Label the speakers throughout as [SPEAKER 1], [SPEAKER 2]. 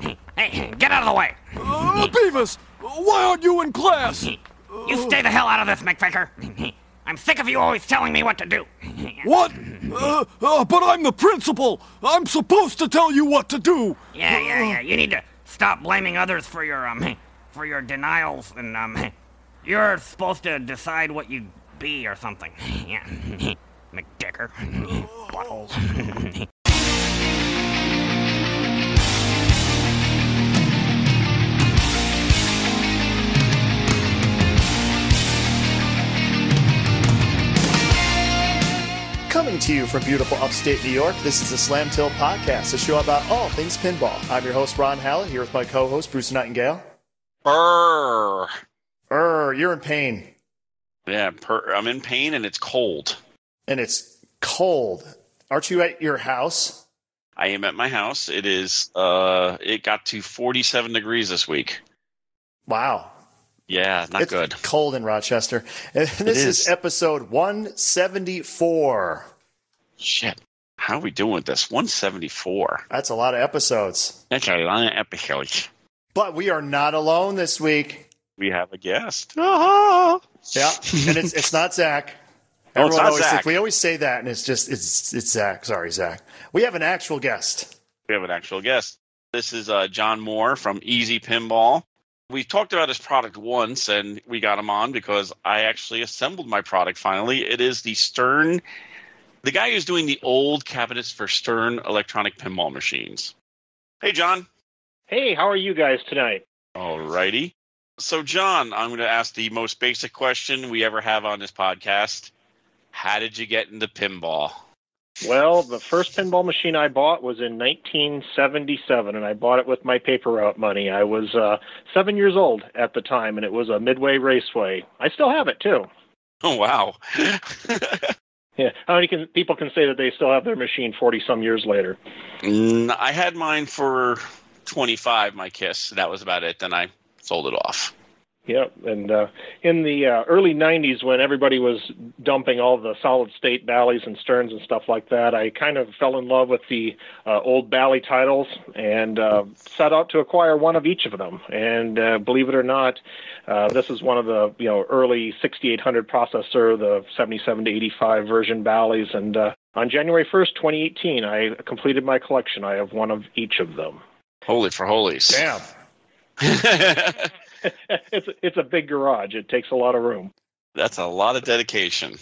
[SPEAKER 1] way! Get out of the way!
[SPEAKER 2] Uh, Beavis, why aren't you in class?
[SPEAKER 1] You stay the hell out of this, McFaker! I'm sick of you always telling me what to do.
[SPEAKER 2] What? Uh, uh, but I'm the principal. I'm supposed to tell you what to do.
[SPEAKER 1] Yeah, yeah, yeah. You need to stop blaming others for your um for your denials and um you're supposed to decide what you be or something. Yeah. McDicker.
[SPEAKER 2] Uh,
[SPEAKER 1] Buttholes.
[SPEAKER 3] Coming to you from beautiful upstate New York, this is the Slam Till Podcast, a show about all things pinball. I'm your host, Ron Hallett, here with my co host, Bruce Nightingale.
[SPEAKER 4] Brr.
[SPEAKER 3] Err, you're in pain,
[SPEAKER 4] Yeah, per, I'm in pain and it's cold.
[SPEAKER 3] and it's cold. Aren't you at your house?
[SPEAKER 4] I am at my house. It is. Uh, it got to 47 degrees this week.
[SPEAKER 3] Wow.
[SPEAKER 4] Yeah, not
[SPEAKER 3] it's
[SPEAKER 4] good.
[SPEAKER 3] cold in Rochester. And this is.
[SPEAKER 4] is.
[SPEAKER 3] episode 174.
[SPEAKER 4] Shit. How are we doing with this? 174.
[SPEAKER 3] That's a lot of episodes.
[SPEAKER 4] That's a lot of episodes.
[SPEAKER 3] But we are not alone this week.
[SPEAKER 4] We have a guest. Ah!
[SPEAKER 3] Uh-huh. Yeah. And it's, it's not Zach.
[SPEAKER 4] No, it's not
[SPEAKER 3] always
[SPEAKER 4] Zach.
[SPEAKER 3] think- we always say that, and it's just, it's, it's Zach. Sorry, Zach. We have an actual guest.
[SPEAKER 4] We have an actual guest. This is uh, John Moore from Easy Pinball. We talked about his product once, and we got him on because I actually assembled my product finally. It is the Stern, the guy who's doing the old cabinets for Stern electronic pinball machines. Hey, John.
[SPEAKER 5] Hey, how are you guys tonight?
[SPEAKER 4] Alrighty. So, John, I'm going to ask the most basic question we ever have on this podcast. How did you get into pinball?
[SPEAKER 5] Well, the first pinball machine I bought was in 1977, and I bought it with my paper route money. I was uh, seven years old at the time, and it was a Midway Raceway. I still have it too.
[SPEAKER 4] Oh, wow.
[SPEAKER 5] Yeah, how many can, people can say that they still have their machine 40 some years later?
[SPEAKER 4] Mm, I had mine for 25, my kiss. That was about it. Then I sold it off.
[SPEAKER 5] Yep, and uh, in the uh, early 90s, when everybody was dumping all the solid state Bally's and Sterns and stuff like that, I kind of fell in love with the uh, old Bally titles and uh, set out to acquire one of each of them. And uh, believe it or not, uh, this is one of the you know early 6800 processor, the 77 to 85 version Bally's. And uh, on January 1st, 2018, I completed my collection. I have one of each of them.
[SPEAKER 4] Holy for holies.
[SPEAKER 3] Damn.
[SPEAKER 5] it's it's a big garage. It takes a lot of room.
[SPEAKER 4] That's a lot of dedication.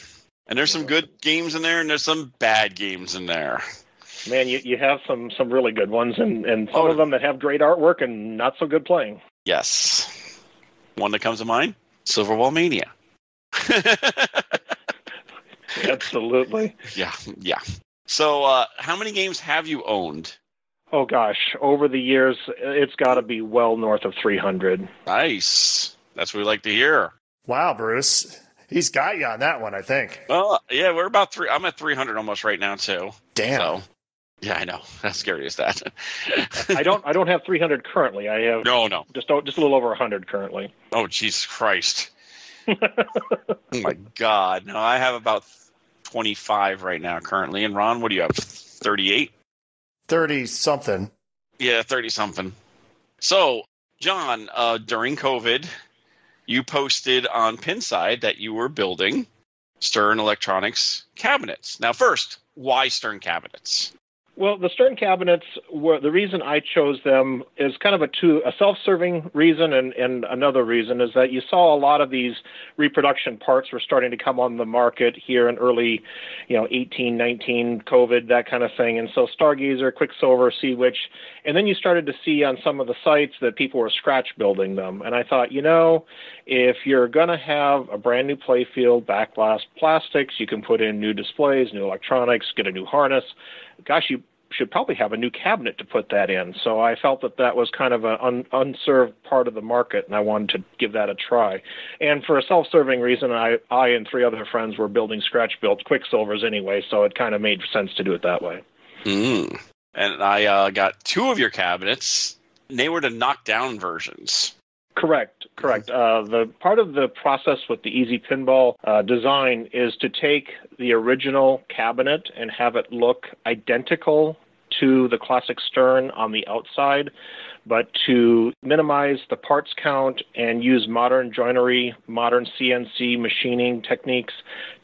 [SPEAKER 4] And there's some good games in there, and there's some bad games in there.
[SPEAKER 5] Man, you, you have some some really good ones, and and some
[SPEAKER 4] Oh.
[SPEAKER 5] of them that have great artwork and not so good playing.
[SPEAKER 4] Yes. One that comes to mind Silverwall Mania.
[SPEAKER 5] Absolutely.
[SPEAKER 4] yeah, yeah. So, uh, how many games have you owned?
[SPEAKER 5] Oh gosh, over the years, it's got to be well north of 300.
[SPEAKER 4] Nice. That's what we like to hear.
[SPEAKER 3] Wow, Bruce. He's got you on that one, I think.
[SPEAKER 4] Well, yeah, we're about three. I'm at 300 almost right now, too.
[SPEAKER 3] Damn.
[SPEAKER 4] So, yeah, I know. How scary is that?
[SPEAKER 5] I don't I don't have 300 currently. I have
[SPEAKER 4] no, no.
[SPEAKER 5] just o- just a little over 100 currently.
[SPEAKER 4] Oh, Jesus Christ. Oh, my God. No, I have about 25 right now currently. And Ron, what do you have? 38?
[SPEAKER 3] 30 something.
[SPEAKER 4] Yeah, 30 something. So, John, uh, during COVID, you posted on Pinside that you were building Stern Electronics cabinets. Now, first, why Stern cabinets?
[SPEAKER 5] Well, the Stern cabinets were the reason I chose them is kind of a two a self-serving reason and and another reason is that you saw a lot of these reproduction parts were starting to come on the market here in early, you know, 18, 19 COVID that kind of thing. And so Stargazer, Quicksilver, Sea Witch, and then you started to see on some of the sites that people were scratch building them. And I thought, you know, if you're going to have a brand new playfield, backglass plastics, you can put in new displays, new electronics, get a new harness. Gosh, you should probably have a new cabinet to put that in. So I felt that that was kind of an un- unserved part of the market, and I wanted to give that a try. And for a self-serving reason, I, I and three other friends were building scratch-built Quicksilvers anyway, so it kind of made sense to do it that way.
[SPEAKER 4] Mm. And I uh, got two of your cabinets. and They were the knockdown versions.
[SPEAKER 5] Correct, correct. Uh, the part of the process with the Easy Pinball uh, design is to take the original cabinet and have it look identical to the classic stern on the outside, but to minimize the parts count and use modern joinery, modern CNC machining techniques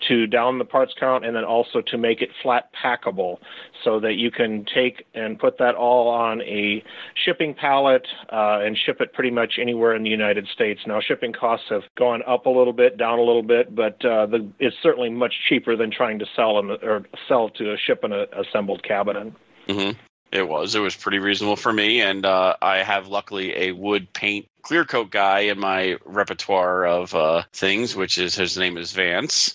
[SPEAKER 5] to down the parts count and then also to make it flat packable so that you can take and put that all on a shipping pallet uh, and ship it pretty much anywhere in the United States. Now, shipping costs have gone up a little bit, down a little bit, but uh, the, it's certainly much cheaper than trying to sell an, or sell to a ship an uh, assembled cabinet.
[SPEAKER 4] hmm It was. It was pretty reasonable for me, and uh, I have luckily a wood paint clear coat guy in my repertoire of uh, things, which is his name is Vance.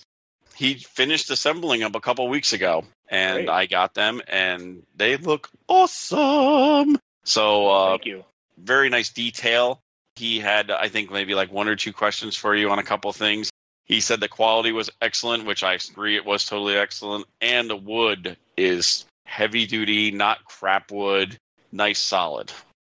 [SPEAKER 4] He finished assembling them a couple weeks ago, and
[SPEAKER 5] Great.
[SPEAKER 4] I got them, and they look awesome. So uh,
[SPEAKER 5] Thank you.
[SPEAKER 4] very nice detail. He had, I think, maybe like one or two questions for you on a couple things. He said the quality was excellent, which I agree it was totally excellent. And the wood is heavy duty, not crap wood, nice solid.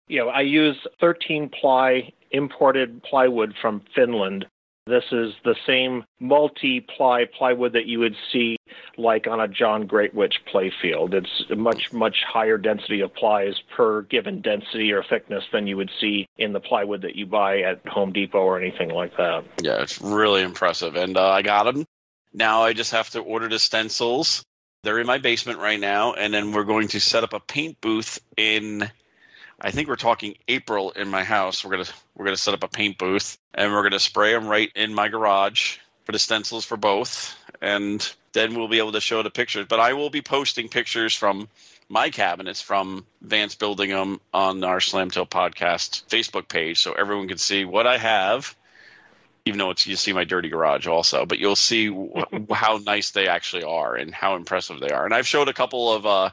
[SPEAKER 5] Yeah, I use 13 ply imported plywood from Finland. This is the same multi ply plywood that you would see like on a John Greatwich playfield. It's a much, much higher density of plies per given density or thickness than you would see in the plywood that you buy at Home Depot or anything like that.
[SPEAKER 4] Yeah, it's really impressive. And uh, I got them. Now I just have to order the stencils. They're in my basement right now. And then we're going to set up a paint booth in. I think we're talking April in my house. We're gonna we're gonna set up a paint booth and we're gonna spray them right in my garage for the stencils for both, and then we'll be able to show the pictures. But I will be posting pictures from my cabinets from Vance building them on our Slamtail podcast Facebook page, so everyone can see what I have even though it's you see my dirty garage also, but you'll see w- how nice they actually are and how impressive they are. And I've showed a couple of uh,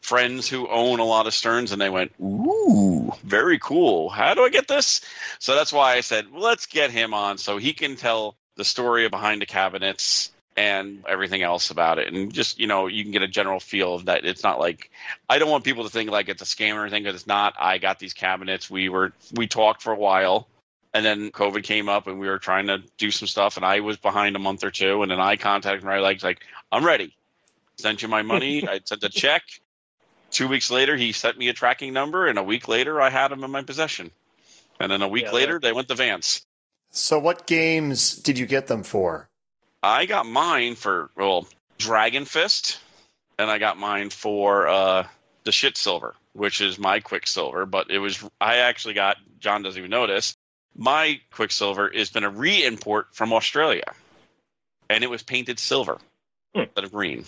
[SPEAKER 4] friends who own a lot of Sterns, and they went, "Ooh, very cool! How do I get this?" So that's why I said, "Let's get him on so he can tell the story behind the cabinets." And everything else about it, and just you know, you can get a general feel of that. It's not like I don't want people to think like it's a scam or anything, because it's not. I got these cabinets. We were we talked for a while, and then COVID came up, and we were trying to do some stuff, and I was behind a month or two, and then I contacted Riley like, like I'm ready. Sent you my money. I sent a check. Two weeks later, he sent me a tracking number, and a week later, I had him in my possession. And then a week
[SPEAKER 5] Yeah,
[SPEAKER 4] later, they went to Vance.
[SPEAKER 3] So, what games did you get them for?
[SPEAKER 4] I got mine for well, Dragon Fist, and I got mine for uh, the Shit Silver, which is my Quicksilver. But it was I actually got John doesn't even notice my Quicksilver has been a re-import from Australia, and it was painted silver
[SPEAKER 5] Hmm.
[SPEAKER 4] instead of green.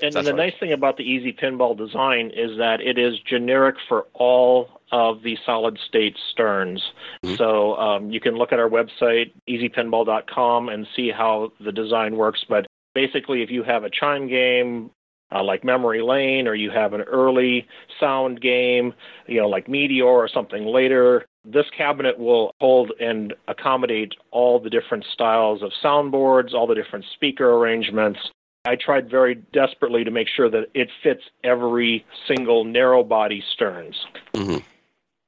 [SPEAKER 5] And
[SPEAKER 4] That's
[SPEAKER 5] the
[SPEAKER 4] right.
[SPEAKER 5] nice thing about the Easy Pinball design is that it is generic for all of the solid state sterns.
[SPEAKER 4] Mhm.
[SPEAKER 5] So um, you can look at our website, easypinball.com, and see how the design works. But basically, if you have a chime game, uh, like Memory Lane, or you have an early sound game, you know, like Meteor or something later, this cabinet will hold and accommodate all the different styles of soundboards, all the different speaker arrangements, I tried very desperately to make sure that it fits every single narrow body sterns.
[SPEAKER 4] Mm-hmm.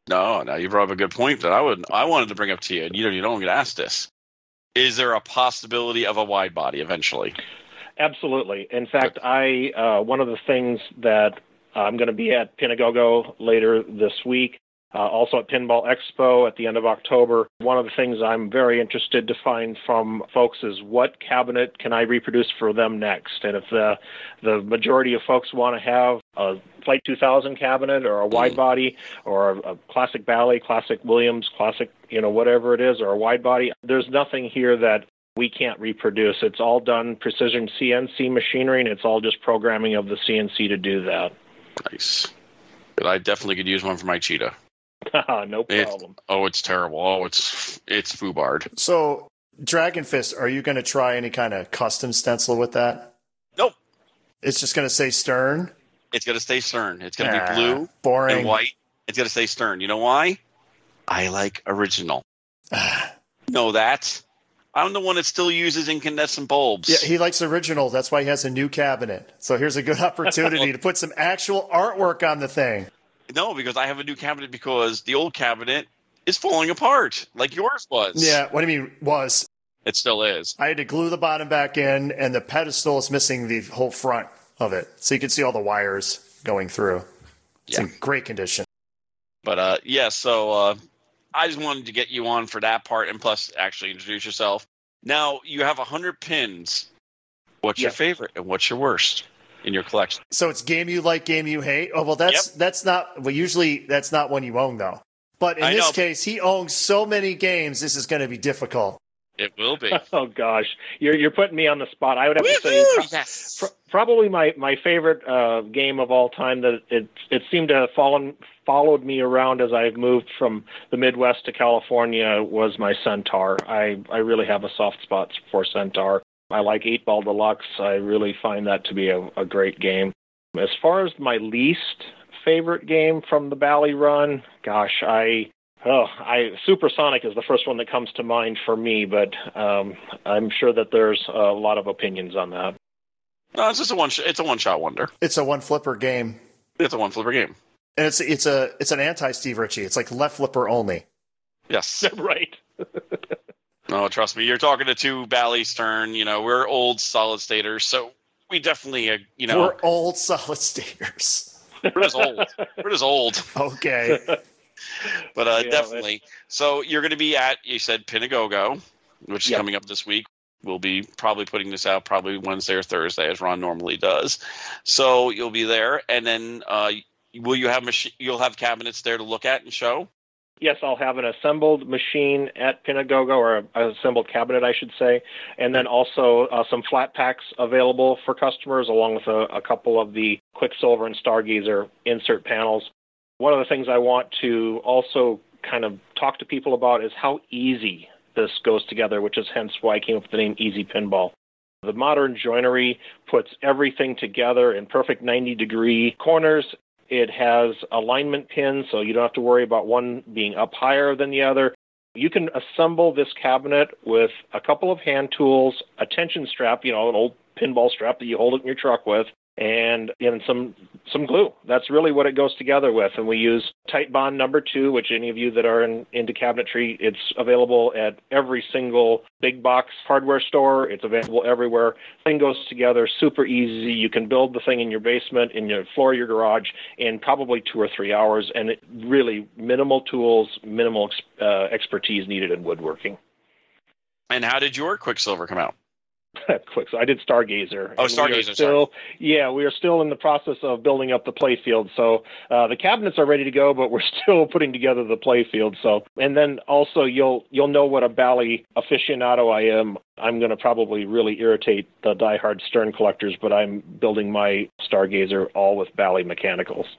[SPEAKER 4] No, no, you brought up a good point that I would I wanted to bring up to you. and You don't you don't get asked this. Is there a possibility of a wide body eventually?
[SPEAKER 5] Absolutely. In fact, I uh, one of the things that uh, I'm going to be at Pinagogo later this week, uh, also at Pinball Expo at the end of October. One of the things I'm very interested to find from folks is what cabinet can I reproduce for them next, and if the the majority of folks want to have a Flight 2000 cabinet or a wide body or a, a classic Ballet, classic Williams, classic you know whatever it is, or a wide body. There's nothing here that we can't reproduce. It's all done precision CNC machinery, and it's all just programming of the CNC to do that.
[SPEAKER 4] Nice. But I definitely could use one for my cheetah.
[SPEAKER 5] no
[SPEAKER 4] It-
[SPEAKER 5] problem.
[SPEAKER 4] oh, it's terrible. Oh, it's it's foobard.
[SPEAKER 3] So, Dragon Fist, are you going to try any kind of custom stencil with that?
[SPEAKER 4] Nope.
[SPEAKER 3] It's just going to say Stern.
[SPEAKER 4] It's gonna stay stern. It's gonna
[SPEAKER 3] Ah,
[SPEAKER 4] be blue
[SPEAKER 3] boring.
[SPEAKER 4] and white. It's gonna stay stern. You know why? I like original. know that. I'm the one that still uses incandescent bulbs.
[SPEAKER 3] Yeah, he likes original. That's why he has a new cabinet. So here's a good opportunity to put some actual artwork on the thing.
[SPEAKER 4] no, because I have a new cabinet because the old cabinet is falling apart, like yours was.
[SPEAKER 3] Yeah, what I mean was
[SPEAKER 4] It still is.
[SPEAKER 3] I had to glue the bottom back in, and the pedestal is missing the whole front of it, so you can see all the wires. going through. It's
[SPEAKER 4] Yeah.
[SPEAKER 3] in great condition.
[SPEAKER 4] But uh, yeah, so uh, I just wanted to get you on for that part, and plus, actually introduce yourself. Now you have hundred pins. What's your
[SPEAKER 5] Yeah.
[SPEAKER 4] favorite and what's your worst in your collection?
[SPEAKER 3] So it's game you like, game you hate. Oh well, that's that's not. Well, usually that's not one you own though. But in
[SPEAKER 4] I
[SPEAKER 3] this
[SPEAKER 4] know.
[SPEAKER 3] case, he owns so many games. This is going to be difficult.
[SPEAKER 4] It will be.
[SPEAKER 5] Oh gosh, you're you're putting me on the spot. I would have to say pro-
[SPEAKER 4] Woohoo! Yes.
[SPEAKER 5] pro- probably my my favorite uh, game of all time. That it it seemed to have fallen followed me around as I've moved from the Midwest to California was my Centaur. I I really have a soft spot for Centaur. I like Eight Ball Deluxe. I really find that to be a, a great game. As far as my least favorite game from the Bally Run, gosh, I Oh, I Supersonic is the first one that comes to mind for me, but um, I'm sure that there's a lot of opinions on that.
[SPEAKER 4] No, it's just a one. Sh- it's a one shot wonder.
[SPEAKER 3] It's a one flipper game,
[SPEAKER 4] It's a one flipper game.
[SPEAKER 3] and it's it's a it's an anti Steve Ritchie. It's like left flipper only.
[SPEAKER 4] Yes.
[SPEAKER 5] right.
[SPEAKER 4] No, trust me. You're talking to two Bally Stern. You know, we're old solid staters, so we definitely, uh, you know,
[SPEAKER 3] We're old solid staters.
[SPEAKER 4] we're just old. We're just old.
[SPEAKER 3] Okay.
[SPEAKER 4] but uh,
[SPEAKER 5] Yeah,
[SPEAKER 4] definitely. So you're going to be at you said Pinagogo, which is
[SPEAKER 5] Yep.
[SPEAKER 4] coming up this week. We'll be probably putting this out probably Wednesday or Thursday, as Ron normally does. So you'll be there, and then uh, will you have machi- you'll have cabinets there to look at and show?
[SPEAKER 5] Yes, I'll have an assembled machine at Pinagogo, or a- an assembled cabinet, I should say, and then also uh, some flat packs available for customers, along with a, a couple of the Quicksilver and Stargazer insert panels. One of the things I want to also kind of talk to people about is how easy this goes together, which is hence why I came up with the name Easy Pinball. The modern joinery puts everything together in perfect 90 degree corners it has alignment pins, so you don't have to worry about one being up higher than the other. You can assemble this cabinet with a couple of hand tools, a tension strap, you know, an old pinball strap that you hold it in your truck with, and and some some glue. That's really what it goes together with. And we use tight bond number two, which any of you that are in, into cabinetry, it's available at every single big box hardware store. It's available everywhere. Thing goes together super easy. You can build the thing in your basement, in your floor, of your garage, in probably two or three hours, and it really minimal tools, minimal ex- uh, expertise needed in woodworking.
[SPEAKER 4] And how did your Quicksilver come out?
[SPEAKER 5] Quick, so I did Stargazer.
[SPEAKER 4] Oh,
[SPEAKER 5] And we are
[SPEAKER 4] Stargazer, sorry.
[SPEAKER 5] Still, yeah, we are still in the process of building up the play field. So uh, the cabinets are ready to go, but we're still putting together the play field. So, and then also you'll you'll know what a Bally aficionado I am. I'm going to probably really irritate the diehard Stern collectors, but I'm building my Stargazer all with Bally mechanicals.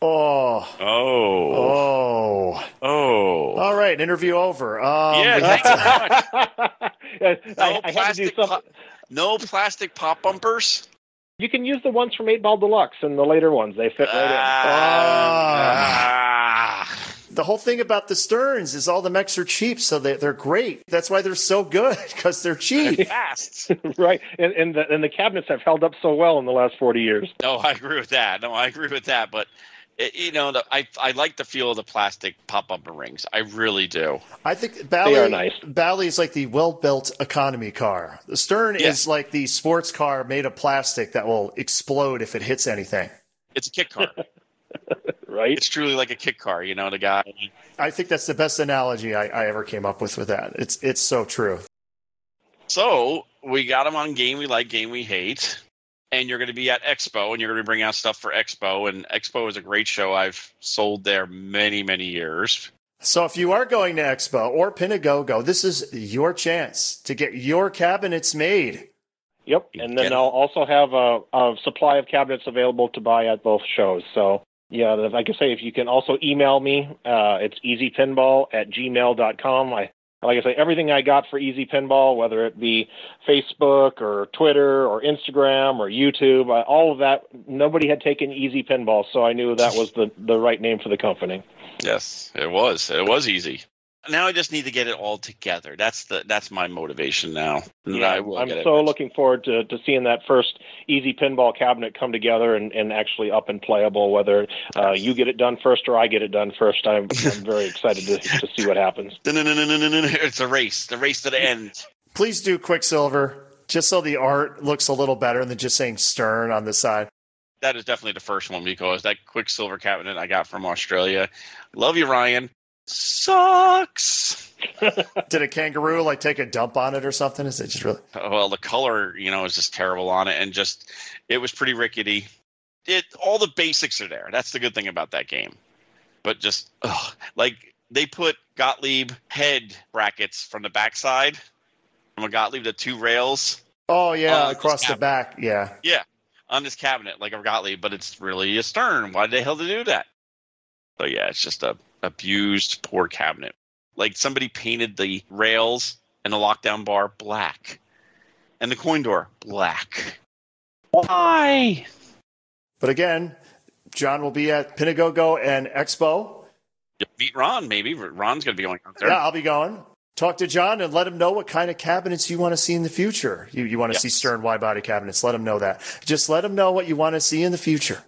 [SPEAKER 3] oh.
[SPEAKER 4] Oh,
[SPEAKER 3] Oh.
[SPEAKER 4] oh,
[SPEAKER 5] Um,
[SPEAKER 3] All right. Interview over. Um,
[SPEAKER 4] yeah.
[SPEAKER 3] we
[SPEAKER 4] thank
[SPEAKER 3] have
[SPEAKER 4] you
[SPEAKER 3] to-
[SPEAKER 4] very much.
[SPEAKER 5] I,
[SPEAKER 4] No
[SPEAKER 5] I had to do
[SPEAKER 4] plastic,
[SPEAKER 5] something.
[SPEAKER 4] pop- no plastic pop bumpers.
[SPEAKER 5] You can use the ones from Eight Ball Deluxe and the later ones. They fit right
[SPEAKER 4] Ah.
[SPEAKER 3] the whole thing about the Sterns is all the mechs are cheap, so they, they're great. That's why they're so good because they're cheap.
[SPEAKER 4] fast.
[SPEAKER 5] in. right, and and the, and the cabinets have held up so well in the last forty years.
[SPEAKER 4] No, I agree with that. No, I agree with that. But it, you know, the, I I like the feel of the plastic pop up rings. I really do.
[SPEAKER 3] I think Bally,
[SPEAKER 5] They are nice.
[SPEAKER 3] Bally is like the well built economy car. The Stern
[SPEAKER 4] Yeah.
[SPEAKER 3] is like the sports car made of plastic that will explode if it hits anything.
[SPEAKER 4] It's a kit car.
[SPEAKER 5] Right,
[SPEAKER 4] it's truly like a kit car. You know, the guy.
[SPEAKER 3] I think that's the best analogy I, I ever came up with with that. It's it's so true.
[SPEAKER 4] So we got him on game we like, game we hate, and you're going to be at Expo, and you're going to bring out stuff for Expo. And Expo is a great show. I've sold there many many years.
[SPEAKER 3] So if you are going to Expo or Pinagogo, this is your chance to get your cabinets made.
[SPEAKER 5] yep. And
[SPEAKER 4] Get
[SPEAKER 5] then
[SPEAKER 4] it.
[SPEAKER 5] they'll also have a, a supply of cabinets available to buy at both shows. So yeah, like I say, if you can also email me, uh, it's easypinball at gmail.com. I like I say, everything I got for Easy Pinball, whether it be Facebook or Twitter or Instagram or YouTube, I, all of that, nobody had taken Easy Pinball, so I knew that was the, the right name for the company.
[SPEAKER 4] Yes, it was. It was easy. Now I just need to get it all together. That's the that's my motivation now. And I will
[SPEAKER 5] I'm
[SPEAKER 4] get it.
[SPEAKER 5] so looking forward to, to seeing that first Easy Pinball cabinet come together and, and actually up and playable, whether uh, you get it done first or I get it done first. I'm, I'm very excited to, to see what happens.
[SPEAKER 4] It's a race. The race to the end.
[SPEAKER 3] Please do Quicksilver, just so the art looks a little better than just saying Stern on the side.
[SPEAKER 4] that is definitely the first one because that Quicksilver cabinet I got from Australia. Love you, Ryan. Sucks.
[SPEAKER 3] Did a kangaroo like take a dump on it or something? Is it just really?
[SPEAKER 4] Oh, Well, the color, you know, is just terrible on it, and just it was pretty rickety. It all the basics are there. That's the good thing about that game. But just ugh, like they put Gottlieb head brackets from the backside from a Gottlieb to two rails.
[SPEAKER 3] Oh yeah,
[SPEAKER 4] Oh, it's
[SPEAKER 3] across the
[SPEAKER 4] cabinet.
[SPEAKER 3] back. Yeah.
[SPEAKER 4] Yeah, on this cabinet, like I've got Lee, but it's really a stern. Why the hell to do that? So yeah, it's just a abused, poor cabinet. Like somebody painted the rails and the lockdown bar black, and the coin door black. Why?
[SPEAKER 3] But again, John will be at Pinagogo and Expo.
[SPEAKER 4] You Meet Ron, maybe Ron's gonna be going out there.
[SPEAKER 3] Yeah, I'll be going. Talk to John and let him know what kind of cabinets you want to see in the future. You, you want to
[SPEAKER 4] Yes.
[SPEAKER 3] see stern wide body cabinets. Let him know that. Just let him know what you want to see in the future.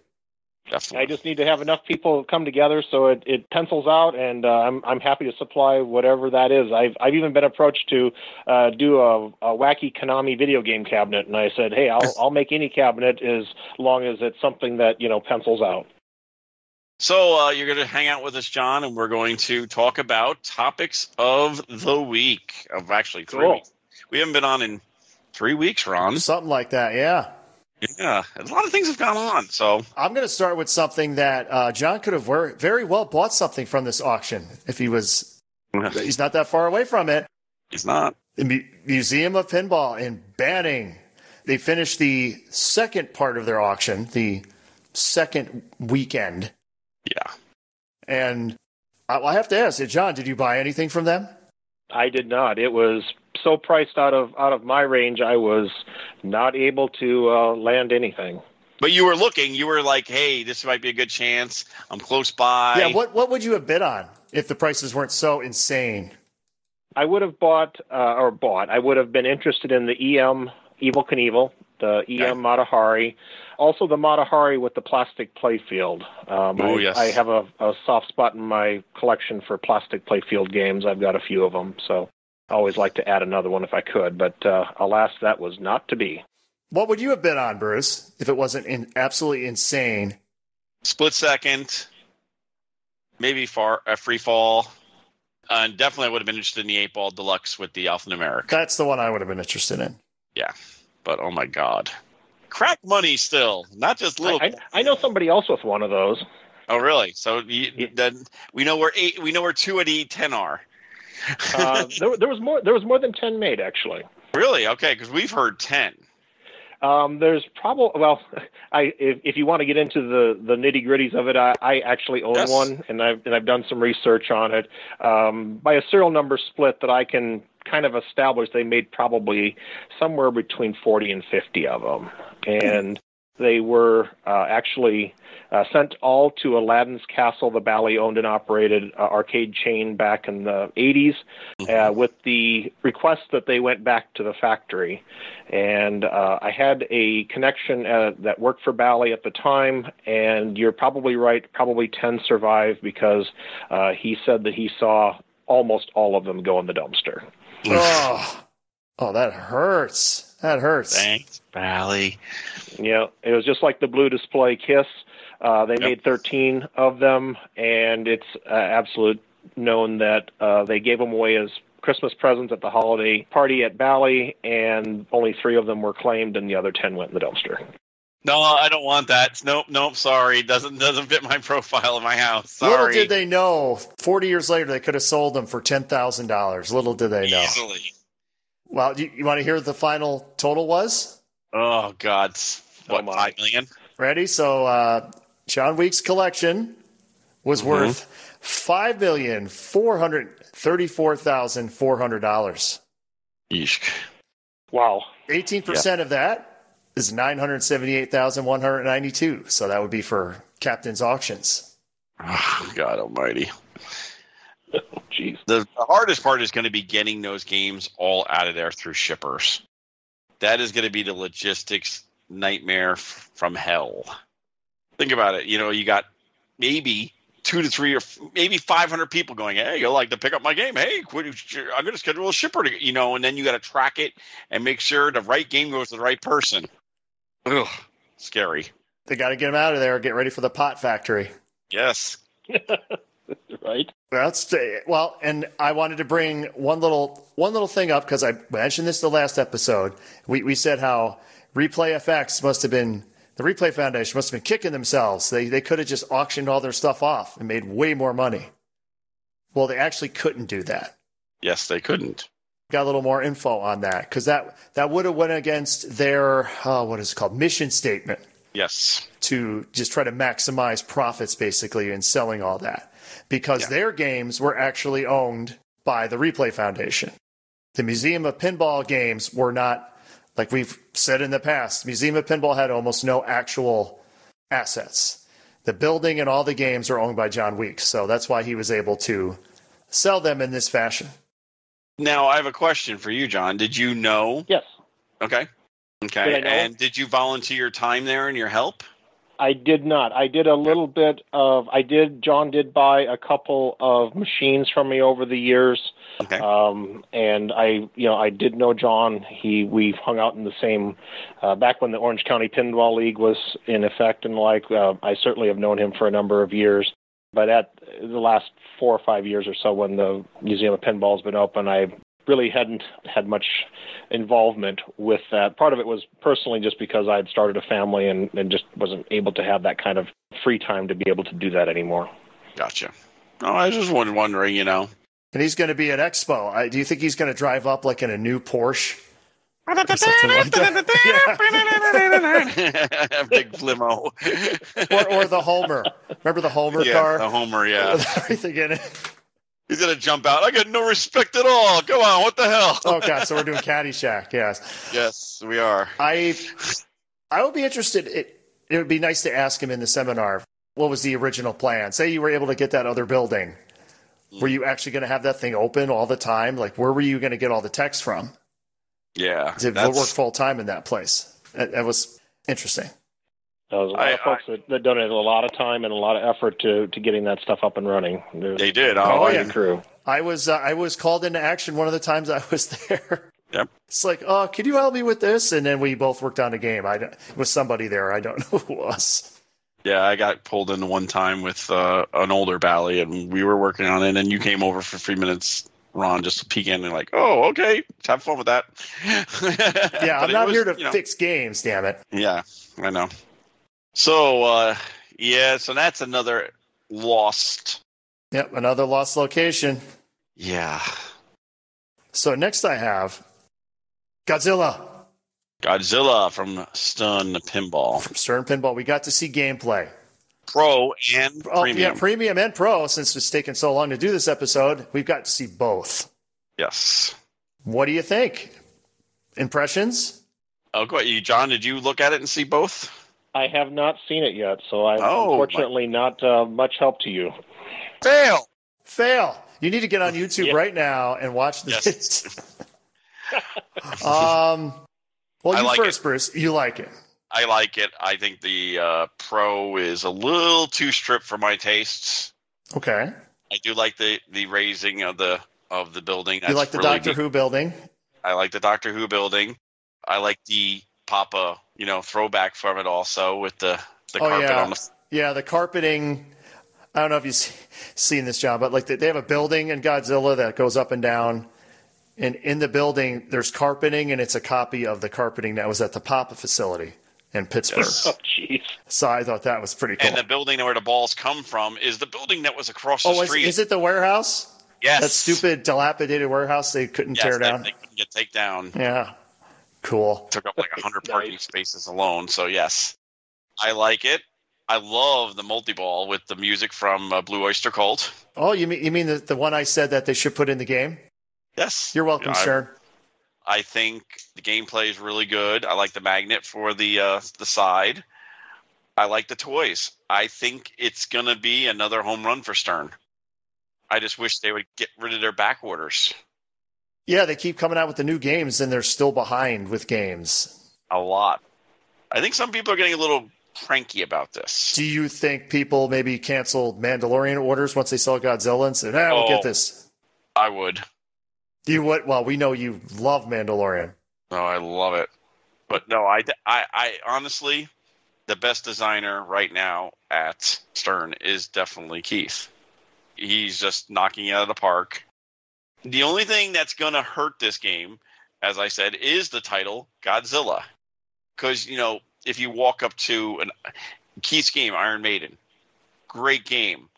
[SPEAKER 4] definitely.
[SPEAKER 5] I just need to have enough people come together so it, it pencils out, and uh, I'm I'm happy to supply whatever that is. I've I've even been approached to uh, do a, a wacky Konami video game cabinet, and I said, hey, I'll I'll make any cabinet as long as it's something that you know pencils out.
[SPEAKER 4] So uh, you're going to hang out with us, John, and we're going to talk about topics of the week of actually three
[SPEAKER 5] Cool.
[SPEAKER 4] weeks. We haven't been on in three weeks, Ron.
[SPEAKER 3] Something like that. Yeah.
[SPEAKER 4] Yeah, a lot of things have gone on. So
[SPEAKER 3] I'm going to start with something that uh, John could have ver- very well bought something from this auction if he was. He's not that far away from it.
[SPEAKER 4] it's not.
[SPEAKER 3] The Mu- Museum of Pinball in Banning. They finished the second part of their auction, the second weekend.
[SPEAKER 4] Yeah,
[SPEAKER 3] And I, I have to ask, hey, John, did you buy anything from them?
[SPEAKER 5] I did not. It was so priced out of out of my range. I was not able to uh, land anything.
[SPEAKER 4] but you were looking. You were like, "Hey, this might be a good chance. I'm close by."
[SPEAKER 3] yeah, what, what would you have bid on if the prices weren't so insane?
[SPEAKER 5] I would have bought uh, or bought. I would have been interested in the EM Evil Knievel, the EM Matahari, also the Matahari with the plastic playfield. Um,
[SPEAKER 4] Oh,
[SPEAKER 5] I,
[SPEAKER 4] yes.
[SPEAKER 5] I have a, a soft spot in my collection for plastic playfield games. I've got a few of them, so I always like to add another one if I could. But uh, alas, that was not to be.
[SPEAKER 3] What would you have bid on, Bruce, if it wasn't in, absolutely insane?
[SPEAKER 4] Split second, maybe far a free fall. Uh, and definitely, I would have been interested in the eight ball deluxe with the alphanumeric.
[SPEAKER 3] That's the one I would have been interested in.
[SPEAKER 4] Yeah, but oh my god, crack money still, not just little.
[SPEAKER 5] I, I, I know somebody else with one of those.
[SPEAKER 4] oh really? So you,
[SPEAKER 5] Yeah.
[SPEAKER 4] then we know where eight, we know where two of the ten are.
[SPEAKER 5] Uh, there, there was more. There was more than ten made actually.
[SPEAKER 4] Really? Okay, because we've heard ten.
[SPEAKER 5] Um, there's probably well, I if, if you want to get into the, the nitty gritties of it, I, I actually own
[SPEAKER 4] Yes.
[SPEAKER 5] one, and I've and I've done some research on it um, by a serial number split that I can kind of establish. They made probably somewhere between forty and fifty of them, and they were uh, actually uh, sent all to Aladdin's Castle, the Bally owned and operated uh, arcade chain back in the 80s, uh, with the request that they went back to the factory. And uh, I had a connection uh, that worked for Bally at the time, and you're probably right, probably 10 survived because uh, he said that he saw almost all of them go in the dumpster.
[SPEAKER 3] oh, oh, that hurts. That hurts.
[SPEAKER 4] Thanks, Valley.
[SPEAKER 5] Yeah, it was just like the blue display kiss. Uh, they made 13 of them, and it's uh, absolute known that uh, they gave them away as Christmas presents at the holiday party at Bally, and only three of them were claimed, and the other 10 went in the dumpster.
[SPEAKER 4] No, I don't want that. Nope, nope. Sorry, doesn't doesn't fit my profile of my house.
[SPEAKER 3] Little
[SPEAKER 4] Sorry.
[SPEAKER 3] did they know, 40 years later, they could have sold them for $10,000. Little did they know.
[SPEAKER 4] Easily.
[SPEAKER 3] Well, you, you want to hear what the final total was?
[SPEAKER 4] Oh God. s-
[SPEAKER 5] Oh,
[SPEAKER 4] What
[SPEAKER 5] my.
[SPEAKER 4] five million?
[SPEAKER 3] Ready? So, uh, John Week's collection was
[SPEAKER 4] Mm-hmm.
[SPEAKER 3] worth $5,434,400.
[SPEAKER 4] Yeesh.
[SPEAKER 5] Wow.
[SPEAKER 3] 18% of that is 978,192. So that would be for captain's auctions.
[SPEAKER 4] Oh, God Almighty.
[SPEAKER 5] Jeez.
[SPEAKER 4] The, the hardest part is going to be getting those games all out of there through shippers. That is going to be the logistics nightmare f- from hell. Think about it. You know, you got maybe two to three or f- maybe 500 people going, hey, you'll like to pick up my game. Hey, quit, I'm going to schedule a shipper, to, you know, and then you got to track it and make sure the right game goes to the right person. Ugh, scary.
[SPEAKER 3] They got to get them out of there. Get ready for the pot factory.
[SPEAKER 4] Yes.
[SPEAKER 5] right?
[SPEAKER 3] That's well, and I wanted to bring one little one little thing up because I mentioned this the last episode. We we said how Replay FX must have been the Replay Foundation must have been kicking themselves. They they could have just auctioned all their stuff off and made way more money. Well, they actually couldn't do that.
[SPEAKER 4] Yes, they couldn't.
[SPEAKER 3] Got a little more info on that because that that would have went against their uh, what is it called mission statement
[SPEAKER 4] Yes.
[SPEAKER 3] to just try to maximize profits basically in selling all that because
[SPEAKER 4] Yeah.
[SPEAKER 3] their games were actually owned by the Replay Foundation. The Museum of Pinball games were not, like we've said in the past, Museum of Pinball had almost no actual assets. The building and all the games are owned by John Weeks, so that's why he was able to sell them in this fashion.
[SPEAKER 4] Now I have a question for you, John. Did you know?
[SPEAKER 5] Yes.
[SPEAKER 4] Okay.
[SPEAKER 5] Did
[SPEAKER 4] Okay.
[SPEAKER 5] I know?
[SPEAKER 4] and did you volunteer your time there and your help?
[SPEAKER 5] I did not. I did a little bit of. I did. John did buy a couple of machines from me over the years,
[SPEAKER 4] Okay.
[SPEAKER 3] Uh,
[SPEAKER 5] um, and I, you know, I did know John. He, we hung out in the same. Uh, back when the Orange County Pinball League was in effect and like, uh, I certainly have known him for a number of years. But at the last four or five years or so, when the Museum of Pinball's been open, I really hadn't had much involvement with that. Part of it was personally just because I had started a family and, and just wasn't able to have that kind of free time to be able to do that anymore.
[SPEAKER 4] Gotcha. No, I was just won- wondering, you know.
[SPEAKER 3] And he's going to be at Expo. I, do you think he's going to drive up like in a new Porsche?
[SPEAKER 4] Big limo.
[SPEAKER 3] Or, or the Homer? Remember the Homer
[SPEAKER 4] yeah,
[SPEAKER 3] car?
[SPEAKER 4] the Homer, yeah.
[SPEAKER 3] With everything in it.
[SPEAKER 4] He's going to jump out. I got no respect at all. Go on. What the hell?
[SPEAKER 3] oh god, so we're doing Caddyshack. Yes,
[SPEAKER 4] Yes, we are.
[SPEAKER 3] I I would be interested. It it would be nice to ask him in the seminar what was the original plan. Say you were able to get that other building. Were you actually going to have that thing open all the time? Like, where were you going to get all the text from
[SPEAKER 4] Yeah.
[SPEAKER 3] to
[SPEAKER 4] that's-
[SPEAKER 3] work full time in that place? That, that was interesting.
[SPEAKER 5] There was a lot
[SPEAKER 4] I-
[SPEAKER 5] of folks that, that donated a lot of time and a lot of effort to, to getting that stuff up and running. There's
[SPEAKER 4] They did.
[SPEAKER 3] Oh,
[SPEAKER 4] Oh,
[SPEAKER 3] yeah.
[SPEAKER 5] a crew.
[SPEAKER 3] I was uh, I was called into action one of the times I was there.
[SPEAKER 4] Yep.
[SPEAKER 3] It's like, oh, could you help me with this? And then we both worked on a game. I don't- it was somebody there. I don't know who it was.
[SPEAKER 4] Yeah, I got pulled in one time with uh, an older bally, and we were working on it. And you came over for three minutes, Ron, just to peek in and like, oh, okay, have fun with that.
[SPEAKER 3] Yeah,
[SPEAKER 4] But
[SPEAKER 3] I'm
[SPEAKER 4] it
[SPEAKER 3] not
[SPEAKER 4] was,
[SPEAKER 3] here to
[SPEAKER 4] you know,
[SPEAKER 3] fix games. Damn it.
[SPEAKER 4] Yeah, I know. So, uh, yeah, so that's another lost.
[SPEAKER 3] Yep, another lost location.
[SPEAKER 4] Yeah,
[SPEAKER 3] So next I have Godzilla
[SPEAKER 4] Godzilla from Stun Pinball
[SPEAKER 3] from Stern Pinball. We got to see gameplay.
[SPEAKER 4] Pro and
[SPEAKER 3] Oh,
[SPEAKER 4] Premium.
[SPEAKER 3] yeah, premium and pro. Since it's taken so long to do this episode, we've got to see both.
[SPEAKER 4] yes.
[SPEAKER 3] What do you think? Impressions?
[SPEAKER 4] Oh, go ahead. You, John, did you look at it and see both?
[SPEAKER 5] I have not seen it yet, so I'm
[SPEAKER 4] Oh, my-
[SPEAKER 5] unfortunately not uh, much help to you.
[SPEAKER 4] Fail.
[SPEAKER 3] Fail. You need to get on YouTube
[SPEAKER 5] Yeah.
[SPEAKER 3] right now and watch this.
[SPEAKER 4] Yes.
[SPEAKER 3] um, well,
[SPEAKER 4] I
[SPEAKER 3] you
[SPEAKER 4] like
[SPEAKER 3] first, Bruce. You like it?
[SPEAKER 4] I like it. I think the uh, Pro is a little too stripped for my tastes.
[SPEAKER 3] Okay.
[SPEAKER 4] I do like the, the raising of the of the building.
[SPEAKER 3] you like the
[SPEAKER 4] really
[SPEAKER 3] Doctor
[SPEAKER 4] neat.
[SPEAKER 3] Who building?
[SPEAKER 4] I like the Doctor Who building. I like the Papa, you know, throwback from it also with the the
[SPEAKER 3] Oh,
[SPEAKER 4] carpet
[SPEAKER 3] yeah.
[SPEAKER 4] on the
[SPEAKER 3] Yeah, the carpeting. I don't know if you've se- seen this, John, but like they they have a building in Godzilla that goes up and down, and in the building there's carpeting, and it's a copy of the carpeting that was at the Papa facility in Pittsburgh.
[SPEAKER 4] Yes.
[SPEAKER 5] Oh, jeez.
[SPEAKER 3] So I thought that was pretty cool.
[SPEAKER 4] and the building where the balls come from is the building that was across the
[SPEAKER 3] oh, is,
[SPEAKER 4] street.
[SPEAKER 3] is it the warehouse?
[SPEAKER 4] yes,
[SPEAKER 3] That stupid dilapidated warehouse they couldn't
[SPEAKER 4] yes,
[SPEAKER 3] tear
[SPEAKER 4] that
[SPEAKER 3] down.
[SPEAKER 4] They couldn't get take down.
[SPEAKER 3] Yeah, cool.
[SPEAKER 4] took up like 100
[SPEAKER 5] Nice.
[SPEAKER 4] parking spaces alone. So yes, I like it. I love the multi-ball with the music from uh, Blue Oyster Cult.
[SPEAKER 3] Oh, you mean you mean the, the one I said that they should put in the game?
[SPEAKER 4] Yes,
[SPEAKER 3] You're welcome,
[SPEAKER 4] I,
[SPEAKER 3] Stern.
[SPEAKER 4] I think the gameplay is really good. I like the magnet for the uh, the side. I like the toys. I think it's gonna be another home run for Stern. I just wish they would get rid of their back orders.
[SPEAKER 3] Yeah, they keep coming out with the new games, and they're still behind with games.
[SPEAKER 4] A lot. I think some people are getting a little cranky about this.
[SPEAKER 3] Do you think people maybe canceled Mandalorian orders once they saw Godzilla and said, ah, we'll
[SPEAKER 4] Oh.
[SPEAKER 3] get this?
[SPEAKER 4] I would.
[SPEAKER 3] You would? Well, we know you
[SPEAKER 4] Oh,
[SPEAKER 3] love Mandalorian.
[SPEAKER 4] No, I love it. But no, I, I, I honestly, the best designer right now at Stern is definitely Keith. He's just knocking it out of the park. The only thing that's going to hurt this game, as I said, is the title Godzilla. Because, you know, if you walk up to an Keith's game, Iron Maiden, great game.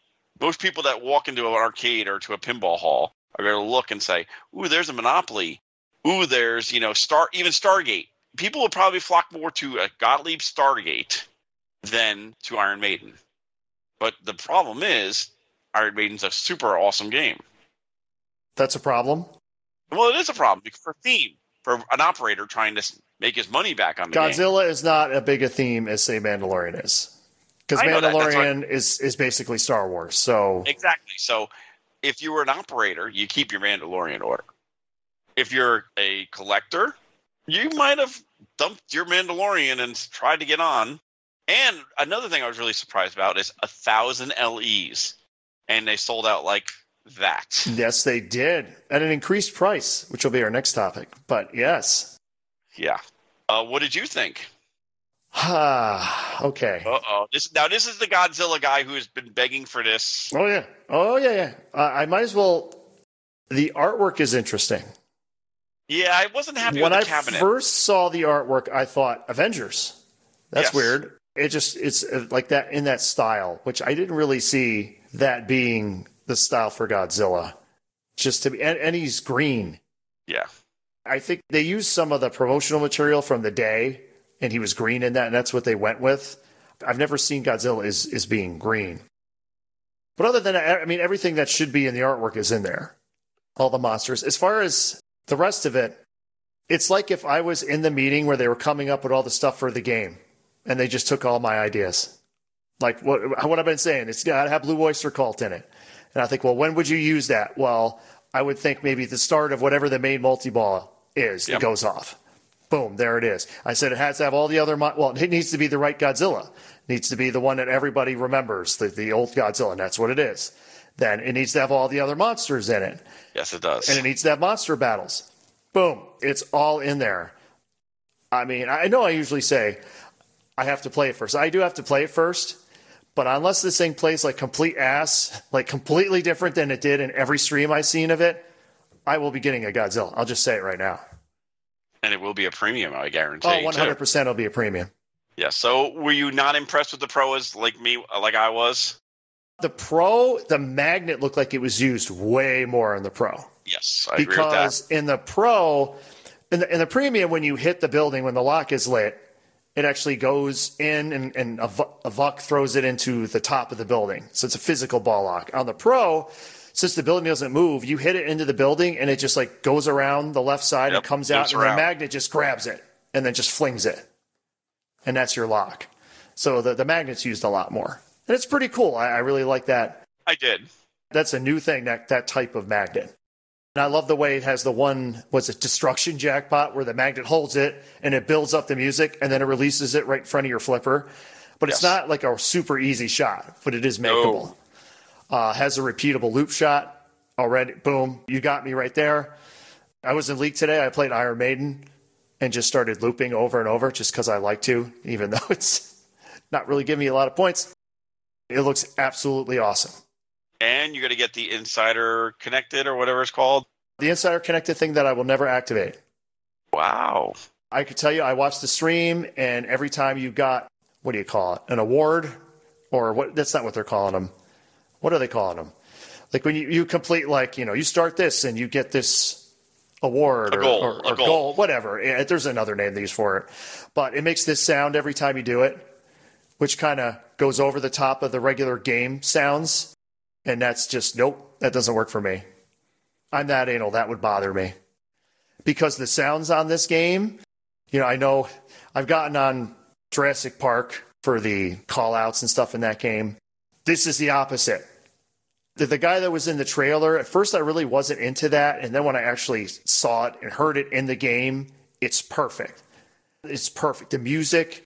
[SPEAKER 4] Most people that walk into an arcade or to a pinball hall are going to look and say, ooh, there's a Monopoly. Ooh, there's, you know, Star, even Stargate people would probably flock more to a Gottlieb Stargate than to Iron Maiden. But the problem is, Iron Maiden's a super awesome game.
[SPEAKER 3] That's a problem.
[SPEAKER 4] Well, it is a problem because for theme, for an operator trying to make his money back on the game.
[SPEAKER 3] Godzilla is not a big a theme as say Mandalorian is, because
[SPEAKER 4] I know that, that's
[SPEAKER 3] Mandalorian is is basically Star Wars. So
[SPEAKER 4] Exactly. So if you were an operator, you keep your Mandalorian order. If you're a collector, you might have dumped your Mandalorian and tried to get on. And another thing I was really surprised about is a thousand LEs, and they sold out like that.
[SPEAKER 3] yes, they did at an increased price, which will be our next topic. But yes,
[SPEAKER 4] Yeah. Uh, what did you think?
[SPEAKER 3] okay.
[SPEAKER 4] Uh oh. This now this is the Godzilla guy who has been begging for this.
[SPEAKER 3] Oh yeah. Oh yeah. Yeah. Uh, I might as well. The artwork is interesting.
[SPEAKER 4] Yeah, I wasn't happy
[SPEAKER 3] when
[SPEAKER 4] with
[SPEAKER 3] I
[SPEAKER 4] the cabinet.
[SPEAKER 3] first saw the artwork, I thought Avengers. That's
[SPEAKER 4] Yes.
[SPEAKER 3] weird. It just it's uh, like that in that style, which I didn't really see that being the style for Godzilla. Just to be, and, and he's green.
[SPEAKER 4] yeah.
[SPEAKER 3] I think they used some of the promotional material from the day, and he was green in that, and that's what they went with. I've never seen Godzilla is is being green. But other than that, I mean, everything that should be in the artwork is in there. All the monsters. As far as the rest of it, it's like if I was in the meeting where they were coming up with all the stuff for the game, and they just took all my ideas. Like what what I've been saying, it's got to have Blue Oyster Cult in it. And I think, well, when would you use that? Well, I would think maybe the start of whatever the main multi ball is,
[SPEAKER 4] Yeah.
[SPEAKER 3] it goes off. Boom, there it is. I said it has to have all the other. Mo- well, it needs to be the right Godzilla. needs to be the one that everybody remembers, the, the old Godzilla, and that's what it is. Then it needs to have all the other monsters in it
[SPEAKER 4] Yes, it does.
[SPEAKER 3] and it needs to have monster battles. Boom, it's all in there. I mean, I know I usually say I have to play it first. I do have to play it first, but unless this thing plays like complete ass, like completely different than it did in every stream I've seen of it, I will be getting a Godzilla. I'll just say it right now.
[SPEAKER 4] and it will be a premium, I guarantee.
[SPEAKER 3] Oh,
[SPEAKER 4] too.
[SPEAKER 3] 100% it'll be a premium.
[SPEAKER 4] Yeah. So were you not impressed with the pros like me, uh, like I was?
[SPEAKER 3] The Pro, the magnet looked like it was used way more in the Pro.
[SPEAKER 4] Yes, I agree with that.
[SPEAKER 3] because in the pro in the, in the premium when you hit the building when the lock is lit it actually goes in and, and a, vu- a vuck throws it into the top of the building so it's a physical ball lock on the pro since the building doesn't move you hit it into the building and it just like goes around the left side
[SPEAKER 4] Yep,
[SPEAKER 3] and comes out
[SPEAKER 4] moves
[SPEAKER 3] and
[SPEAKER 4] around.
[SPEAKER 3] the magnet just grabs it and then just flings it and that's your lock so the, the magnet's used a lot more and it's pretty cool i, I really like that
[SPEAKER 4] I did.
[SPEAKER 3] that's a new thing that that type of magnet and i love the way it has the one was it destruction jackpot where the magnet holds it and it builds up the music and then it releases it right in front of your flipper but it's
[SPEAKER 4] Yes.
[SPEAKER 3] not like a super easy shot but it is makeable uh, has a repeatable loop shot already boom you got me right there i was in league today i played iron maiden and just started looping over and over just because i like to even though it's not really giving me a lot of points it looks absolutely awesome
[SPEAKER 4] And you're gonna get the insider connected or whatever it's called.
[SPEAKER 3] the insider connected thing that I will never activate.
[SPEAKER 4] Wow.
[SPEAKER 3] I could tell you, I watched the stream, and every time you got what do you call it, an award, or what? That's not what they're calling them. What are they calling them? Like when you, you complete, like you know, you start this and you get this award
[SPEAKER 4] A
[SPEAKER 3] or,
[SPEAKER 4] goal,
[SPEAKER 3] or,
[SPEAKER 4] a
[SPEAKER 3] or
[SPEAKER 4] goal.
[SPEAKER 3] goal, whatever. Yeah, there's another name they use for it, but it makes this sound every time you do it, which kind of goes over the top of the regular game sounds, and that's just nope, that doesn't work for me. I'm that anal. That would bother me because the sounds on this game, you know, I know I've gotten on Jurassic Park for the call outs and stuff in that game. This is the opposite. The, the guy that was in the trailer, at first I really wasn't into that. And then when I actually saw it and heard it in the game, it's perfect. It's perfect. The music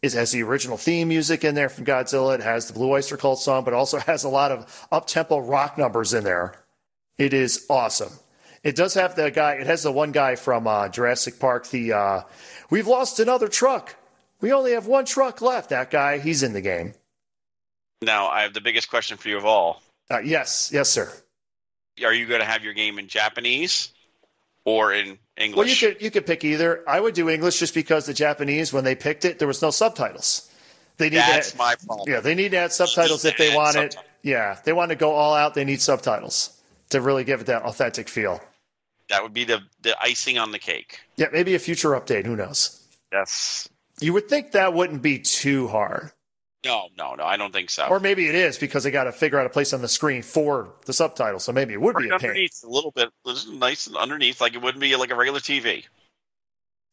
[SPEAKER 3] is has the original theme music in there from Godzilla. It has the Blue Oyster Cult song, but also has a lot of up tempo rock numbers in there. It is awesome. It does have the guy. It has the one guy from uh, Jurassic Park. The uh, we've lost another truck. We only have one truck left. That guy, he's in the game.
[SPEAKER 4] Now, I have the biggest question for you of all.
[SPEAKER 3] Uh, yes, yes, sir.
[SPEAKER 4] Are you going to have your game in Japanese or in English?
[SPEAKER 3] Well, you could you could pick either. I would do English just because the Japanese, when they picked it, there was no subtitles. They need
[SPEAKER 4] That's
[SPEAKER 3] to add,
[SPEAKER 4] my problem.
[SPEAKER 3] yeah, they need to add subtitles if they
[SPEAKER 4] Add
[SPEAKER 3] want it.
[SPEAKER 4] subtitles.
[SPEAKER 3] Yeah, they want to go all out. They need subtitles to really give it that authentic feel.
[SPEAKER 4] That would be the, the icing on the cake.
[SPEAKER 3] Yeah, maybe a future update. Who knows?
[SPEAKER 4] Yes.
[SPEAKER 3] You would think that wouldn't be too hard,
[SPEAKER 4] No, no, no. I don't think so.
[SPEAKER 3] or maybe it is because they got to figure out a place on the screen for the subtitles. So maybe it would
[SPEAKER 4] Right
[SPEAKER 3] be a pain.
[SPEAKER 4] underneath a little bit, just nice and underneath, like it wouldn't be like a regular TV.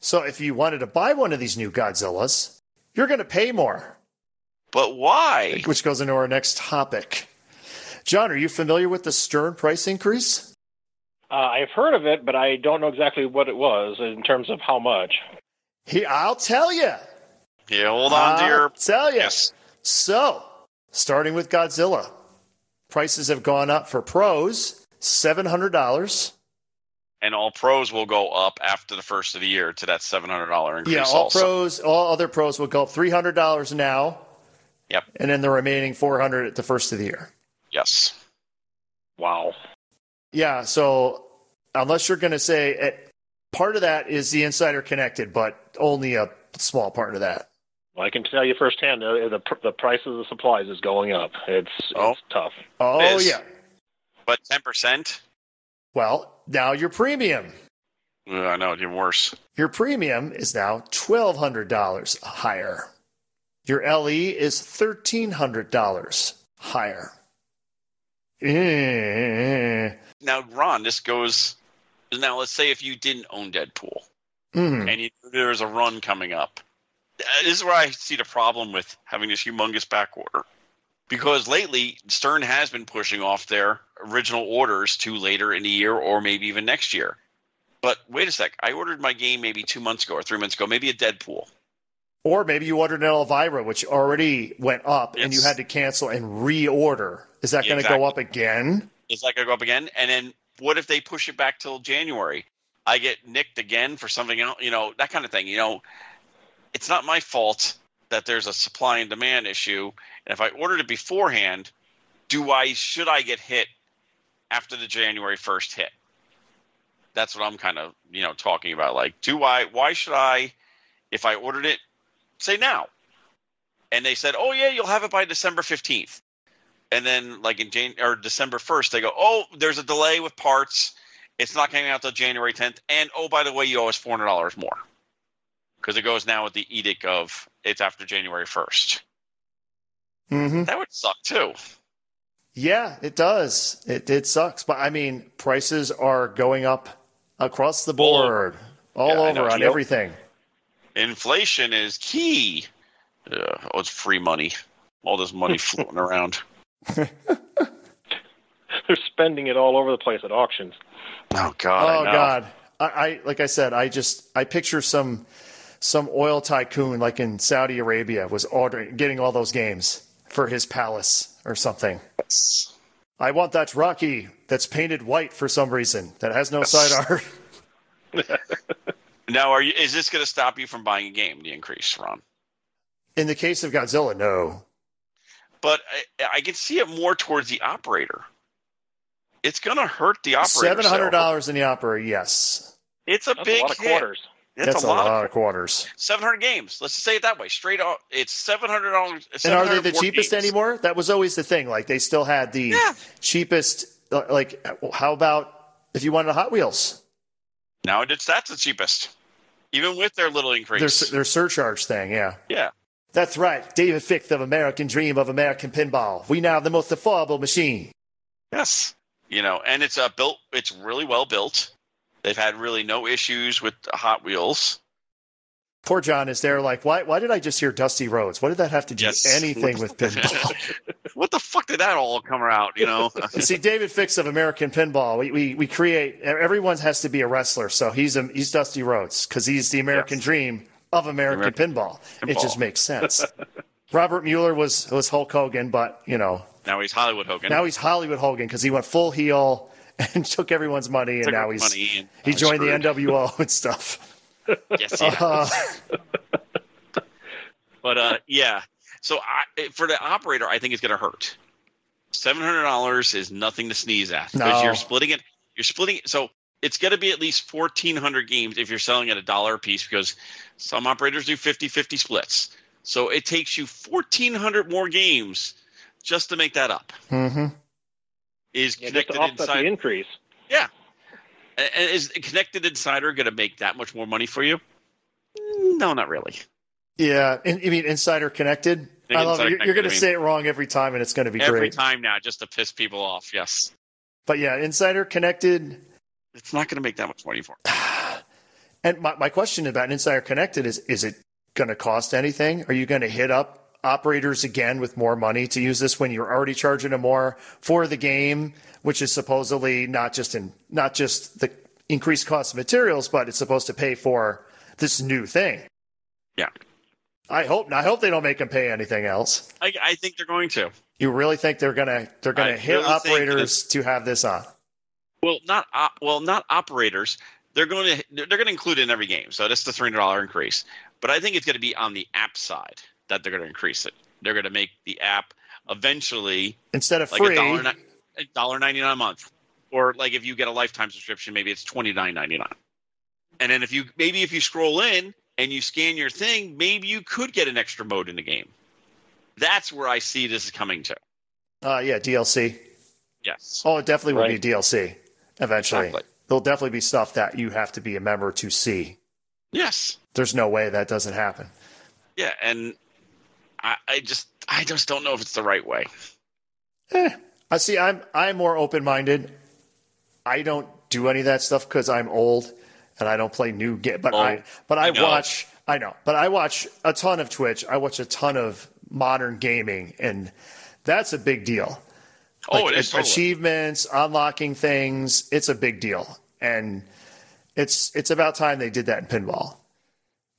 [SPEAKER 3] So if you wanted to buy one of these new Godzillas, you're going to pay more,
[SPEAKER 4] But why?
[SPEAKER 3] which goes into our next topic. John, are you familiar with the Stern price increase?
[SPEAKER 5] Uh, I've heard of it, but I don't know exactly what it was in terms of how much.
[SPEAKER 3] He, I'll tell you.
[SPEAKER 4] Yeah, hold on to
[SPEAKER 3] I'll
[SPEAKER 4] your.
[SPEAKER 3] tell you.
[SPEAKER 4] Yes.
[SPEAKER 3] So, starting with Godzilla, prices have gone up for pros seven hundred dollars.
[SPEAKER 4] And all pros will go up after the first of the year to that seven hundred dollar increase.
[SPEAKER 3] Yeah, all
[SPEAKER 4] also.
[SPEAKER 3] pros, all other pros will go up three hundred dollars now,
[SPEAKER 4] Yep.
[SPEAKER 3] and then the remaining four hundred at the first of the year.
[SPEAKER 4] Yes. Wow.
[SPEAKER 3] Yeah, so unless you're going to say it, part of that is the insider connected, but only a small part of that.
[SPEAKER 5] Well, I can tell you firsthand uh, the pr- the price of the supplies is going up. It's
[SPEAKER 4] Oh.
[SPEAKER 5] it's tough.
[SPEAKER 3] Oh
[SPEAKER 4] Yes.
[SPEAKER 3] yeah.
[SPEAKER 4] But ten percent.
[SPEAKER 3] Well, now your premium.
[SPEAKER 4] Uh, I know, even worse.
[SPEAKER 3] Your premium is now twelve hundred dollars higher. Your LE is thirteen hundred dollars higher. Eh.
[SPEAKER 4] Now, Ron, this goes. Now, let's say if you didn't own Deadpool
[SPEAKER 3] Mm.
[SPEAKER 4] and you knew there was a run coming up, Uh, this is where I see the problem with having this humongous back order. Because lately, Stern has been pushing off their original orders to later in the year or maybe even next year. But wait a sec, I ordered my game maybe two months ago or three months ago, maybe a Deadpool.
[SPEAKER 3] Or maybe you ordered an Elvira, which already went up, and you
[SPEAKER 4] Yes.
[SPEAKER 3] had to cancel and reorder. Is that
[SPEAKER 4] Yeah,
[SPEAKER 3] going to
[SPEAKER 4] exactly.
[SPEAKER 3] go up again?
[SPEAKER 4] Is that going to go up again? And then what if they push it back till January? I get nicked again for something else, you know, that kind of thing. You know, it's not my fault that there's a supply and demand issue. And if I ordered it beforehand, do I should I get hit after the January 1st hit? That's what I'm kind of, you know, talking about like do I why should I if I ordered it say now? And they said, "Oh yeah, you'll have it by December 15th." and then like in Jan- or December 1st, they go, oh, there's a delay with parts. It's not coming out till January 10th. And oh, by the way, you owe us $400 more because it goes now with the edict of it's after January 1st.
[SPEAKER 3] hmm
[SPEAKER 4] That would suck too.
[SPEAKER 3] Yeah, it does. It it sucks, but I mean, prices are going up across the
[SPEAKER 4] All
[SPEAKER 3] board, all
[SPEAKER 4] Yeah, I know.
[SPEAKER 3] over on
[SPEAKER 4] Yep.
[SPEAKER 3] everything.
[SPEAKER 4] Inflation is key. Ugh, oh, it's free money. All this money floating around.
[SPEAKER 5] They're spending it all over the place at auctions.
[SPEAKER 4] Oh God!
[SPEAKER 3] Oh
[SPEAKER 4] I know.
[SPEAKER 3] God, I, I like I said, I just I picture some some oil tycoon like in Saudi Arabia was ordering getting all those games for his palace or something.
[SPEAKER 4] Yes.
[SPEAKER 3] I want that Rocky that's painted white for some reason that has no side art.
[SPEAKER 4] Now, are you? Is this going to stop you from buying a game? The increase, Ron.
[SPEAKER 3] In the case of Godzilla, no.
[SPEAKER 4] but I, I can see it more towards the operator. It's going to hurt the operator.
[SPEAKER 3] Seven hundred
[SPEAKER 4] sale.
[SPEAKER 3] dollars in the opera, yes.
[SPEAKER 4] It's a
[SPEAKER 5] That's
[SPEAKER 4] big
[SPEAKER 5] a lot of
[SPEAKER 4] hit.
[SPEAKER 5] quarters.
[SPEAKER 4] It's a, lot.
[SPEAKER 3] of quarters.
[SPEAKER 4] Seven hundred games. Let's just say it that way. Straight out. It's seven hundred dollars.
[SPEAKER 3] And are they the cheapest anymore? That was always the thing. Like they still had the
[SPEAKER 4] Yeah.
[SPEAKER 3] cheapest. uh, Like, how about if you wanted a Hot Wheels?
[SPEAKER 4] Now it's that's the cheapest, even with their little
[SPEAKER 3] Their
[SPEAKER 4] increase.
[SPEAKER 3] their surcharge thing, yeah.
[SPEAKER 4] yeah.
[SPEAKER 3] That's right. David Fick of American Dream of American Pinball. We now have the most affordable machine.
[SPEAKER 4] Yes. You know, and it's uh, built. It's really well built. They've had really no issues with Hot Wheels.
[SPEAKER 3] Poor John is there. Like, why? Why did I just hear Dusty Roads? What did that have to do
[SPEAKER 4] Yes.
[SPEAKER 3] anything with pinball?
[SPEAKER 4] What the fuck did that all come out? You know.
[SPEAKER 3] See, David Fix of American Pinball. We, we we create. e, Everyone has to be a wrestler, so he's a, he's Dusty Rhodes because he's the American dream of American pinball. It
[SPEAKER 4] pinball.
[SPEAKER 3] just makes sense. Robert Mueller was was Hulk Hogan, but you know
[SPEAKER 4] now he's Hollywood Hogan.
[SPEAKER 3] now he's Hollywood Hogan because he went full heel and took everyone's money, and
[SPEAKER 4] Took
[SPEAKER 3] now
[SPEAKER 4] our
[SPEAKER 3] he's
[SPEAKER 4] money and
[SPEAKER 3] he
[SPEAKER 4] I'm
[SPEAKER 3] joined
[SPEAKER 4] screwed.
[SPEAKER 3] Oh, the NWO and stuff.
[SPEAKER 4] yes, yeah.
[SPEAKER 3] Uh,
[SPEAKER 4] But uh, yeah, so I, for the operator, I think it's going to hurt. Seven hundred dollars is nothing to sneeze at because
[SPEAKER 3] No.
[SPEAKER 4] you're splitting it. You're splitting it, so it's going to be at least fourteen hundred games if you're selling at a dollar a piece because some operators do 50-50 splits. So it takes you fourteen hundred more games just to make that up.
[SPEAKER 3] Mm-hmm.
[SPEAKER 4] Is
[SPEAKER 5] Yeah, just
[SPEAKER 4] connected
[SPEAKER 5] to offset
[SPEAKER 4] inside
[SPEAKER 5] the increase.
[SPEAKER 4] And is Connected Insider going to make that much more money for you? No, not really.
[SPEAKER 3] Yeah, and, I mean insider connected.
[SPEAKER 4] Big
[SPEAKER 3] I love
[SPEAKER 4] Insider
[SPEAKER 3] it. You're, you're
[SPEAKER 4] Connected,
[SPEAKER 3] going to
[SPEAKER 4] I mean.
[SPEAKER 3] say it wrong every time, and it's going to be
[SPEAKER 4] Every
[SPEAKER 3] great.
[SPEAKER 4] time now, just to piss people off. Yes,
[SPEAKER 3] But yeah, insider connected.
[SPEAKER 4] it's not going to make that much money for. Them.
[SPEAKER 3] And my, my question about insider connected is: Is it going to cost anything? Are you going to hit up operators again with more money to use this when you're already charging them more for the game, which is supposedly not just in not just the increased cost of materials, but it's supposed to pay for this new thing.
[SPEAKER 4] Yeah.
[SPEAKER 3] I hope. I hope they don't make them pay anything else.
[SPEAKER 4] I, I think they're going to.
[SPEAKER 3] You really think they're gonna they're gonna
[SPEAKER 4] I
[SPEAKER 3] hit
[SPEAKER 4] really think
[SPEAKER 3] operators to have this on?
[SPEAKER 4] Well, not op- well, not operators. They're going to they're going to include it in every game. So that's the three hundred dollar increase. But I think it's going to be on the app side that they're going to increase it. They're going to make the app eventually
[SPEAKER 3] Instead of
[SPEAKER 4] like
[SPEAKER 3] free,
[SPEAKER 4] a dollar ni- a dollar ninety nine a month, or like if you get a lifetime subscription, maybe it's twenty nine ninety nine. And then if you maybe if you scroll in and you scan your thing, maybe you could get an extra mode in the game. That's where I see this is coming to.
[SPEAKER 3] uh, yeah, DLC.
[SPEAKER 4] Yes,
[SPEAKER 3] Oh, it definitely will
[SPEAKER 5] Right.
[SPEAKER 3] be DLC eventually.
[SPEAKER 4] Exactly.
[SPEAKER 3] There'll definitely be stuff that you have to be a member to see.
[SPEAKER 4] yes,
[SPEAKER 3] There's no way that doesn't happen.
[SPEAKER 4] yeah. And I, I just I just don't know if it's the right way.
[SPEAKER 3] Eh, I see. I'm I'm more open minded. I don't do any of that stuff because I'm old and I don't play new game. But I
[SPEAKER 4] Oh,
[SPEAKER 3] but I
[SPEAKER 4] I know.
[SPEAKER 3] watch. I know. But I watch a ton of Twitch. I watch a ton of modern gaming, and that's a big deal.
[SPEAKER 4] oh,
[SPEAKER 3] Like,
[SPEAKER 4] it is
[SPEAKER 3] a-
[SPEAKER 4] totally.
[SPEAKER 3] achievements, unlocking things. It's a big deal, and it's it's about time they did that in pinball.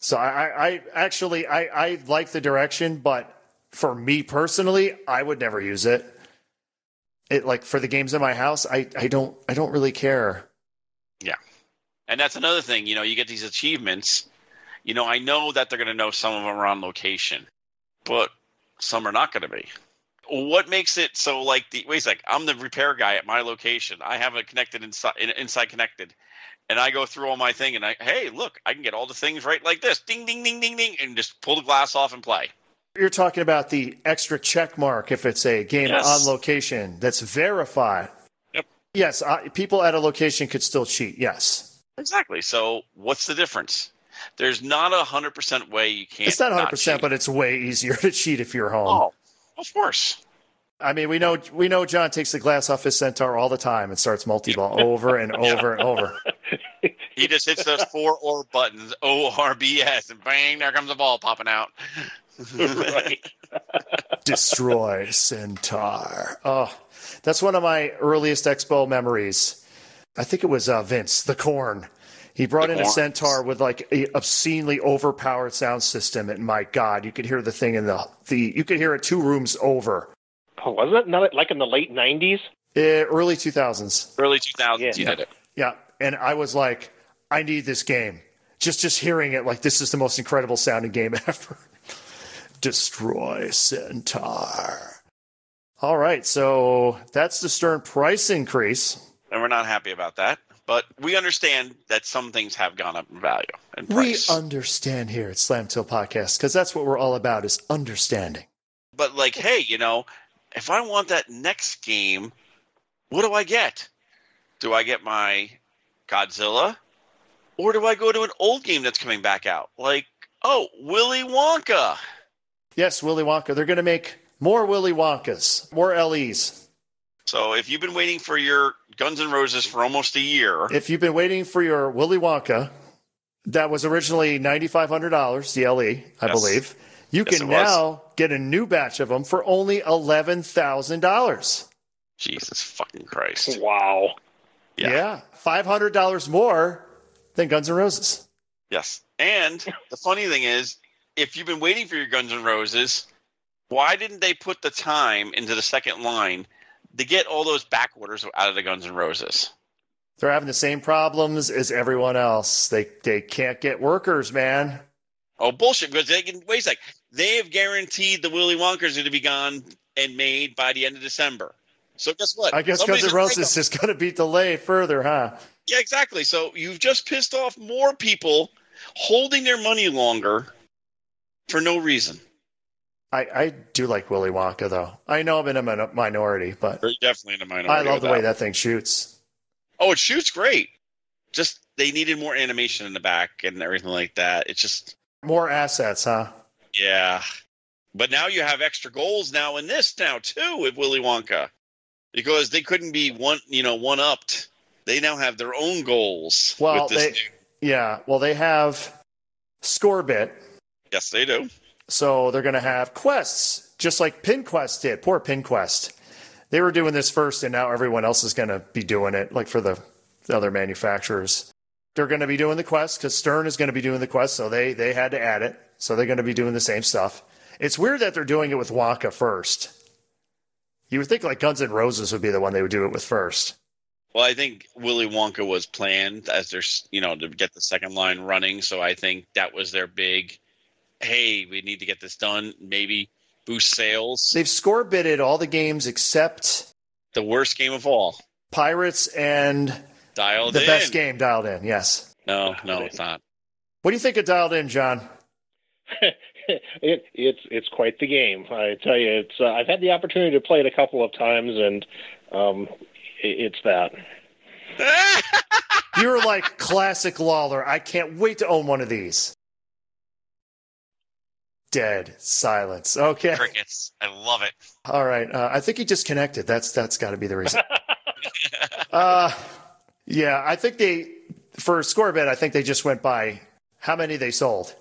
[SPEAKER 3] So I, I, I actually I, I like the direction, but for me personally, I would never use it. It like for the games in my house, I, I don't I don't really care.
[SPEAKER 4] And that's another thing, you know, you get these achievements. You know, I know that they're going to know some of them are on location, but some are not going to be. What makes it so like the wait a sec, I'm the repair guy at my location. I have a connected inside in- inside connected. And I go through all my thing and I hey, look, I can get all the things right like this. Ding ding ding ding ding and just pull the glass off and play.
[SPEAKER 3] You're talking about the extra check mark if it's a game
[SPEAKER 4] Yes.
[SPEAKER 3] on location that's verified.
[SPEAKER 4] Yep.
[SPEAKER 3] Yes, I, people at a location could still cheat. Yes.
[SPEAKER 4] Exactly. So what's the difference? There's not a hundred percent way you can't.
[SPEAKER 3] It's not 100,
[SPEAKER 4] cheat.
[SPEAKER 3] percent but it's way easier to cheat if you're home.
[SPEAKER 4] oh, of course.
[SPEAKER 3] I mean, we know we know John takes the glass off his centaur all the time and starts multi-ball over and over and over.
[SPEAKER 4] He just hits those four or buttons, O R B S, and bang, there comes a ball popping out.
[SPEAKER 5] Right.
[SPEAKER 3] Destroy centaur. Oh, that's one of my earliest expo memories. I think it was uh, Vince the Corn. He brought
[SPEAKER 4] The
[SPEAKER 3] in a
[SPEAKER 4] Corn.
[SPEAKER 3] centaur with like a obscenely overpowered sound system, and my God, you could hear the thing in the the you could hear it two rooms over.
[SPEAKER 5] Oh, wasn't it not like in the late '90s?
[SPEAKER 3] Eh, early two thousands.
[SPEAKER 4] Early 2000s,
[SPEAKER 5] Yeah.
[SPEAKER 4] you did it.
[SPEAKER 3] Yeah, and I was like, I need this game. Just just hearing it, like this is the most incredible sounding game ever. Destroy Centaur. All right, so that's the Stern price increase.
[SPEAKER 4] And we're not happy about that. But we understand that some things have gone up in value and price.
[SPEAKER 3] We understand here at Slam Till Podcast because that's what we're all about is understanding.
[SPEAKER 4] but, like, hey, you know, if I want that next game, what do I get? Do I get my Godzilla? Or do I go to an old game that's coming back out? Like, oh, Willy Wonka.
[SPEAKER 3] Yes, Willy Wonka. They're going to make more Willy Wonkas, more LEs.
[SPEAKER 4] So if you've been waiting for your Guns N' Roses for almost a year,
[SPEAKER 3] If you've been waiting for your Willy Wonka, that was originally $9,500, the LE, I
[SPEAKER 4] Yes.
[SPEAKER 3] believe. You
[SPEAKER 4] Yes,
[SPEAKER 3] can
[SPEAKER 4] it was.
[SPEAKER 3] now get a new batch of them for only $11,000.
[SPEAKER 4] Jesus fucking Christ.
[SPEAKER 5] Wow.
[SPEAKER 4] Yeah.
[SPEAKER 3] $500 more than Guns N' Roses.
[SPEAKER 4] Yes. And the funny thing is, if you've been waiting for your Guns N' Roses, why didn't they put the time into the second line to get all those back orders out of the Guns N' Roses?
[SPEAKER 3] They're having the same problems as everyone else. They, they can't get workers, man.
[SPEAKER 4] Oh, bullshit. Because they can, wait a sec. They have guaranteed the Willy Wonkers are going to be gone and made by the end of December. So guess what?
[SPEAKER 3] I guess
[SPEAKER 4] Somebody's
[SPEAKER 3] Guns N'
[SPEAKER 4] gonna make
[SPEAKER 3] Roses is
[SPEAKER 4] them.
[SPEAKER 3] just going to be delayed further, huh?
[SPEAKER 4] Yeah, exactly. So you've just pissed off more people holding their money longer for no reason.
[SPEAKER 3] I, I do like Willy Wonka, though. I know I'm in a min- minority, but
[SPEAKER 4] They're definitely in the minority.
[SPEAKER 3] I love
[SPEAKER 4] with
[SPEAKER 3] the way that thing shoots.
[SPEAKER 4] Oh, it shoots great. Just they needed more animation in the back and everything like that. It's just
[SPEAKER 3] More assets, huh?
[SPEAKER 4] yeah. But now you have extra goals now in this now too with Willy Wonka. Because they couldn't be one you know, one upped. They now have their own goals.
[SPEAKER 3] Well,
[SPEAKER 4] with this
[SPEAKER 3] they,
[SPEAKER 4] new-
[SPEAKER 3] yeah. Well, they have Scorebit,
[SPEAKER 4] yes, they do.
[SPEAKER 3] so they're going to have quests, just like PinQuest did. Poor PinQuest. They were doing this first, and now everyone else is going to be doing it, like for the, the other manufacturers. They're going to be doing the quest because Stern is going to be doing the quest, so they they had to add it. So they're going to be doing the same stuff. It's weird that they're doing it with Wonka first. You would think like Guns N' Roses would be the one they would do it with first.
[SPEAKER 4] Well, I think Willy Wonka was planned as their, s- you know, to get the second line running. So I think that was their big, hey, we need to get this done. Maybe boost sales.
[SPEAKER 3] They've score bidded all the games except
[SPEAKER 4] The worst game of all.
[SPEAKER 3] Pirates and
[SPEAKER 4] Dialed
[SPEAKER 3] the
[SPEAKER 4] in.
[SPEAKER 3] best game dialed in yes
[SPEAKER 4] No, no, it's not.
[SPEAKER 3] what do you think of dialed in john
[SPEAKER 5] it, it's it's quite the game. I tell you, it's uh, I've had the opportunity to play it a couple of times, and um, it, it's that.
[SPEAKER 3] you're like classic lawler i can't wait to own one of these dead silence okay
[SPEAKER 4] Crickets. I love it.
[SPEAKER 3] all right uh, i think he disconnected that's that's got to be the reason uh, yeah i think they for scorebit i think they just went by how many they sold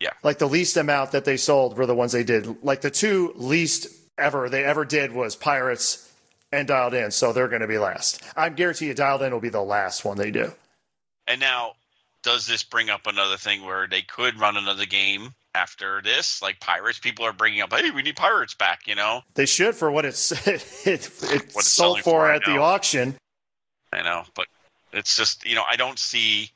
[SPEAKER 4] Yeah.
[SPEAKER 3] like the least amount that they sold were the ones they did like the two least ever they ever did was pirates and dialed in so they're going to be last i'm guarantee you dialed in will be the last one they do
[SPEAKER 4] And now, does this bring up another thing where they could run another game after this? Like Pirates, people are bringing up, hey, we need Pirates back, you know?
[SPEAKER 3] They should for what it's it, it
[SPEAKER 4] it's
[SPEAKER 3] sold
[SPEAKER 4] selling
[SPEAKER 3] for
[SPEAKER 4] for right
[SPEAKER 3] at the
[SPEAKER 4] now.
[SPEAKER 3] auction.
[SPEAKER 4] I know, but it's just you know I don't see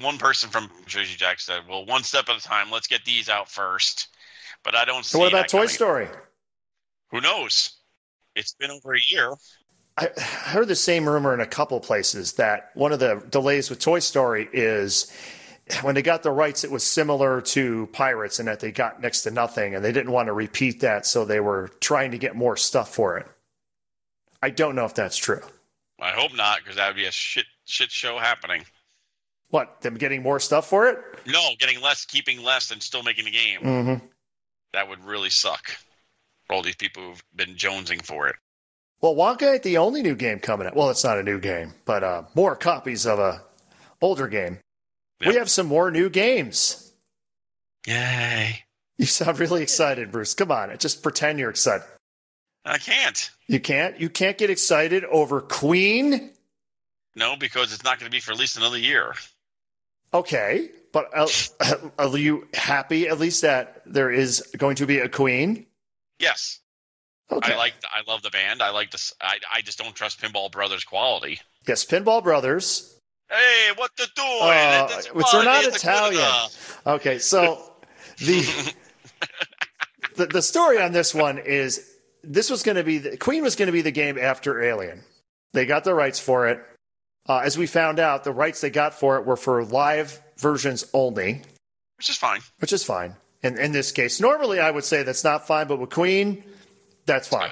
[SPEAKER 4] one person from Jersey Jack said, "Well, one step at a time. Let's get these out first. But I don't.
[SPEAKER 3] So
[SPEAKER 4] see
[SPEAKER 3] what about
[SPEAKER 4] that
[SPEAKER 3] Toy
[SPEAKER 4] coming.
[SPEAKER 3] Story?
[SPEAKER 4] Who knows? It's been over a year.
[SPEAKER 3] I I heard the same rumor in a couple places that one of the delays with Toy Story is when they got the rights, it was similar to Pirates in that they got next to nothing and they didn't want to repeat that, so they were trying to get more stuff for it. I don't know if that's true.
[SPEAKER 4] I hope not, because that would be a shit shit show happening.
[SPEAKER 3] What them getting more stuff for it?
[SPEAKER 4] No, getting less, keeping less, and still making the game.
[SPEAKER 3] Mm-hmm.
[SPEAKER 4] That would really suck for all these people who've been jonesing for it.
[SPEAKER 3] Well, Wonka ain't the only new game coming out. Well, it's not a new game, but uh, more copies of a older game. We
[SPEAKER 4] Yeah.
[SPEAKER 3] have some more new games.
[SPEAKER 4] Yay!
[SPEAKER 3] You sound really excited, Bruce. Come on, just pretend you're excited.
[SPEAKER 4] I can't.
[SPEAKER 3] You can't. You can't get excited over Queen.
[SPEAKER 4] No, because it's not going to be for at least another year.
[SPEAKER 3] Okay, but uh, are you happy at least that there is going to be a Queen?
[SPEAKER 4] Yes,
[SPEAKER 3] Okay.
[SPEAKER 4] I like, I love the band. I like this. I, I just don't trust Pinball Brothers quality.
[SPEAKER 3] yes, Pinball Brothers.
[SPEAKER 4] Hey, what the doing?
[SPEAKER 3] Uh,
[SPEAKER 4] It's
[SPEAKER 3] which are not
[SPEAKER 4] quality, it's a
[SPEAKER 3] Italian.
[SPEAKER 4] good, uh,
[SPEAKER 3] Okay, so the, the the story on this one is this was going to be the, Queen was going to be the game after Alien. They got the rights for it. Uh, as we found out, the rights they got for it were for live versions only,
[SPEAKER 4] which is fine.
[SPEAKER 3] which is fine. In in this case, normally I would say that's not fine, but with Queen, that's fine.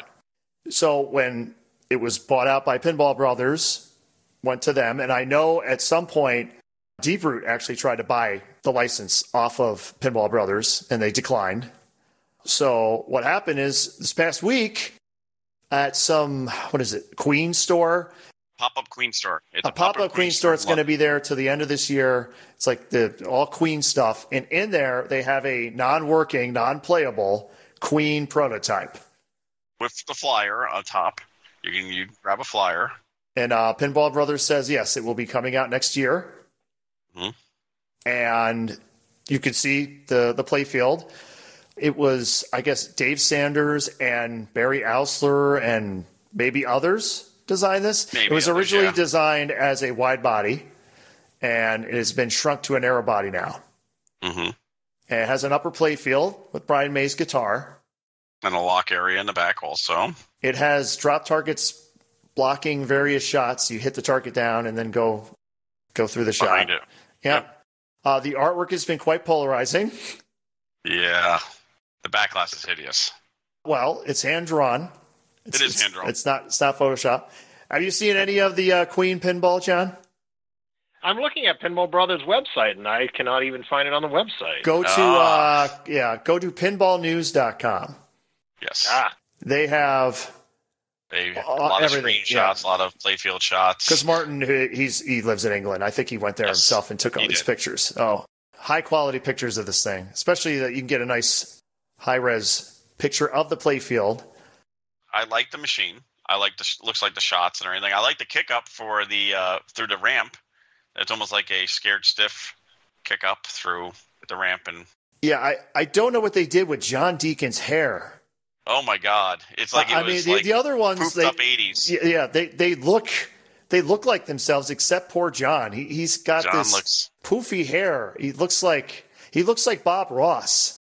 [SPEAKER 3] So when it was bought out by Pinball Brothers, went to them, and I know at some point Deeproot actually tried to buy the license off of Pinball Brothers, and they declined. So what happened is this past week at some what is it Queen store
[SPEAKER 4] Pop up Queen store. It's
[SPEAKER 3] a pop-up Queen store. It's going to be there till the end of this year. It's like the all Queen stuff, and in there they have a non-working, non-playable Queen prototype.
[SPEAKER 4] with the flyer on top. You can you grab a flyer.
[SPEAKER 3] And uh, Pinball Brothers says yes, it will be coming out next year.
[SPEAKER 4] Mhm.
[SPEAKER 3] And you could see the the play field. It was, I guess, Dave Sanders and Barry Ausler and maybe others designed this.
[SPEAKER 4] Maybe
[SPEAKER 3] it was
[SPEAKER 4] others,
[SPEAKER 3] originally
[SPEAKER 4] yeah.
[SPEAKER 3] designed as a wide body, and it has been shrunk to a narrow body now.
[SPEAKER 4] Mm-hmm.
[SPEAKER 3] And it has an upper play field with Brian May's guitar.
[SPEAKER 4] and a lock area in the back also.
[SPEAKER 3] It has drop targets blocking various shots. You hit the target down and then go go through the shot.
[SPEAKER 4] Behind it.
[SPEAKER 3] Yeah.
[SPEAKER 4] Yep.
[SPEAKER 3] Uh, the artwork has been quite polarizing.
[SPEAKER 4] Yeah. The back glass is hideous.
[SPEAKER 3] Well, it's hand drawn. It's,
[SPEAKER 4] is hand-drawn.
[SPEAKER 3] It's not. It's not Photoshop. Have you seen any of the uh, Queen pinball, John?
[SPEAKER 5] I'm looking at Pinball Brothers website and I cannot even find it on the website.
[SPEAKER 3] Go to uh,
[SPEAKER 4] Ah.
[SPEAKER 3] yeah. Go to pinballnews.com.
[SPEAKER 4] Yes.
[SPEAKER 5] Ah,
[SPEAKER 3] They have
[SPEAKER 4] They,
[SPEAKER 3] Uh,
[SPEAKER 4] a lot of
[SPEAKER 3] everything,
[SPEAKER 4] screenshots,
[SPEAKER 3] yeah.
[SPEAKER 4] a lot of playfield shots.
[SPEAKER 3] because Martin he- he's he lives in England. I think he went there
[SPEAKER 4] Yes,
[SPEAKER 3] himself and took all
[SPEAKER 4] he
[SPEAKER 3] these
[SPEAKER 4] did.
[SPEAKER 3] pictures. Oh, high quality pictures of this thing, especially that you can get a nice high res picture of the playfield.
[SPEAKER 4] I like the machine. I like the sh- looks like the shots and everything. I like the kick up for the uh, through the ramp. It's almost like a scared stiff kick up through the ramp, and
[SPEAKER 3] Yeah, I, I don't know what they did with John Deacon's hair.
[SPEAKER 4] oh my god, it's like it
[SPEAKER 3] I I
[SPEAKER 4] was
[SPEAKER 3] mean, the,
[SPEAKER 4] like
[SPEAKER 3] the other ones
[SPEAKER 4] pooped
[SPEAKER 3] they
[SPEAKER 4] up eighties.
[SPEAKER 3] Yeah, yeah, they they look they look like themselves, except poor John. He he's got
[SPEAKER 4] John
[SPEAKER 3] this
[SPEAKER 4] looks
[SPEAKER 3] poofy hair. He looks like he looks like Bob Ross.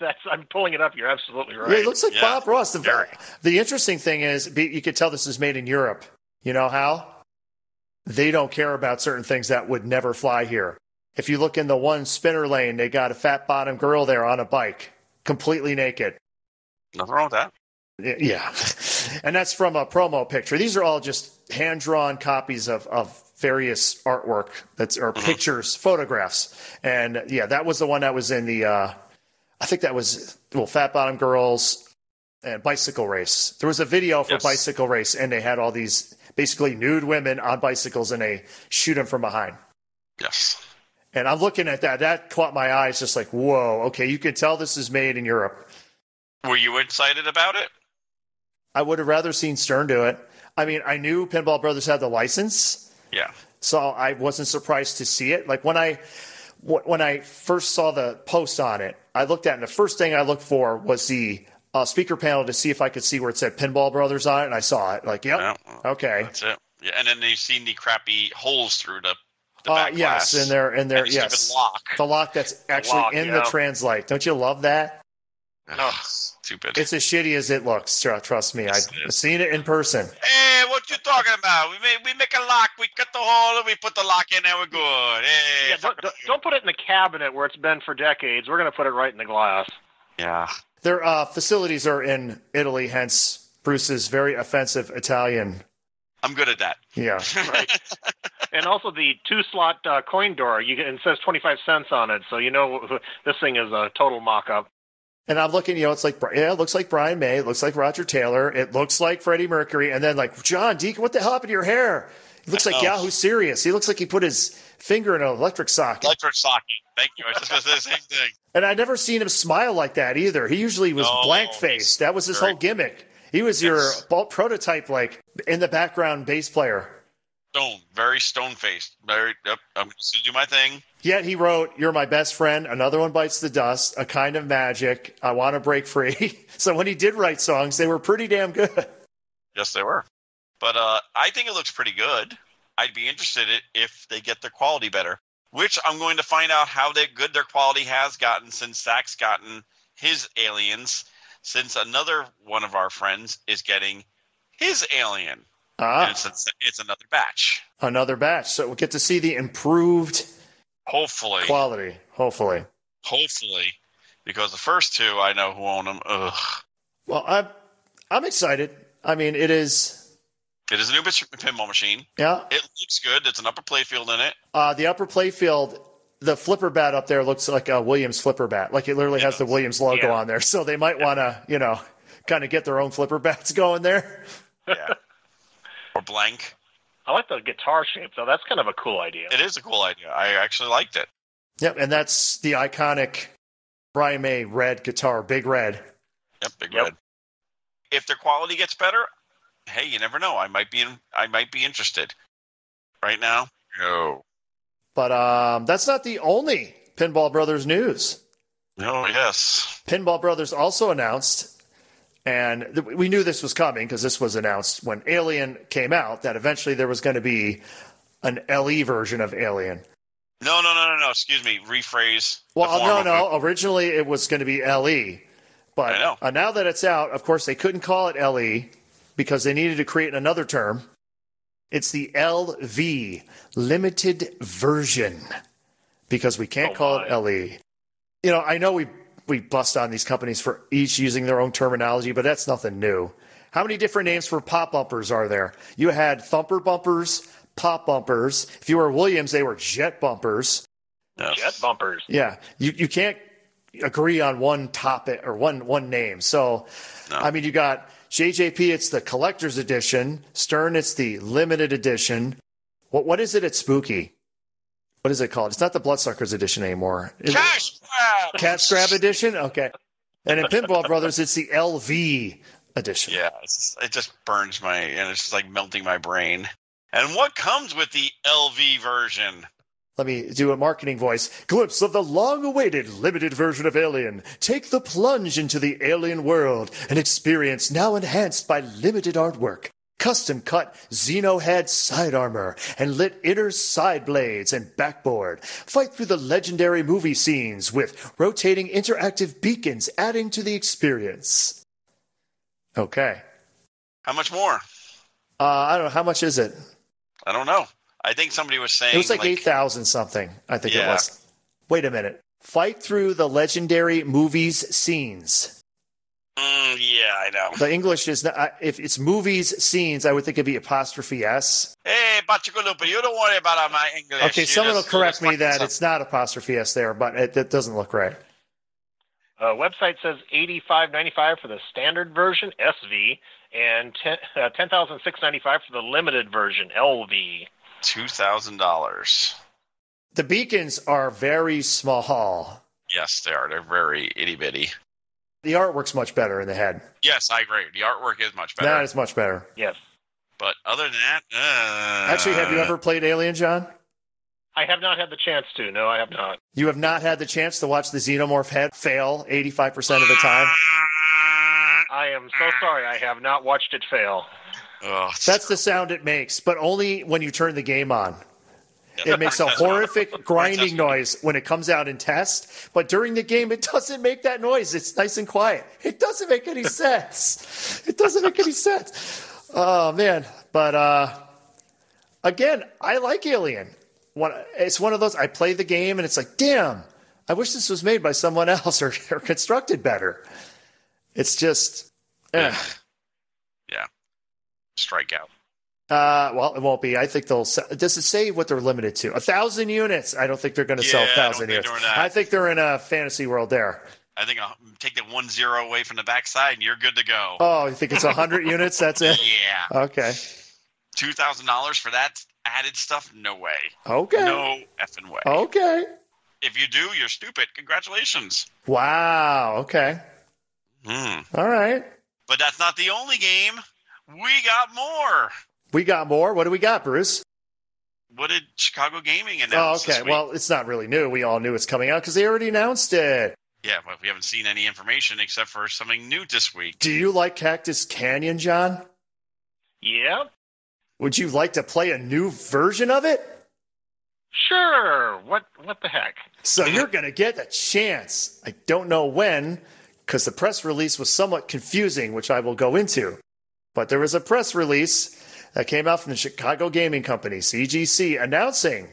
[SPEAKER 5] that's, I'm pulling it up. You're absolutely right.
[SPEAKER 3] Yeah, he looks like
[SPEAKER 4] yeah.
[SPEAKER 3] Bob Ross. The,
[SPEAKER 4] Very.
[SPEAKER 3] the interesting thing is, be- you could tell this is made in Europe. You know how they don't care about certain things that would never fly here. If you look in the one spinner lane, they got a fat bottom girl there on a bike, completely naked.
[SPEAKER 4] nothing wrong with that.
[SPEAKER 3] Yeah. And that's from a promo picture. These are all just hand drawn copies of, of various artwork that's or pictures, photographs. And yeah, that was the one that was in the uh I think that was well, Fat Bottom Girls and Bicycle Race. There was a video for
[SPEAKER 4] Yes.
[SPEAKER 3] Bicycle Race and they had all these basically nude women on bicycles and they shoot them from behind.
[SPEAKER 4] Yes,
[SPEAKER 3] And I'm looking at that. That caught my eyes just like, whoa, okay, you can tell this is made in Europe.
[SPEAKER 4] were you excited about it?
[SPEAKER 3] I would have rather seen Stern do it. I mean, I knew Pinball Brothers had the license,
[SPEAKER 4] Yeah,
[SPEAKER 3] so I wasn't surprised to see it. Like when I wh- when I first saw the post on it, I looked at it, and the first thing I looked for was the uh, speaker panel to see if I could see where it said Pinball Brothers on it, and I saw it. Like, yep,
[SPEAKER 4] Yeah,
[SPEAKER 3] okay,
[SPEAKER 4] that's it. Yeah, and then you've seen the crappy holes through the, the
[SPEAKER 3] uh,
[SPEAKER 4] back
[SPEAKER 3] yes,
[SPEAKER 4] glass.
[SPEAKER 3] and there and there,
[SPEAKER 4] And the stupid
[SPEAKER 3] yes,
[SPEAKER 4] lock.
[SPEAKER 3] the lock that's actually
[SPEAKER 5] lock,
[SPEAKER 3] in the
[SPEAKER 5] yeah.
[SPEAKER 3] translate. Don't you love that?
[SPEAKER 4] Ugh, stupid.
[SPEAKER 3] It's as shitty as it looks. tr- Trust me, I've
[SPEAKER 4] Yes, it is.
[SPEAKER 3] seen it in person.
[SPEAKER 4] Hey, what you talking about? We make, we make a lock, we cut the hole, and we put the lock in, and we're good. Hey,
[SPEAKER 5] Yeah, don't, don't- don't put it in the cabinet where it's been for decades. We're going to put it right in the glass.
[SPEAKER 4] yeah.
[SPEAKER 3] Their uh, facilities are in Italy, hence Bruce's very offensive Italian.
[SPEAKER 4] I'm good at that.
[SPEAKER 3] Yeah.
[SPEAKER 5] And also the two slot uh, coin door. You can, it says 25 cents on it, so you know this thing is a total mock up.
[SPEAKER 3] And I'm looking, you know, it's like, yeah, it looks like Brian May. It looks like Roger Taylor. It looks like Freddie Mercury. And then, like, John Deacon, what the hell happened to your hair? It looks like
[SPEAKER 4] know.
[SPEAKER 3] Yahoo Serious. He looks like he put his finger in an electric socket.
[SPEAKER 4] Electric socket. Thank you. I was just going to say the same thing.
[SPEAKER 3] and I'd never seen him smile like that either. He usually was
[SPEAKER 4] No,
[SPEAKER 3] blank faced. That was his
[SPEAKER 4] very-
[SPEAKER 3] whole gimmick. He was
[SPEAKER 4] Yes.
[SPEAKER 3] your ball prototype, like, in the background bass player.
[SPEAKER 4] Stone. Very stone faced. Very. Yep, I'm going to do my thing.
[SPEAKER 3] Yet he wrote, You're my best friend, another one bites the dust, a kind of magic, I want to break free. so when he did write songs, they were pretty damn good.
[SPEAKER 4] Yes, they were. But uh, I think it looks pretty good. I'd be interested i- if they get their quality better, which I'm going to find out how they, good their quality has gotten since Zach's gotten his aliens, since another one of our friends is getting his alien. And
[SPEAKER 3] Ah,
[SPEAKER 4] it's, it's, it's another batch.
[SPEAKER 3] another batch. So we'll get to see the improved
[SPEAKER 4] Hopefully.
[SPEAKER 3] quality, hopefully.
[SPEAKER 4] hopefully. Because the first two I know who own them. Ugh.
[SPEAKER 3] Well, I'm, I'm excited. I mean, it is,
[SPEAKER 4] It is a new bitch- pinball machine.
[SPEAKER 3] yeah.
[SPEAKER 4] It looks good. It's an upper playfield in it.
[SPEAKER 3] Uh, the upper playfield, the flipper bat up there looks like a Williams flipper bat. Like it literally has the Williams logo
[SPEAKER 5] Yeah.
[SPEAKER 3] on there. So they might want to, you know, kind of get their own flipper bats going there.
[SPEAKER 4] Yeah. or blank.
[SPEAKER 5] I like the guitar shape, though. That's kind of a cool idea.
[SPEAKER 4] It is a cool idea. I actually liked it.
[SPEAKER 3] Yep, and that's the iconic Brian May red guitar, big red.
[SPEAKER 4] Yep, big
[SPEAKER 5] Yep.
[SPEAKER 4] red. If their quality gets better, hey, you never know. I might be in, I might be interested. Right now, no,
[SPEAKER 3] But um, that's not the only Pinball Brothers news.
[SPEAKER 4] no, yes,
[SPEAKER 3] Pinball Brothers also announced, and th- we knew this was coming because this was announced when E Alien came out, that eventually there was going to be an LE version of Alien.
[SPEAKER 4] No, no, no, no, no. Excuse me. Rephrase. the
[SPEAKER 3] Well,
[SPEAKER 4] form
[SPEAKER 3] no,
[SPEAKER 4] of
[SPEAKER 3] no. Originally, it was going to be LE,
[SPEAKER 4] I
[SPEAKER 3] but
[SPEAKER 4] know.
[SPEAKER 3] uh, now that it's out, of course, they couldn't call it LE because they needed to create another term. It's the LV, limited version, because we can't
[SPEAKER 4] Oh,
[SPEAKER 3] call
[SPEAKER 4] my.
[SPEAKER 3] it LE. You know, I know we we bust on these companies for each using their own terminology, but that's nothing new. How many different names for pop bumpers are there? You had thumper bumpers, pop bumpers. If you were Williams, they were jet bumpers.
[SPEAKER 4] Yes.
[SPEAKER 6] Jet bumpers.
[SPEAKER 3] Yeah, you you can't agree on one topic or one one name. So, I mean, you got JJP. It's the collector's edition. Stern. It's the limited edition. What what is it at Spooky? What is it called? It's not the Bloodsuckers edition anymore. Is it-
[SPEAKER 4] Cash grab.
[SPEAKER 3] Cat Scrab edition. Okay, and in Pinball Brothers, it's the LV edition.
[SPEAKER 4] Yeah, it's just, it just burns my and it's just like melting my brain. And what comes with the LV version?
[SPEAKER 3] Let me do a marketing voice. Glimpse of the long awaited limited version of Alien. Take the plunge into the alien world, an experience now enhanced by limited artwork. Custom cut Xeno head side armor and lit inner side blades and backboard. Fight through the legendary movie scenes with rotating interactive beacons adding to the experience. Okay.
[SPEAKER 4] How much more?
[SPEAKER 3] Uh, I don't know. How much is it?
[SPEAKER 4] I don't know. I think somebody was saying
[SPEAKER 3] It was like, 8,000 something, I think it
[SPEAKER 4] Yeah.
[SPEAKER 3] was. Wait a minute. Fight through the legendary movies scenes.
[SPEAKER 4] Mm, yeah, I know.
[SPEAKER 3] The English is not, I- if it's movies scenes, I would think it'd be apostrophe S.
[SPEAKER 4] Hey, Bachigalupa, you don't worry about my English.
[SPEAKER 3] Okay,
[SPEAKER 4] You
[SPEAKER 3] someone will
[SPEAKER 4] just-
[SPEAKER 3] correct
[SPEAKER 4] you
[SPEAKER 3] me
[SPEAKER 4] just
[SPEAKER 3] that
[SPEAKER 4] fucking
[SPEAKER 3] it's not apostrophe S there, but it, that doesn't look right.
[SPEAKER 6] Uh, web-
[SPEAKER 5] Website says eighty five ninety five for the standard version SV and ten uh, ten thousand six ninety five for the limited version LV.
[SPEAKER 4] two thousand dollars.
[SPEAKER 3] The beacons are very small.
[SPEAKER 4] Yes, they are. They're very itty bitty.
[SPEAKER 3] The artwork's much better in the head.
[SPEAKER 4] Yes, I agree. The artwork is much better.
[SPEAKER 3] That is much better.
[SPEAKER 5] Yes,
[SPEAKER 4] but other than that, uh,
[SPEAKER 3] Actually, have you ever played Alien, John?
[SPEAKER 5] I have not had the chance to. No, I have not.
[SPEAKER 3] You have not had the chance to watch the xenomorph head fail 85% of the time.
[SPEAKER 5] I am so sorry. I have not watched it fail.
[SPEAKER 4] Ugh,
[SPEAKER 3] That's the sound it makes, but only when you turn the game on.
[SPEAKER 4] yeah,
[SPEAKER 3] It makes a
[SPEAKER 4] princess-
[SPEAKER 3] horrific grinding
[SPEAKER 4] princess-
[SPEAKER 3] noise when it comes out in test, but during the game, it doesn't make that noise. It's nice and quiet. It doesn't make any sense. It doesn't make any sense. Oh, man. But uh, again, I like Alien. One, it's one of those, I play the game and it's like, damn, I wish this was made by someone else or, or constructed better. It's just, eh.
[SPEAKER 4] Yeah, strikeout.
[SPEAKER 3] Uh, well, it won't be. I think they'll. se- Does it say what they're limited to? A thousand units. I don't think they're going to sell
[SPEAKER 4] Yeah,
[SPEAKER 3] a
[SPEAKER 4] I don't
[SPEAKER 3] thousand
[SPEAKER 4] think
[SPEAKER 3] units.
[SPEAKER 4] they're not.
[SPEAKER 3] I think they're in a fantasy world there.
[SPEAKER 4] I think I'll take the one zero away from the backside, and you're good to go.
[SPEAKER 3] Oh, you think it's a hundred units? That's it.
[SPEAKER 4] yeah,
[SPEAKER 3] Okay.
[SPEAKER 4] two thousand dollars for that added stuff? No way.
[SPEAKER 3] Okay.
[SPEAKER 4] No effing way.
[SPEAKER 3] Okay.
[SPEAKER 4] If you do, you're stupid. Congratulations.
[SPEAKER 3] Wow. Okay.
[SPEAKER 4] Hmm.
[SPEAKER 3] All right.
[SPEAKER 4] But that's not the only game. We got more.
[SPEAKER 3] We got more. What do we got, Bruce?
[SPEAKER 4] What did Chicago Gaming
[SPEAKER 3] Oh,
[SPEAKER 4] announce?
[SPEAKER 3] okay.
[SPEAKER 4] this week?
[SPEAKER 3] Well, it's not really new. We all knew it's coming out because they already announced it.
[SPEAKER 4] yeah, but we haven't seen any information except for something new this week.
[SPEAKER 3] Do you like Cactus Canyon, John?
[SPEAKER 5] Yeah,
[SPEAKER 3] Would you like to play a new version of it?
[SPEAKER 5] sure. What what the heck?
[SPEAKER 3] So you're going to get a chance. I don't know when because the press release was somewhat confusing, which I will go into. But there was a press release that came out from the Chicago Gaming Company, CGC, announcing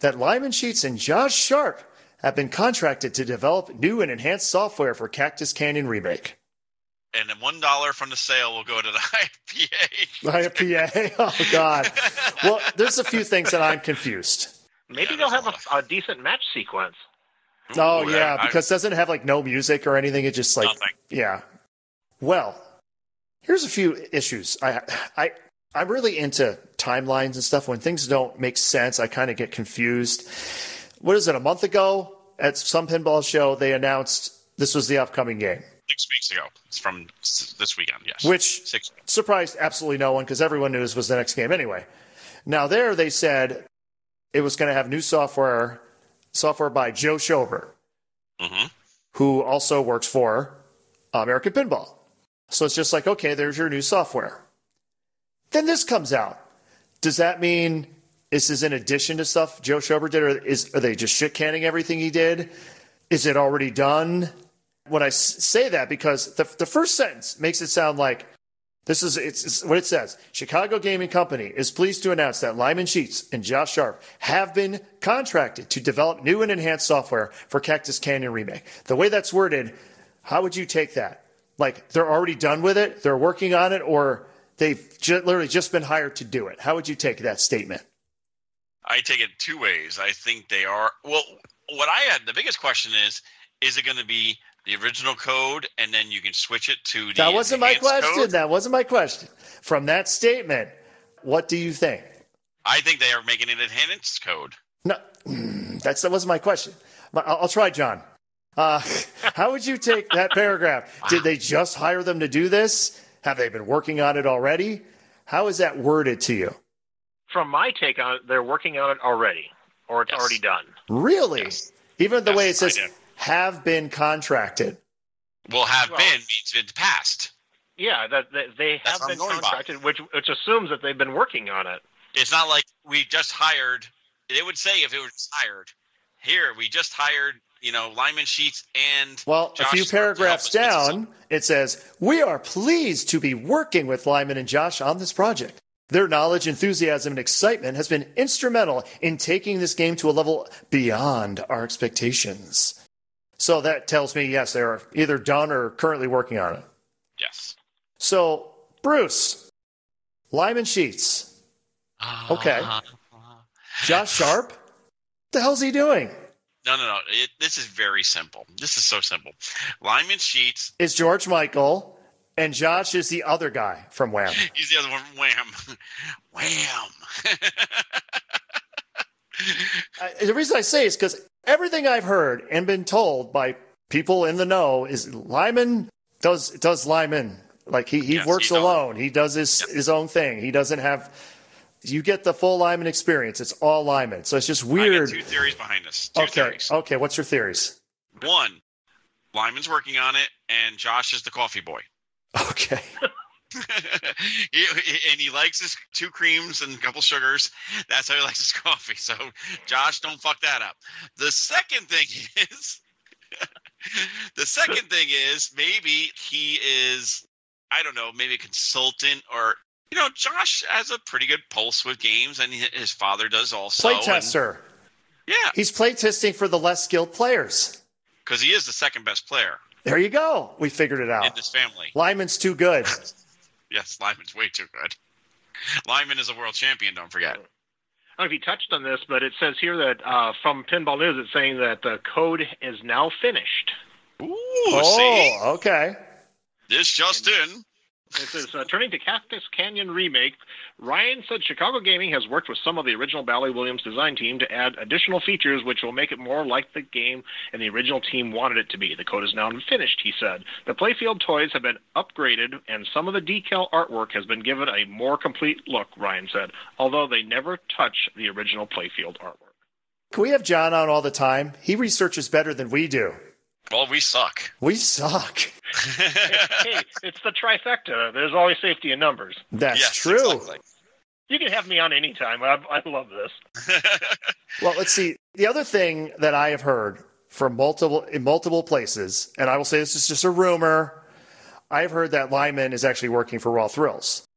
[SPEAKER 3] that Lyman Sheets and Josh Sharp have been contracted to develop new and enhanced software for Cactus Canyon Remake.
[SPEAKER 4] and then one dollar from the sale will go to the IPA.
[SPEAKER 3] IPA. Oh, God. Well, there's a few things that I'm confused.
[SPEAKER 5] Maybe
[SPEAKER 4] Yeah,
[SPEAKER 5] they'll
[SPEAKER 4] there's
[SPEAKER 5] have
[SPEAKER 4] a lot
[SPEAKER 5] a, a decent match sequence.
[SPEAKER 3] Oh
[SPEAKER 4] Ooh,
[SPEAKER 3] yeah,
[SPEAKER 4] I- I-
[SPEAKER 3] because doesn't it have like no music or anything. It just like
[SPEAKER 4] Nothing.
[SPEAKER 3] yeah. Well, here's a few issues. I I I'm really into timelines and stuff. When things don't make sense, I kind of get confused. What is it? A month ago at some pinball show, they announced this was the upcoming game,
[SPEAKER 4] six weeks ago. It's from s- this weekend. Yes,
[SPEAKER 3] which
[SPEAKER 4] six.
[SPEAKER 3] surprised absolutely no one because everyone knew this was the next game anyway. Now there they said it was going to have new software, software by Joe Schobert.
[SPEAKER 4] Mm-hmm.
[SPEAKER 3] who also works for uh, American Pinball. So it's just like, okay, there's your new software. Then this comes out. Does that mean This is in addition to stuff Joe Schobert did, or is are they just shit canning everything he did? Is it already done? When I s- say that, because the the first sentence makes it sound like this is it's, it's what it says. Chicago Gaming Company is pleased to announce that Lyman Sheets and Josh Sharp have been contracted to develop new and enhanced software for Cactus Canyon Remake. The way that's worded, how would you take that? Like they're already done with it, they're working on it, or they've ju- literally just been hired to do it. How would you take that statement?
[SPEAKER 4] I take it two ways. I think they are. Well, what I had the biggest question is: Is it going to be the original code, and then you can switch it to the
[SPEAKER 3] That wasn't my
[SPEAKER 4] enhanced
[SPEAKER 3] question.
[SPEAKER 4] code?
[SPEAKER 3] That wasn't my question. From that statement, what do you think?
[SPEAKER 4] I think they are making an enhanced code.
[SPEAKER 3] No, that's that wasn't my question. My- I'll, I'll try, John. Uh, how would you take that paragraph? Did they just hire them to do this? Have they been working on it already? How is that worded to you?
[SPEAKER 6] From my take on it, they're working on it already, or it's
[SPEAKER 4] Yes.
[SPEAKER 6] already done.
[SPEAKER 3] Really?
[SPEAKER 4] Yes.
[SPEAKER 3] Even the way it
[SPEAKER 4] Yes, I
[SPEAKER 3] says
[SPEAKER 4] do.
[SPEAKER 3] have been contracted.
[SPEAKER 4] Will have
[SPEAKER 6] Well-
[SPEAKER 4] been means it's past.
[SPEAKER 6] Yeah, that, that they have
[SPEAKER 4] That's what
[SPEAKER 6] been
[SPEAKER 4] I'm going by.
[SPEAKER 6] contracted, which which assumes that they've been working on it.
[SPEAKER 4] It's not like we just hired. They would say if it was just hired. Here we just hired. You know, Lyman Sheets and
[SPEAKER 3] Well,
[SPEAKER 4] Josh
[SPEAKER 3] a few
[SPEAKER 4] Sharp to help
[SPEAKER 3] paragraphs
[SPEAKER 4] us with this.
[SPEAKER 3] down, it says, We are pleased to be working with Lyman and Josh on this project. Their knowledge, enthusiasm, and excitement has been instrumental in taking this game to a level beyond our expectations. So that tells me, yes, they're either done or currently working on it.
[SPEAKER 4] Yes.
[SPEAKER 3] So, Bruce, Lyman Sheets, Okay. Josh Sharp, what the hell's he doing?
[SPEAKER 4] No, no, no. It, this is very simple. This is so simple. Lyman Sheets.
[SPEAKER 3] It's George Michael, and Josh is the other guy from Wham.
[SPEAKER 4] He's the other one. from Wham, wham.
[SPEAKER 3] I, the reason I say is because everything I've heard and been told by people in the know is Lyman does does Lyman like he, he
[SPEAKER 4] Yes,
[SPEAKER 3] works
[SPEAKER 4] he does.
[SPEAKER 3] alone. He does his his own thing. He doesn't have. You get the full Lyman experience. It's all Lyman, so it's just
[SPEAKER 4] I got
[SPEAKER 3] weird.
[SPEAKER 4] two theories behind this. Two
[SPEAKER 3] Okay,
[SPEAKER 4] theories.
[SPEAKER 3] okay. What's your theories?
[SPEAKER 4] One, Lyman's working on it, and Josh is the coffee boy.
[SPEAKER 3] Okay,
[SPEAKER 4] He- he- and he likes his two creams and a couple sugars. That's how he likes his coffee. So, Josh, don't fuck that up. The second thing is, the second thing is maybe he is, I don't know, maybe a consultant or you know, Josh has a pretty good pulse with games, and hi- his father does also.
[SPEAKER 3] play
[SPEAKER 4] and-
[SPEAKER 3] tester.
[SPEAKER 4] yeah,
[SPEAKER 3] He's play testing for the less skilled players.
[SPEAKER 4] because he is the second best player
[SPEAKER 3] There you go. We figured it
[SPEAKER 4] in
[SPEAKER 3] out.
[SPEAKER 4] this family.
[SPEAKER 3] Lyman's too good.
[SPEAKER 4] Yes, Lyman's way too good. Lyman is a world champion. Don't forget.
[SPEAKER 6] I don't know if you touched on this, but it says here that uh, from Pinball News, it's saying that the code is now finished.
[SPEAKER 4] Ooh, see?
[SPEAKER 3] Oh, okay.
[SPEAKER 4] This just in.
[SPEAKER 6] It says, uh, turning to Cactus Canyon remake, Ryan said Chicago Gaming has worked with some of the original Bally Williams design team to add additional features which will make it more like the game and the original team wanted it to be. The code is now finished, he said. The playfield toys have been upgraded and some of the decal artwork has been given a more complete look, Ryan said, although they never touch the original playfield artwork.
[SPEAKER 3] Can we have John on all the time? He researches better than we do.
[SPEAKER 4] Well, we suck.
[SPEAKER 3] We suck.
[SPEAKER 6] hey, it's the trifecta. There's always safety in numbers.
[SPEAKER 3] That's
[SPEAKER 4] Yes,
[SPEAKER 3] true.
[SPEAKER 4] exactly.
[SPEAKER 6] You can have me on any time. I, I love this.
[SPEAKER 3] Well, let's see. The other thing that I have heard from multiple in multiple places, and I will say this is just a rumor. I've heard that Lyman is actually working for Raw Thrills,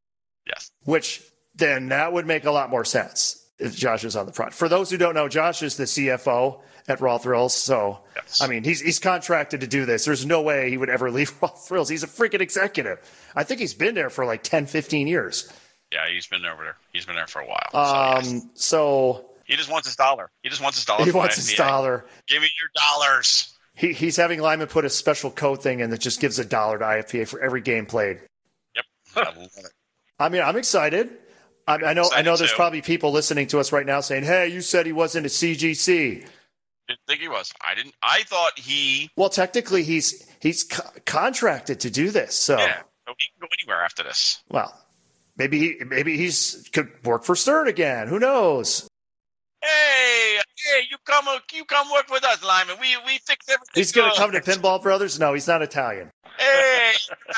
[SPEAKER 4] yes.
[SPEAKER 3] which then that would make a lot more sense if Josh is on the front. For those who don't know, Josh is the CFO at Raw Thrills, so
[SPEAKER 4] Yes.
[SPEAKER 3] I mean he's he's contracted to do this. There's no way he would ever leave Raw Thrills. He's a freaking executive. I think he's been there for like 10, 15 years.
[SPEAKER 4] Yeah, he's been over there. He's been there for a while. So,
[SPEAKER 3] Um,
[SPEAKER 4] yes.
[SPEAKER 3] so
[SPEAKER 4] He just wants his dollar. He just wants his dollar.
[SPEAKER 3] he
[SPEAKER 4] from
[SPEAKER 3] wants his
[SPEAKER 4] NBA.
[SPEAKER 3] dollar.
[SPEAKER 4] Give me your dollars.
[SPEAKER 3] He, he's having Lyman put a special code thing in that just gives a dollar to IFPA for every game played.
[SPEAKER 4] I love it.
[SPEAKER 3] I mean, I'm excited. I, I know. I
[SPEAKER 4] Excited
[SPEAKER 3] know. There's
[SPEAKER 4] too.
[SPEAKER 3] probably people listening to us right now saying, "Hey, you said he wasn't a CGC."
[SPEAKER 4] Didn't think he was. I didn't. I thought he.
[SPEAKER 3] Well, technically, he's he's co- contracted to do this. So,
[SPEAKER 4] Yeah. So he can go anywhere after this.
[SPEAKER 3] well, maybe he maybe he's could work for Stern again. Who knows?
[SPEAKER 4] Hey, hey, you come, you come work with us, Lyman. We we fix everything.
[SPEAKER 3] He's going
[SPEAKER 4] good.
[SPEAKER 3] to come to Pinball Brothers. No, he's not Italian.
[SPEAKER 4] Hey,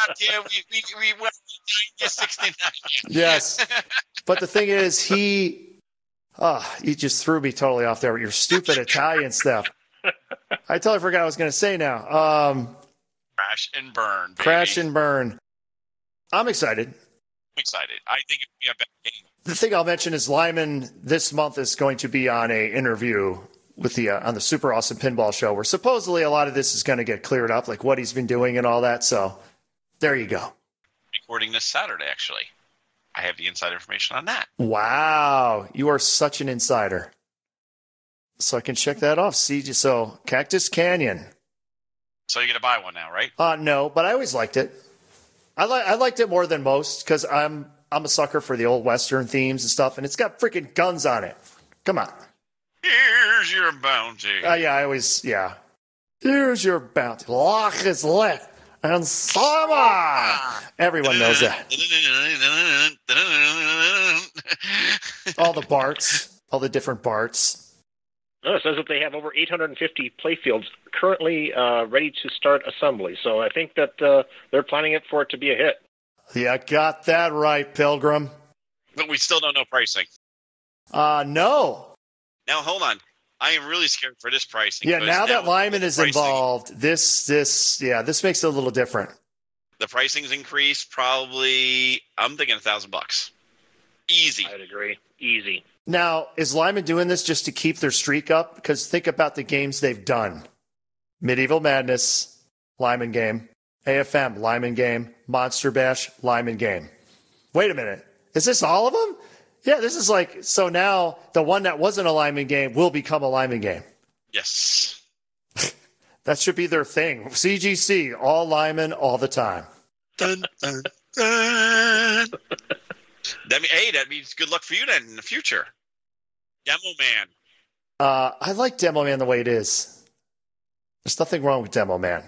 [SPEAKER 4] out here, we we we went to 69.
[SPEAKER 3] Yes, but the thing is, he. Ah, you just threw me totally off there with your stupid Italian stuff. I totally forgot what I was going to say now. Um,
[SPEAKER 4] Crash and burn. Baby.
[SPEAKER 3] crash and burn. I'm excited.
[SPEAKER 4] I'm excited. I think it would be a bad game.
[SPEAKER 3] The thing I'll mention is Lyman this month is going to be on a interview with the uh, on the Super Awesome Pinball Show, where supposedly a lot of this is going to get cleared up, like what he's been doing and all that. So there you go.
[SPEAKER 4] Recording this Saturday, actually. I have the inside information on that.
[SPEAKER 3] Wow, you are such an insider. So I can check that off. See, so Cactus Canyon.
[SPEAKER 4] So you're gonna buy one now, right?
[SPEAKER 3] Uh, no, but I always liked it. I li- I liked it more than most because I'm I'm a sucker for the old western themes and stuff, and it's got freaking guns on it. Come on.
[SPEAKER 4] Here's your bounty.
[SPEAKER 3] Uh, yeah, I always yeah. Here's your bounty. Lock is lit and summer. Everyone knows that. All the Barts, all the different Barts.
[SPEAKER 5] No, it says that they have over 850 playfields currently uh, ready to start assembly. So I think that uh, they're planning it for it to be a hit.
[SPEAKER 3] Yeah, got that right, Pilgrim.
[SPEAKER 4] but we still don't know pricing.
[SPEAKER 3] Uh no.
[SPEAKER 4] Now hold on. I am really scared for this pricing.
[SPEAKER 3] Yeah,
[SPEAKER 4] 'cause
[SPEAKER 3] now that Lyman
[SPEAKER 4] the
[SPEAKER 3] is
[SPEAKER 4] pricing-
[SPEAKER 3] involved, this this yeah, this makes it a little different.
[SPEAKER 4] the pricing's increased probably I'm thinking a thousand bucks. Easy.
[SPEAKER 5] I'd agree. Easy.
[SPEAKER 3] Now, is Lyman doing this just to keep their streak up? Because think about the games they've done Medieval Madness, Lyman game, AFM, Lyman game, Monster Bash, Lyman game. Wait a minute. Is this all of them? Yeah, this is like, so now the one that wasn't a Lyman game will become a Lyman game.
[SPEAKER 4] Yes.
[SPEAKER 3] That should be their thing. CGC, all Lyman, all the time.
[SPEAKER 4] Dun, dun, dun. that mean, hey, that means good luck for you then in the future. Demo man.
[SPEAKER 3] Uh, I like Demo Man the way it is. There's nothing wrong with Demo Man.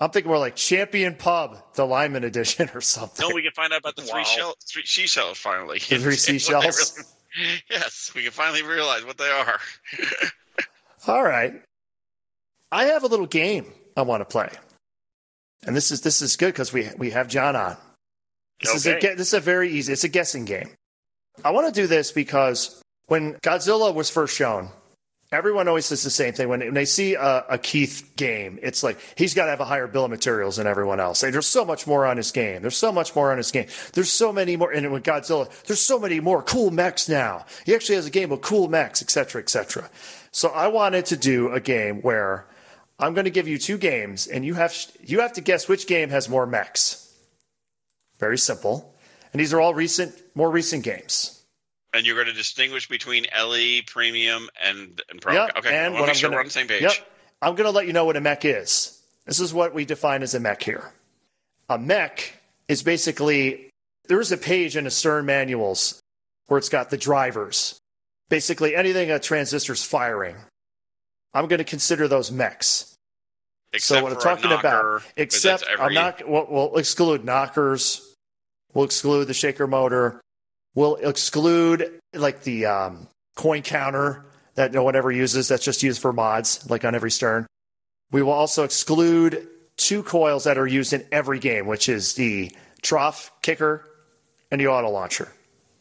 [SPEAKER 3] I'm thinking more like Champion Pub, the Lyman edition or something.
[SPEAKER 4] No, we can find out about the three
[SPEAKER 5] Wow.
[SPEAKER 4] shell three seashells finally.
[SPEAKER 3] The three
[SPEAKER 4] And what they
[SPEAKER 3] seashells.
[SPEAKER 4] really- yes, we can finally realize what they are.
[SPEAKER 3] All right. I have a little game I want to play. And this is this is good because we we have John on. This is a
[SPEAKER 5] Okay.
[SPEAKER 3] ge- this is a very easy. It's a guessing game. I want to do this because when Godzilla was first shown, everyone always says the same thing. When, when they see a, a Keith game, it's like he's got to have a higher bill of materials than everyone else. Like, there's so much more on his game. There's so much more on his game. There's so many more. And with Godzilla, there's so many more cool mechs now. He actually has a game with cool mechs, etc., etc. So I wanted to do a game where I'm going to give you two games, and you have you have to guess which game has more mechs. Very simple. And these are all recent, more recent games.
[SPEAKER 4] And you're going to distinguish between LE Premium and and Pro.
[SPEAKER 3] Yep,
[SPEAKER 4] Okay, I
[SPEAKER 3] And
[SPEAKER 4] want to
[SPEAKER 3] what
[SPEAKER 4] make
[SPEAKER 3] I'm
[SPEAKER 4] sure
[SPEAKER 3] gonna,
[SPEAKER 4] we're on the same page.
[SPEAKER 3] Yep. I'm going to let you know what a mech is. This is what we define as a mech here. A mech is basically there is a page in the Stern manuals where it's got the drivers. Basically, anything a transistor's firing. I'm going to consider those mechs.
[SPEAKER 4] Except
[SPEAKER 3] so what I'm
[SPEAKER 4] for a
[SPEAKER 3] talking
[SPEAKER 4] knocker,
[SPEAKER 3] about,
[SPEAKER 4] 'cause that's
[SPEAKER 3] except I'm
[SPEAKER 4] every-
[SPEAKER 3] not. We'll, we'll exclude knockers. We'll exclude the shaker motor. We'll exclude like the um, coin counter that no one ever uses. That's just used for mods, like on every stern. We will also exclude two coils that are used in every game, which is the trough kicker and the auto launcher.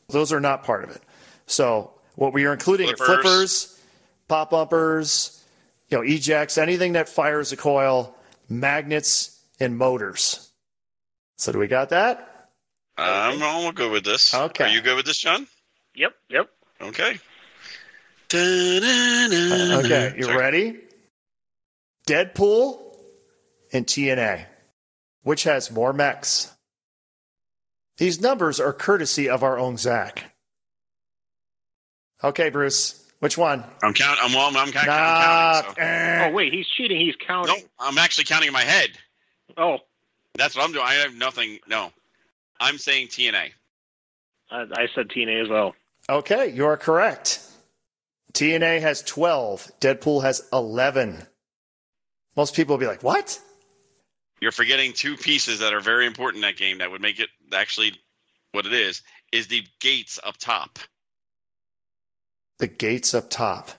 [SPEAKER 3] Those are not part of it. So what we are including are
[SPEAKER 4] Flippers.
[SPEAKER 3] flippers, pop bumpers, you know, ejects, anything that fires a coil, magnets, and motors. So do we got that?
[SPEAKER 4] I'm all good with this.
[SPEAKER 3] Okay.
[SPEAKER 4] Are you good with this, John?
[SPEAKER 5] Yep. Yep.
[SPEAKER 4] Okay.
[SPEAKER 3] Uh, Okay,
[SPEAKER 4] Okay.
[SPEAKER 3] you ready? Deadpool and TNA. Which has more mechs? These numbers are courtesy of our own Zach. Okay, Bruce. Which one?
[SPEAKER 4] I'm counting. I'm, well, I'm, counting. I'm
[SPEAKER 3] Knock.
[SPEAKER 4] counting.
[SPEAKER 5] Oh wait, he's cheating. He's
[SPEAKER 4] So.
[SPEAKER 5] counting.
[SPEAKER 4] No, I'm actually counting in my head.
[SPEAKER 5] Oh,
[SPEAKER 4] That's what I'm doing. I have nothing. No. I'm saying TNA.
[SPEAKER 5] I, I said TNA as well.
[SPEAKER 3] Okay, you are correct. TNA has 12. Deadpool has 11. Most people will be like, what?
[SPEAKER 4] You're forgetting two pieces that are very important in that game that would make it actually what it is, is the gates up top.
[SPEAKER 3] The gates up top.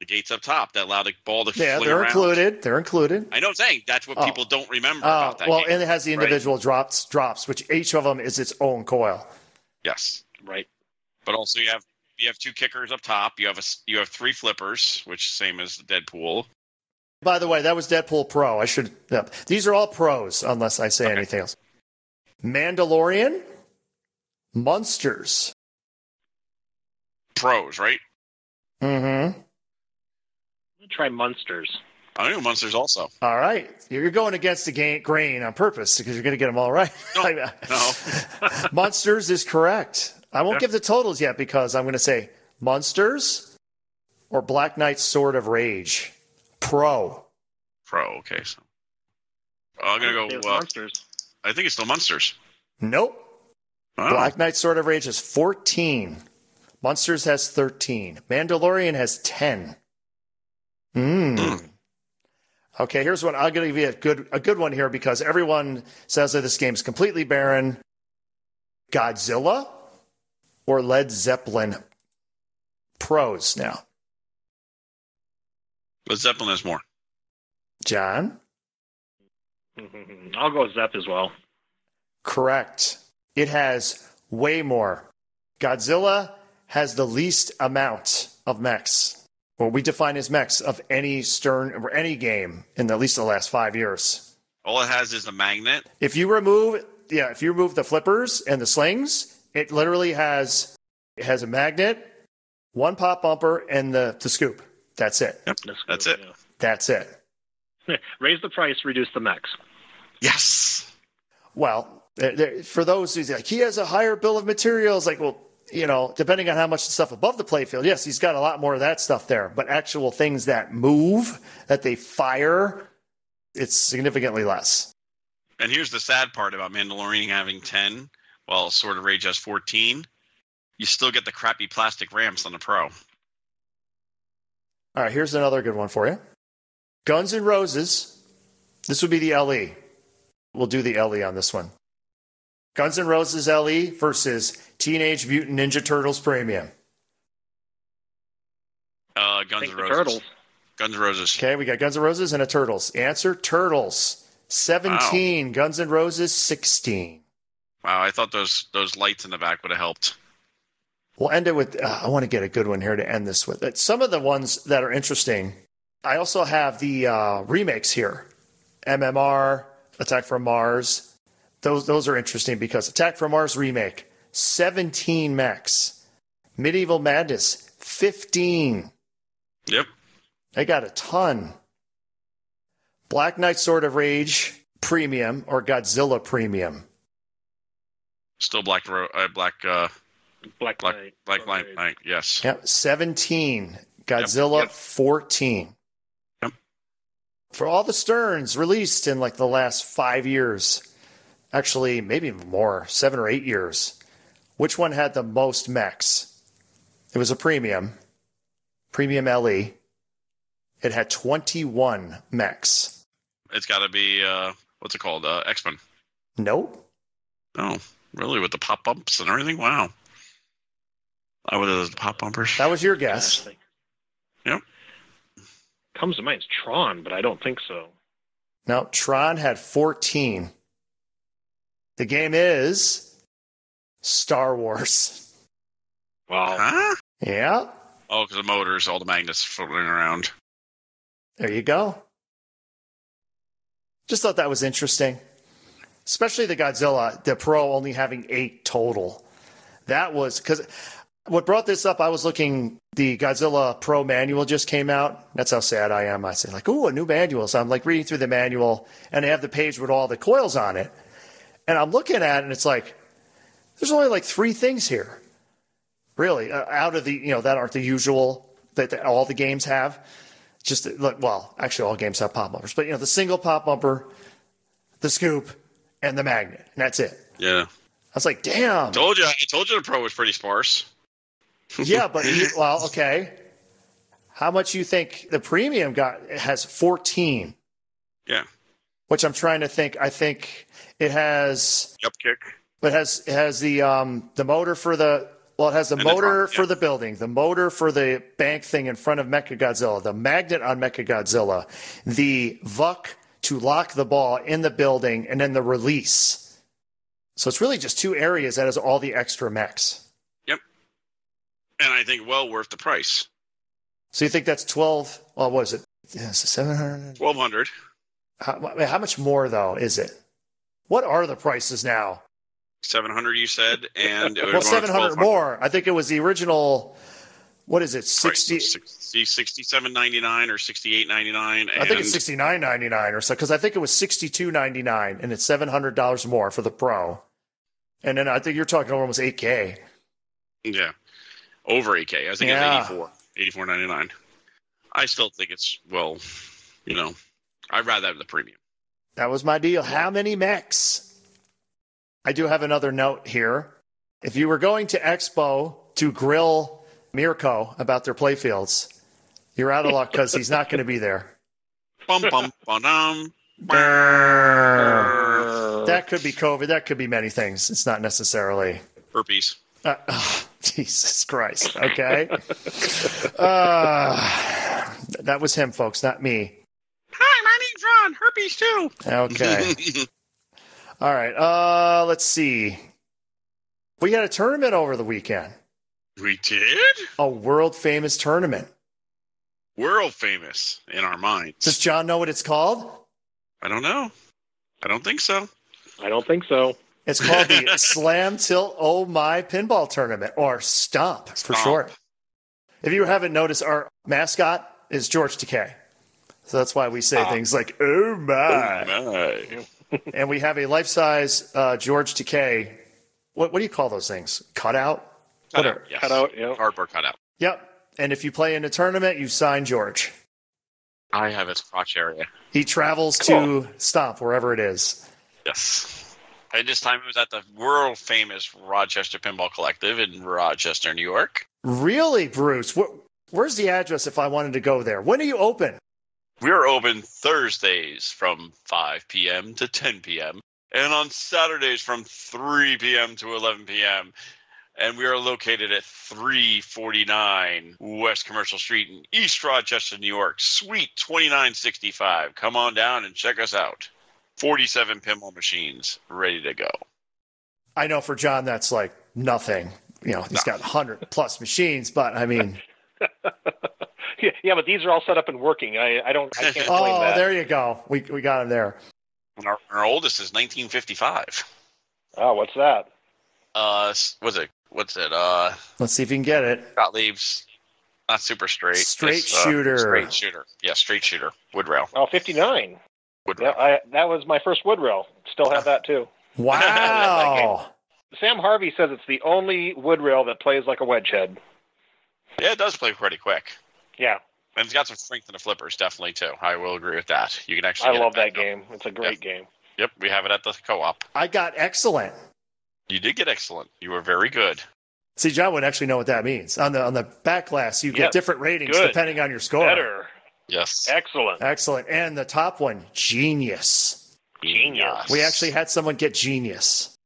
[SPEAKER 4] The gates up top that allow the ball to
[SPEAKER 3] Yeah,
[SPEAKER 4] fling
[SPEAKER 3] they're
[SPEAKER 4] around.
[SPEAKER 3] included. They're included.
[SPEAKER 4] I know what I'm saying. That's what
[SPEAKER 3] Oh.
[SPEAKER 4] people don't remember
[SPEAKER 3] Uh,
[SPEAKER 4] about that
[SPEAKER 3] well,
[SPEAKER 4] game.
[SPEAKER 3] and it has the individual drops, drops, which each of them is its own coil.
[SPEAKER 4] yes.
[SPEAKER 5] Right.
[SPEAKER 4] But also you have you have two kickers up top. You have a s- you have three flippers, which same as Deadpool.
[SPEAKER 3] By the way, that was Deadpool Pro. I should. Yep. These are all pros, unless I say anything else. Mandalorian, Monsters.
[SPEAKER 4] Pros, right?
[SPEAKER 3] Mm-hmm.
[SPEAKER 5] Try Munsters.
[SPEAKER 4] I know monsters also.
[SPEAKER 3] All right, you're going against the ga- grain on purpose because you're going to get them all right.
[SPEAKER 4] No, no.
[SPEAKER 3] Monsters is correct. I won't give the totals yet because I'm going to say Monsters or Black Knight Sword of Rage. Pro.
[SPEAKER 4] Pro. Okay, so Uh, I'm gonna
[SPEAKER 5] It
[SPEAKER 4] go.
[SPEAKER 5] was
[SPEAKER 4] Uh,
[SPEAKER 5] Munsters.
[SPEAKER 4] I think it's still monsters.
[SPEAKER 3] Nope.
[SPEAKER 4] Oh,
[SPEAKER 3] Black Knight Sword of Rage is 14. Monsters has 13. Mandalorian has 10. Mm. Okay, here's one. I'm going to give you a good, a good one here because everyone says that this game's completely barren. Godzilla or Led Zeppelin? Pros now.
[SPEAKER 4] but Zeppelin has more.
[SPEAKER 3] John?
[SPEAKER 5] Mm-hmm. I'll go with Zep as well.
[SPEAKER 3] Correct. It has way more. Godzilla has the least amount of mechs. What we define as mechs of any Stern or any game in at least the last five years.
[SPEAKER 4] All it has is a magnet.
[SPEAKER 3] If you remove, yeah, if you remove the flippers and the slings, it literally has it has a magnet, one pop bumper, and the the scoop. That's it.
[SPEAKER 4] Yep,
[SPEAKER 5] Let's go,
[SPEAKER 4] that's it.
[SPEAKER 3] That's it.
[SPEAKER 5] yeah. Raise the price, reduce the max.
[SPEAKER 4] Yes.
[SPEAKER 3] Well, there- there- for those who's like, he has a higher bill of materials. Like, well, you know, depending on how much stuff above the playfield, yes, he's got a lot more of that stuff there. But actual things that move, that they fire, it's significantly less.
[SPEAKER 4] And here's the sad part about Mandalorian having 10, while Sword of Rage has 14. You still get the crappy plastic ramps on the Pro.
[SPEAKER 3] All right, here's another good one for you. Guns and Roses. This would be the LE. We'll do the LE on this one. Guns and Roses LE versus Teenage Mutant Ninja Turtles Premium.
[SPEAKER 4] Uh, Guns
[SPEAKER 5] Take
[SPEAKER 4] N'
[SPEAKER 5] the
[SPEAKER 4] Roses.
[SPEAKER 5] turtles.
[SPEAKER 4] Guns N' Roses.
[SPEAKER 3] Okay, we got Guns N' Roses and a Turtles. Answer Turtles. 17. Guns N' Roses, 16.
[SPEAKER 4] Wow, I thought those those lights in the back would have helped.
[SPEAKER 3] We'll end it with. Uh, I want to get a good one here to end this with. Uh, Some of the ones that are interesting. I also have the uh, remakes here MMR, Attack from Mars. Those, those are interesting because Attack from Mars remake, 17 max. Medieval Madness, 15.
[SPEAKER 4] Yep.
[SPEAKER 3] I got a ton. Black Knight Sword of Rage Premium or Godzilla Premium.
[SPEAKER 4] Still black ro- uh, black uh,
[SPEAKER 5] Black,
[SPEAKER 4] black
[SPEAKER 5] Knight.
[SPEAKER 4] black
[SPEAKER 5] Sword
[SPEAKER 4] light,
[SPEAKER 5] Rage.
[SPEAKER 4] light. Yes.
[SPEAKER 3] Yep, 17. Godzilla
[SPEAKER 4] Yep.
[SPEAKER 3] 14.
[SPEAKER 4] Yep.
[SPEAKER 3] For all the Sterns released in like the last five years, actually, maybe even more, seven or eight years, which one had the most mechs? It was a premium, premium LE. It had 21 mechs.
[SPEAKER 4] It's got to be uh, what's it called? Uh, X Men.
[SPEAKER 3] Nope.
[SPEAKER 4] Oh, really? With the pop bumps and everything? Wow. I would have pop bumpers.
[SPEAKER 3] That was your guess.
[SPEAKER 5] Gosh, I-
[SPEAKER 4] Yep.
[SPEAKER 5] Comes to mind is Tron, but I don't think so.
[SPEAKER 3] Now, Tron had 14. The game is Star Wars.
[SPEAKER 5] Wow.
[SPEAKER 4] Huh?
[SPEAKER 3] Yeah,
[SPEAKER 4] Oh, because the motors, all the magnets floating around.
[SPEAKER 3] there you go. Just thought that was interesting. Especially the Godzilla, the Pro only having eight total. That was because what brought this up, I was looking, the Godzilla Pro manual just came out. That's how sad I am. I say, like, ooh, a new manual. So I'm like reading through the manual and I have the page with all the coils on it. And I'm looking at it and it's like, there's only like three things here, really, uh, out of the, you know, that aren't the usual that the, all the games have. Just like, well, actually, all games have pop bumpers, but you know, the single pop bumper, the scoop, and the magnet, and that's it.
[SPEAKER 4] Yeah.
[SPEAKER 3] I was like, damn.
[SPEAKER 4] Told you. I told you the pro was pretty sparse.
[SPEAKER 3] yeah, but you- well, okay. How much you think the premium got it has 14,
[SPEAKER 4] Yeah.
[SPEAKER 3] which I'm trying to think. I think it has
[SPEAKER 4] Yep kick.
[SPEAKER 3] it has it has the um the motor for the well, it has the
[SPEAKER 4] And the
[SPEAKER 3] motor
[SPEAKER 4] trunk,
[SPEAKER 3] for
[SPEAKER 4] yeah.
[SPEAKER 3] the building, the motor for the bank thing in front of Mechagodzilla, the magnet on Mechagodzilla, the VUC to lock the ball in the building, and then the release. So it's really just two areas that has all the extra mechs.
[SPEAKER 4] and I think well worth the price.
[SPEAKER 3] So you think that's 12? Well, what is it? Yeah, so 700.
[SPEAKER 4] Twelve hundred.
[SPEAKER 3] How, I mean, how much more, though, is it? What are the prices now?
[SPEAKER 4] 700 you said and it would
[SPEAKER 3] Well,
[SPEAKER 4] run at
[SPEAKER 3] 700
[SPEAKER 4] 1200.
[SPEAKER 3] more. I think it was the original, what is it,
[SPEAKER 4] Right, so
[SPEAKER 3] 60?
[SPEAKER 4] 60 67.99 or 68.99
[SPEAKER 3] I think it's
[SPEAKER 4] and-
[SPEAKER 3] sixty nine ninety nine or so because I think it was sixty two ninety nine and it's seven hundred dollars more for the pro, and then I think you're talking almost eight k.
[SPEAKER 4] Yeah. Over 8K. I think
[SPEAKER 3] Yeah.
[SPEAKER 4] it's 84. 84.99. I still think it's well, you know, I'd rather have the premium.
[SPEAKER 3] That was my deal. How many mechs? I do have another note here. If you were going to Expo to grill Mirko about their playfields, you're out of luck because he's not going to be there.
[SPEAKER 4] Bum bum bum dum.
[SPEAKER 3] That could be COVID. That could be many things. It's not necessarily
[SPEAKER 4] Burpees.
[SPEAKER 3] Uh, oh, Jesus Christ. Okay. uh, that was him, folks, not me.
[SPEAKER 4] Hi, my name's Ron. Herpes too.
[SPEAKER 3] Okay. All right. Uh, let's see. We had a tournament over the weekend,
[SPEAKER 4] we did?
[SPEAKER 3] a world famous tournament.
[SPEAKER 4] World famous in our minds.
[SPEAKER 3] Does John know what it's called?
[SPEAKER 4] I don't know. I don't think so.
[SPEAKER 5] I don't think so.
[SPEAKER 3] It's called the Slam Tilt Oh My Pinball Tournament, or Stomp for
[SPEAKER 4] Stomp.
[SPEAKER 3] short. If you haven't noticed, our mascot is George Takei. So that's why we say things like, oh my.
[SPEAKER 4] My.
[SPEAKER 3] and we have a life size uh, George Takei. What, what do you call those things? Cutout?
[SPEAKER 4] Cut out. Yes.
[SPEAKER 5] Cut out, yeah.
[SPEAKER 4] Cardboard cut out.
[SPEAKER 3] Yep. And if you play in a tournament, you sign George.
[SPEAKER 4] I have his crotch area.
[SPEAKER 3] He travels to Stomp, wherever it is.
[SPEAKER 4] Yes. And this time it was at the world famous Rochester Pinball Collective in Rochester, New York.
[SPEAKER 3] Really, Bruce? Wh- where's the address if I wanted to go there? When are you open?
[SPEAKER 4] We're open Thursdays from 5 p.m. to 10 p.m. and on Saturdays from 3 p.m. to 11 p.m. And we are located at 349 West Commercial Street in East Rochester, New York, Suite 2965. Come on down and check us out. 47 pinball machines ready to go.
[SPEAKER 3] I know for John, that's like nothing. You know, he's got 100 plus machines, but I mean,
[SPEAKER 5] Yeah, yeah, but these are all set up and working. I, I don't. I can't blame
[SPEAKER 3] oh,
[SPEAKER 5] that.
[SPEAKER 3] there you go. We, we got him there.
[SPEAKER 4] And our, our oldest is 1955.
[SPEAKER 5] Oh, what's that?
[SPEAKER 4] Uh, s- what's it? What's it? Uh,
[SPEAKER 3] Let's see if you can get it.
[SPEAKER 4] Gottlieb's not super straight.
[SPEAKER 3] Straight
[SPEAKER 4] It's, uh,
[SPEAKER 3] shooter.
[SPEAKER 4] Straight shooter. Yeah, straight shooter. Wood rail.
[SPEAKER 5] Oh, 59.
[SPEAKER 4] Wood
[SPEAKER 5] Yeah,
[SPEAKER 4] rail.
[SPEAKER 5] I, that was my first wood rail. Still have that too.
[SPEAKER 3] Wow.
[SPEAKER 5] Sam Harvey says it's the only wood rail that plays like a wedge head.
[SPEAKER 4] Yeah, it does play pretty quick.
[SPEAKER 5] Yeah,
[SPEAKER 4] And it's got some strength in the flippers, definitely, too. I will agree with that. You can actually.
[SPEAKER 5] I
[SPEAKER 4] get it
[SPEAKER 5] love that
[SPEAKER 4] back up.
[SPEAKER 5] game. It's a great game.
[SPEAKER 4] Yep, we have it at the co op.
[SPEAKER 3] I got excellent.
[SPEAKER 4] You did get excellent. You were very good.
[SPEAKER 3] See, John would actually know what that means. On the on the back glass, you get
[SPEAKER 5] Yes.
[SPEAKER 3] different ratings
[SPEAKER 5] Good.
[SPEAKER 3] depending on your score.
[SPEAKER 5] Better,
[SPEAKER 4] Yes.
[SPEAKER 5] excellent.
[SPEAKER 3] Excellent. And the top one, genius.
[SPEAKER 5] Genius.
[SPEAKER 3] We actually had someone get genius.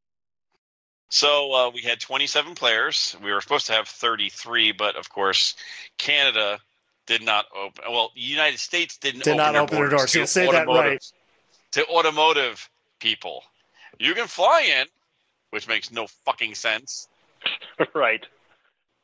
[SPEAKER 4] So uh, we had 27 players. We were supposed to have 33, but of course, Canada did not open. Well, the United States didn't
[SPEAKER 3] Did
[SPEAKER 4] open
[SPEAKER 3] not
[SPEAKER 4] their
[SPEAKER 3] open their doors.
[SPEAKER 4] to
[SPEAKER 3] You'll say that
[SPEAKER 4] automotive-
[SPEAKER 3] right.
[SPEAKER 4] To automotive people, you can fly in, which makes no fucking sense.
[SPEAKER 5] right.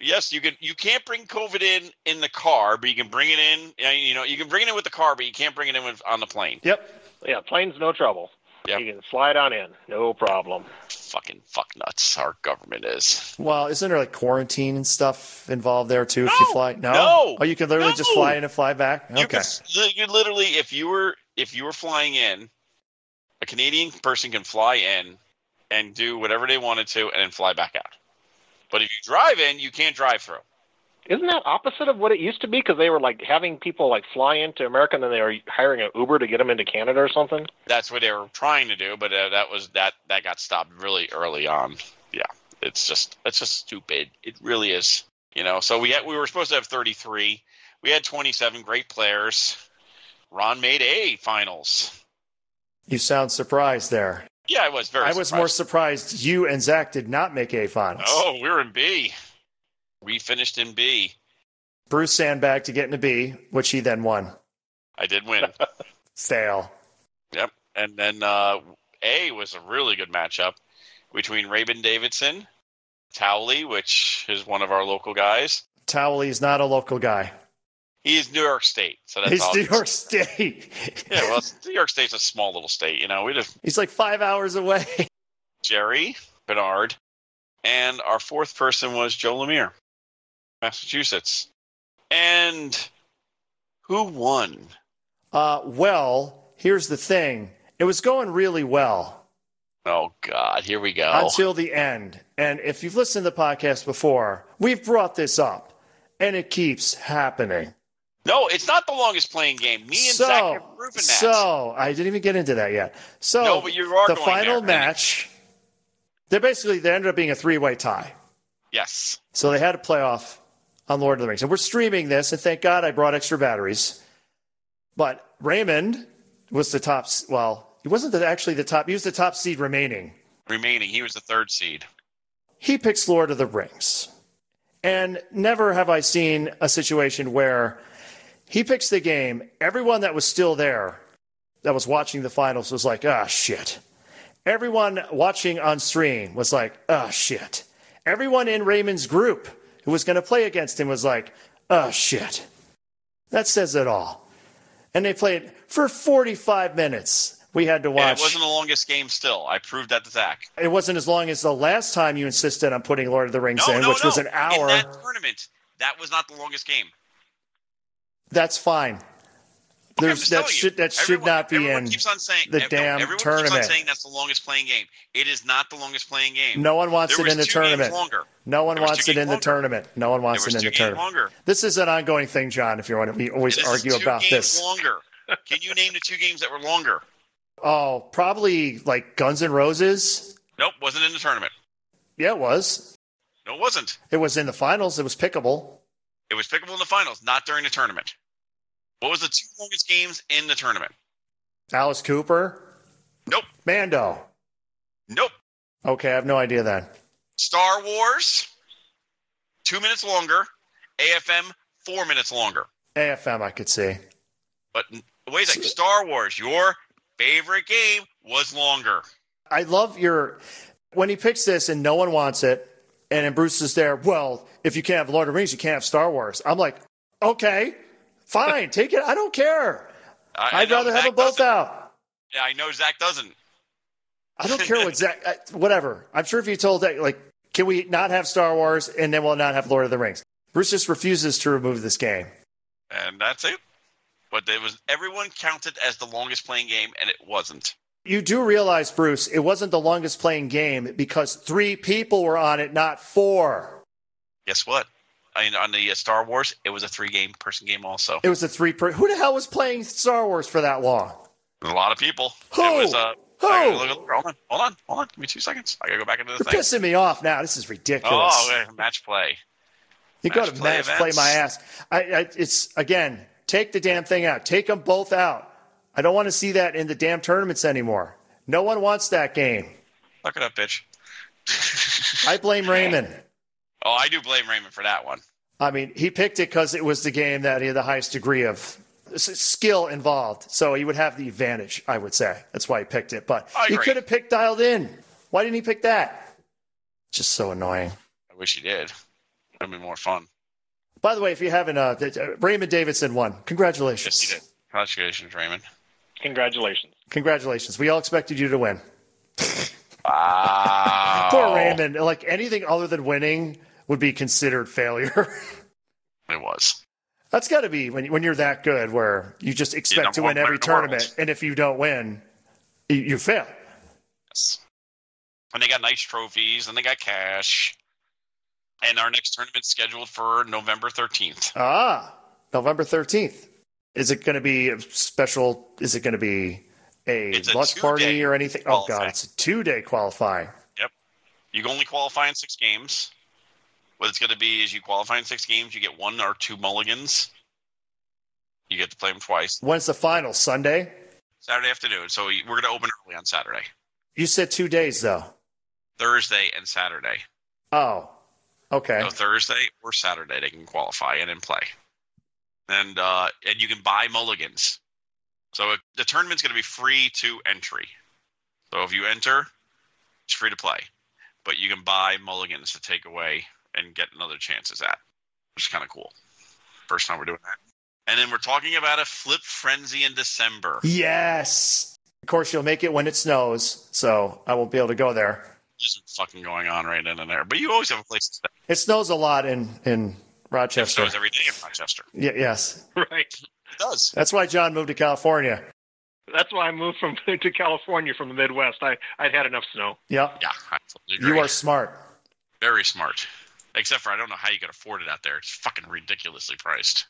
[SPEAKER 4] Yes, you can. You can't bring COVID in in the car, but you can bring it in. uh, You know, you can bring it in with the car, but you can't bring it in with, on the plane.
[SPEAKER 3] Yep.
[SPEAKER 5] Yeah, plane's no trouble.
[SPEAKER 4] Yeah.
[SPEAKER 5] You can slide on in, no problem.
[SPEAKER 4] Fucking fuck nuts. Our government is.
[SPEAKER 3] Well, isn't there like quarantine and stuff involved there too if you
[SPEAKER 4] No.
[SPEAKER 3] fly? No.
[SPEAKER 4] No.
[SPEAKER 3] Oh, you can literally just
[SPEAKER 4] No.
[SPEAKER 3] fly in and fly back?
[SPEAKER 4] You
[SPEAKER 3] Okay.
[SPEAKER 4] can, you literally, if you were, if you were flying in, a Canadian person can fly in and do whatever they wanted to, and then fly back out. But if you drive in, you can't drive through.
[SPEAKER 5] Isn't that opposite of what it used to be? Because they were like having people like fly into America, and then they were hiring an Uber to get them into Canada or something.
[SPEAKER 4] That's what they were trying to do, but uh, that was that that got stopped really early on. Yeah, it's just it's just stupid. It really is. You know, so we had we were supposed to have 33. We had 27 great players. Ron made A finals.
[SPEAKER 3] You sound surprised there.
[SPEAKER 4] Yeah, I was very.
[SPEAKER 3] I was more surprised you and Zach did not make A finals.
[SPEAKER 4] Oh, we were in B. We finished in B.
[SPEAKER 3] Bruce sandbagged to get into B, which he then won.
[SPEAKER 4] I did win.
[SPEAKER 3] Fail.
[SPEAKER 4] Yep. And then uh, A was a really good matchup between Rabin Davidson Towley, which is one of our local guys.
[SPEAKER 3] Towley is not a local guy.
[SPEAKER 4] He is New York State, so that's
[SPEAKER 3] He's
[SPEAKER 4] all.
[SPEAKER 3] New York State.
[SPEAKER 4] Yeah, well, it's- New York State's a small little state, you know. We just
[SPEAKER 3] He's like five hours away.
[SPEAKER 4] Jerry Bernard, and our fourth person was Joe Lemire, Massachusetts. And who won?
[SPEAKER 3] Uh, well, here's the thing. It was going really well.
[SPEAKER 4] Oh God, here we go.
[SPEAKER 3] until the end. And if you've listened to the podcast before, we've brought this up, and it keeps happening.
[SPEAKER 4] No, it's not the longest playing game. Me and
[SPEAKER 3] so,
[SPEAKER 4] Zach have proven that.
[SPEAKER 3] so I didn't even get into that yet. So
[SPEAKER 4] No, but you are
[SPEAKER 3] the
[SPEAKER 4] going
[SPEAKER 3] final
[SPEAKER 4] there.
[SPEAKER 3] match. They basically they ended up being a three way tie.
[SPEAKER 4] yes.
[SPEAKER 3] So they had a playoff on Lord of the Rings, and we're streaming this. And thank God I brought extra batteries. But Raymond was the top. s- Well, he wasn't the, actually the top. He was the top seed remaining.
[SPEAKER 4] Remaining, he was the third seed.
[SPEAKER 3] he picks Lord of the Rings. And never have I seen a situation where he picks the game, everyone that was still there that was watching the finals was like, ah, shit. Everyone watching on stream was like, ah, shit. Everyone in Raymond's group who was going to play against him was like, ah, shit. That says it all. And they played for 45 minutes. We had to watch.
[SPEAKER 4] And it wasn't the longest game still. I proved that to Zach.
[SPEAKER 3] It wasn't as long as the last time you insisted on putting Lord of the Rings
[SPEAKER 4] No,
[SPEAKER 3] in,
[SPEAKER 4] no,
[SPEAKER 3] which
[SPEAKER 4] no.
[SPEAKER 3] was an hour.
[SPEAKER 4] In that tournament, that was not the longest game.
[SPEAKER 3] That's fine.
[SPEAKER 4] Okay, I'm
[SPEAKER 3] There's
[SPEAKER 4] just
[SPEAKER 3] that
[SPEAKER 4] telling you.
[SPEAKER 3] should that should
[SPEAKER 4] Everyone-
[SPEAKER 3] not be
[SPEAKER 4] everyone
[SPEAKER 3] in.
[SPEAKER 4] keeps on saying,
[SPEAKER 3] the
[SPEAKER 4] no,
[SPEAKER 3] damn
[SPEAKER 4] everyone
[SPEAKER 3] tournament.
[SPEAKER 4] Keeps on saying that's the longest playing game. It is not the longest playing game.
[SPEAKER 3] No one wants
[SPEAKER 4] There
[SPEAKER 3] it in the
[SPEAKER 4] was two games
[SPEAKER 3] tournament.
[SPEAKER 4] Longer.
[SPEAKER 3] No one
[SPEAKER 4] there was
[SPEAKER 3] wants
[SPEAKER 4] two
[SPEAKER 3] it
[SPEAKER 4] games
[SPEAKER 3] in the
[SPEAKER 4] longer.
[SPEAKER 3] tournament. No one wants
[SPEAKER 4] There was
[SPEAKER 3] it in
[SPEAKER 4] two
[SPEAKER 3] the
[SPEAKER 4] games
[SPEAKER 3] tournament.
[SPEAKER 4] longer.
[SPEAKER 3] This is an ongoing thing, John. If you want, to, we always
[SPEAKER 4] This is
[SPEAKER 3] argue
[SPEAKER 4] two
[SPEAKER 3] about
[SPEAKER 4] games
[SPEAKER 3] this.
[SPEAKER 4] Longer. Can you name the two games that were longer?
[SPEAKER 3] Oh, probably like Guns N' Roses.
[SPEAKER 4] Nope, wasn't in the tournament.
[SPEAKER 3] Yeah, it was.
[SPEAKER 4] No, it wasn't.
[SPEAKER 3] It was in the finals. It was pickable.
[SPEAKER 4] It was pickable in the finals, not during the tournament. What was the two longest games in the tournament?
[SPEAKER 3] Alice Cooper,
[SPEAKER 4] Nope,
[SPEAKER 3] Mando.
[SPEAKER 4] nope.
[SPEAKER 3] Okay, I have no idea then.
[SPEAKER 4] Star Wars, two minutes longer. AFM, four minutes longer.
[SPEAKER 3] AFM, I could see.
[SPEAKER 4] But wait a second, Star Wars, your favorite game was longer.
[SPEAKER 3] I love your when he picks this and no one wants it, and then Bruce is there. Well, if you can't have Lord of the Rings, you can't have Star Wars. I'm like, okay, fine, take it. I don't care.
[SPEAKER 4] I, I
[SPEAKER 3] I'd
[SPEAKER 4] know
[SPEAKER 3] rather have
[SPEAKER 4] Zach
[SPEAKER 3] them both
[SPEAKER 4] doesn't.
[SPEAKER 3] out.
[SPEAKER 4] Yeah, I know Zach doesn't.
[SPEAKER 3] I don't care what Zach. I- Whatever. I'm sure if you told that, like, can we not have Star Wars and then we'll not have Lord of the Rings? Bruce just refuses to remove this game.
[SPEAKER 4] And that's it. But it was everyone counted as the longest playing game, and it wasn't.
[SPEAKER 3] You do realize, Bruce, it wasn't the longest playing game because three people were on it, not four.
[SPEAKER 4] Guess what? I mean, on the uh, Star Wars, it was a three-game person game. Also,
[SPEAKER 3] It was a three. Per- Who the hell was playing Star Wars for that long?
[SPEAKER 4] a lot of people.
[SPEAKER 3] Who?
[SPEAKER 4] It was, uh,
[SPEAKER 3] Who?
[SPEAKER 4] I gotta look at- hold on, hold on, hold on. Give me two seconds. I gotta go back into the
[SPEAKER 3] You're
[SPEAKER 4] thing.
[SPEAKER 3] pissing me off now. This is ridiculous.
[SPEAKER 4] Oh, okay. match play.
[SPEAKER 3] you go
[SPEAKER 4] match
[SPEAKER 3] to
[SPEAKER 4] play
[SPEAKER 3] match play
[SPEAKER 4] events.
[SPEAKER 3] my ass. I, I, it's again, take the damn thing out. Take them both out. I don't want to see that in the damn tournaments anymore. No one wants that game.
[SPEAKER 4] Look it up, bitch.
[SPEAKER 3] I blame Raymond.
[SPEAKER 4] Oh, I do blame Raymond for that one.
[SPEAKER 3] I mean, he picked it because it was the game that he had the highest degree of s- skill involved. So he would have the advantage, I would say. That's why he picked it. But
[SPEAKER 4] I
[SPEAKER 3] he
[SPEAKER 4] agree.
[SPEAKER 3] could have picked dialed in. Why didn't he pick that? Just so annoying.
[SPEAKER 4] I wish he did. That'd be more fun.
[SPEAKER 3] By the way, if you haven't, uh, th- uh, Raymond Davidson won. Congratulations.
[SPEAKER 4] Yes, he did. Congratulations, Raymond.
[SPEAKER 5] Congratulations.
[SPEAKER 3] Congratulations. We all expected you to win.
[SPEAKER 4] Wow.
[SPEAKER 3] Poor Raymond. Like anything other than winning would be considered failure.
[SPEAKER 4] It was.
[SPEAKER 3] That's got to be when, when you're that good, where you just expect to
[SPEAKER 4] number
[SPEAKER 3] win
[SPEAKER 4] one
[SPEAKER 3] every
[SPEAKER 4] player in the world.
[SPEAKER 3] tournament. And if you don't win, you, you fail.
[SPEAKER 4] Yes. And they got nice trophies and they got cash. And our next tournament's scheduled for November 13th.
[SPEAKER 3] Ah, November 13th. Is it going to be a special? Is it going to be a
[SPEAKER 4] It's a
[SPEAKER 3] lunch party
[SPEAKER 4] two-day
[SPEAKER 3] or anything? Oh, God.
[SPEAKER 4] qualifying.
[SPEAKER 3] It's a two day qualifying.
[SPEAKER 4] You can only qualify in six games. What it's going to be is you qualify in six games, you get one or two mulligans. You get to play them twice
[SPEAKER 3] When's the final? Sunday?
[SPEAKER 4] Saturday afternoon. So we- we're going to open early on Saturday,
[SPEAKER 3] You said two days, though.
[SPEAKER 4] Thursday, and Saturday.
[SPEAKER 3] Oh, okay.
[SPEAKER 4] So Thursday or Saturday they can qualify and then play, and uh, and you can buy mulligans. So it, the tournament's going to be free to entry. So if you enter, it's free to play. but you can buy mulligans to take away and get another chances at, which is kind of cool. First time we're doing that. And then we're talking about a flip frenzy in December.
[SPEAKER 3] Yes. Of course, you'll make it when it snows, so I won't be able to go there.
[SPEAKER 4] There's some fucking going on right then and there. But you always have a place to stay.
[SPEAKER 3] It snows a lot in in
[SPEAKER 4] It
[SPEAKER 3] Rochester.
[SPEAKER 4] snows every day in Rochester.
[SPEAKER 3] Yeah, yes,
[SPEAKER 5] Right.
[SPEAKER 4] It does.
[SPEAKER 3] that's why John moved to California.
[SPEAKER 5] That's why I moved from to California from the Midwest. I I'd had enough snow.
[SPEAKER 3] Yep,
[SPEAKER 4] Yeah, I totally agree.
[SPEAKER 3] you are smart.
[SPEAKER 4] very smart. Except for I don't know how you could afford it out there. It's fucking ridiculously priced.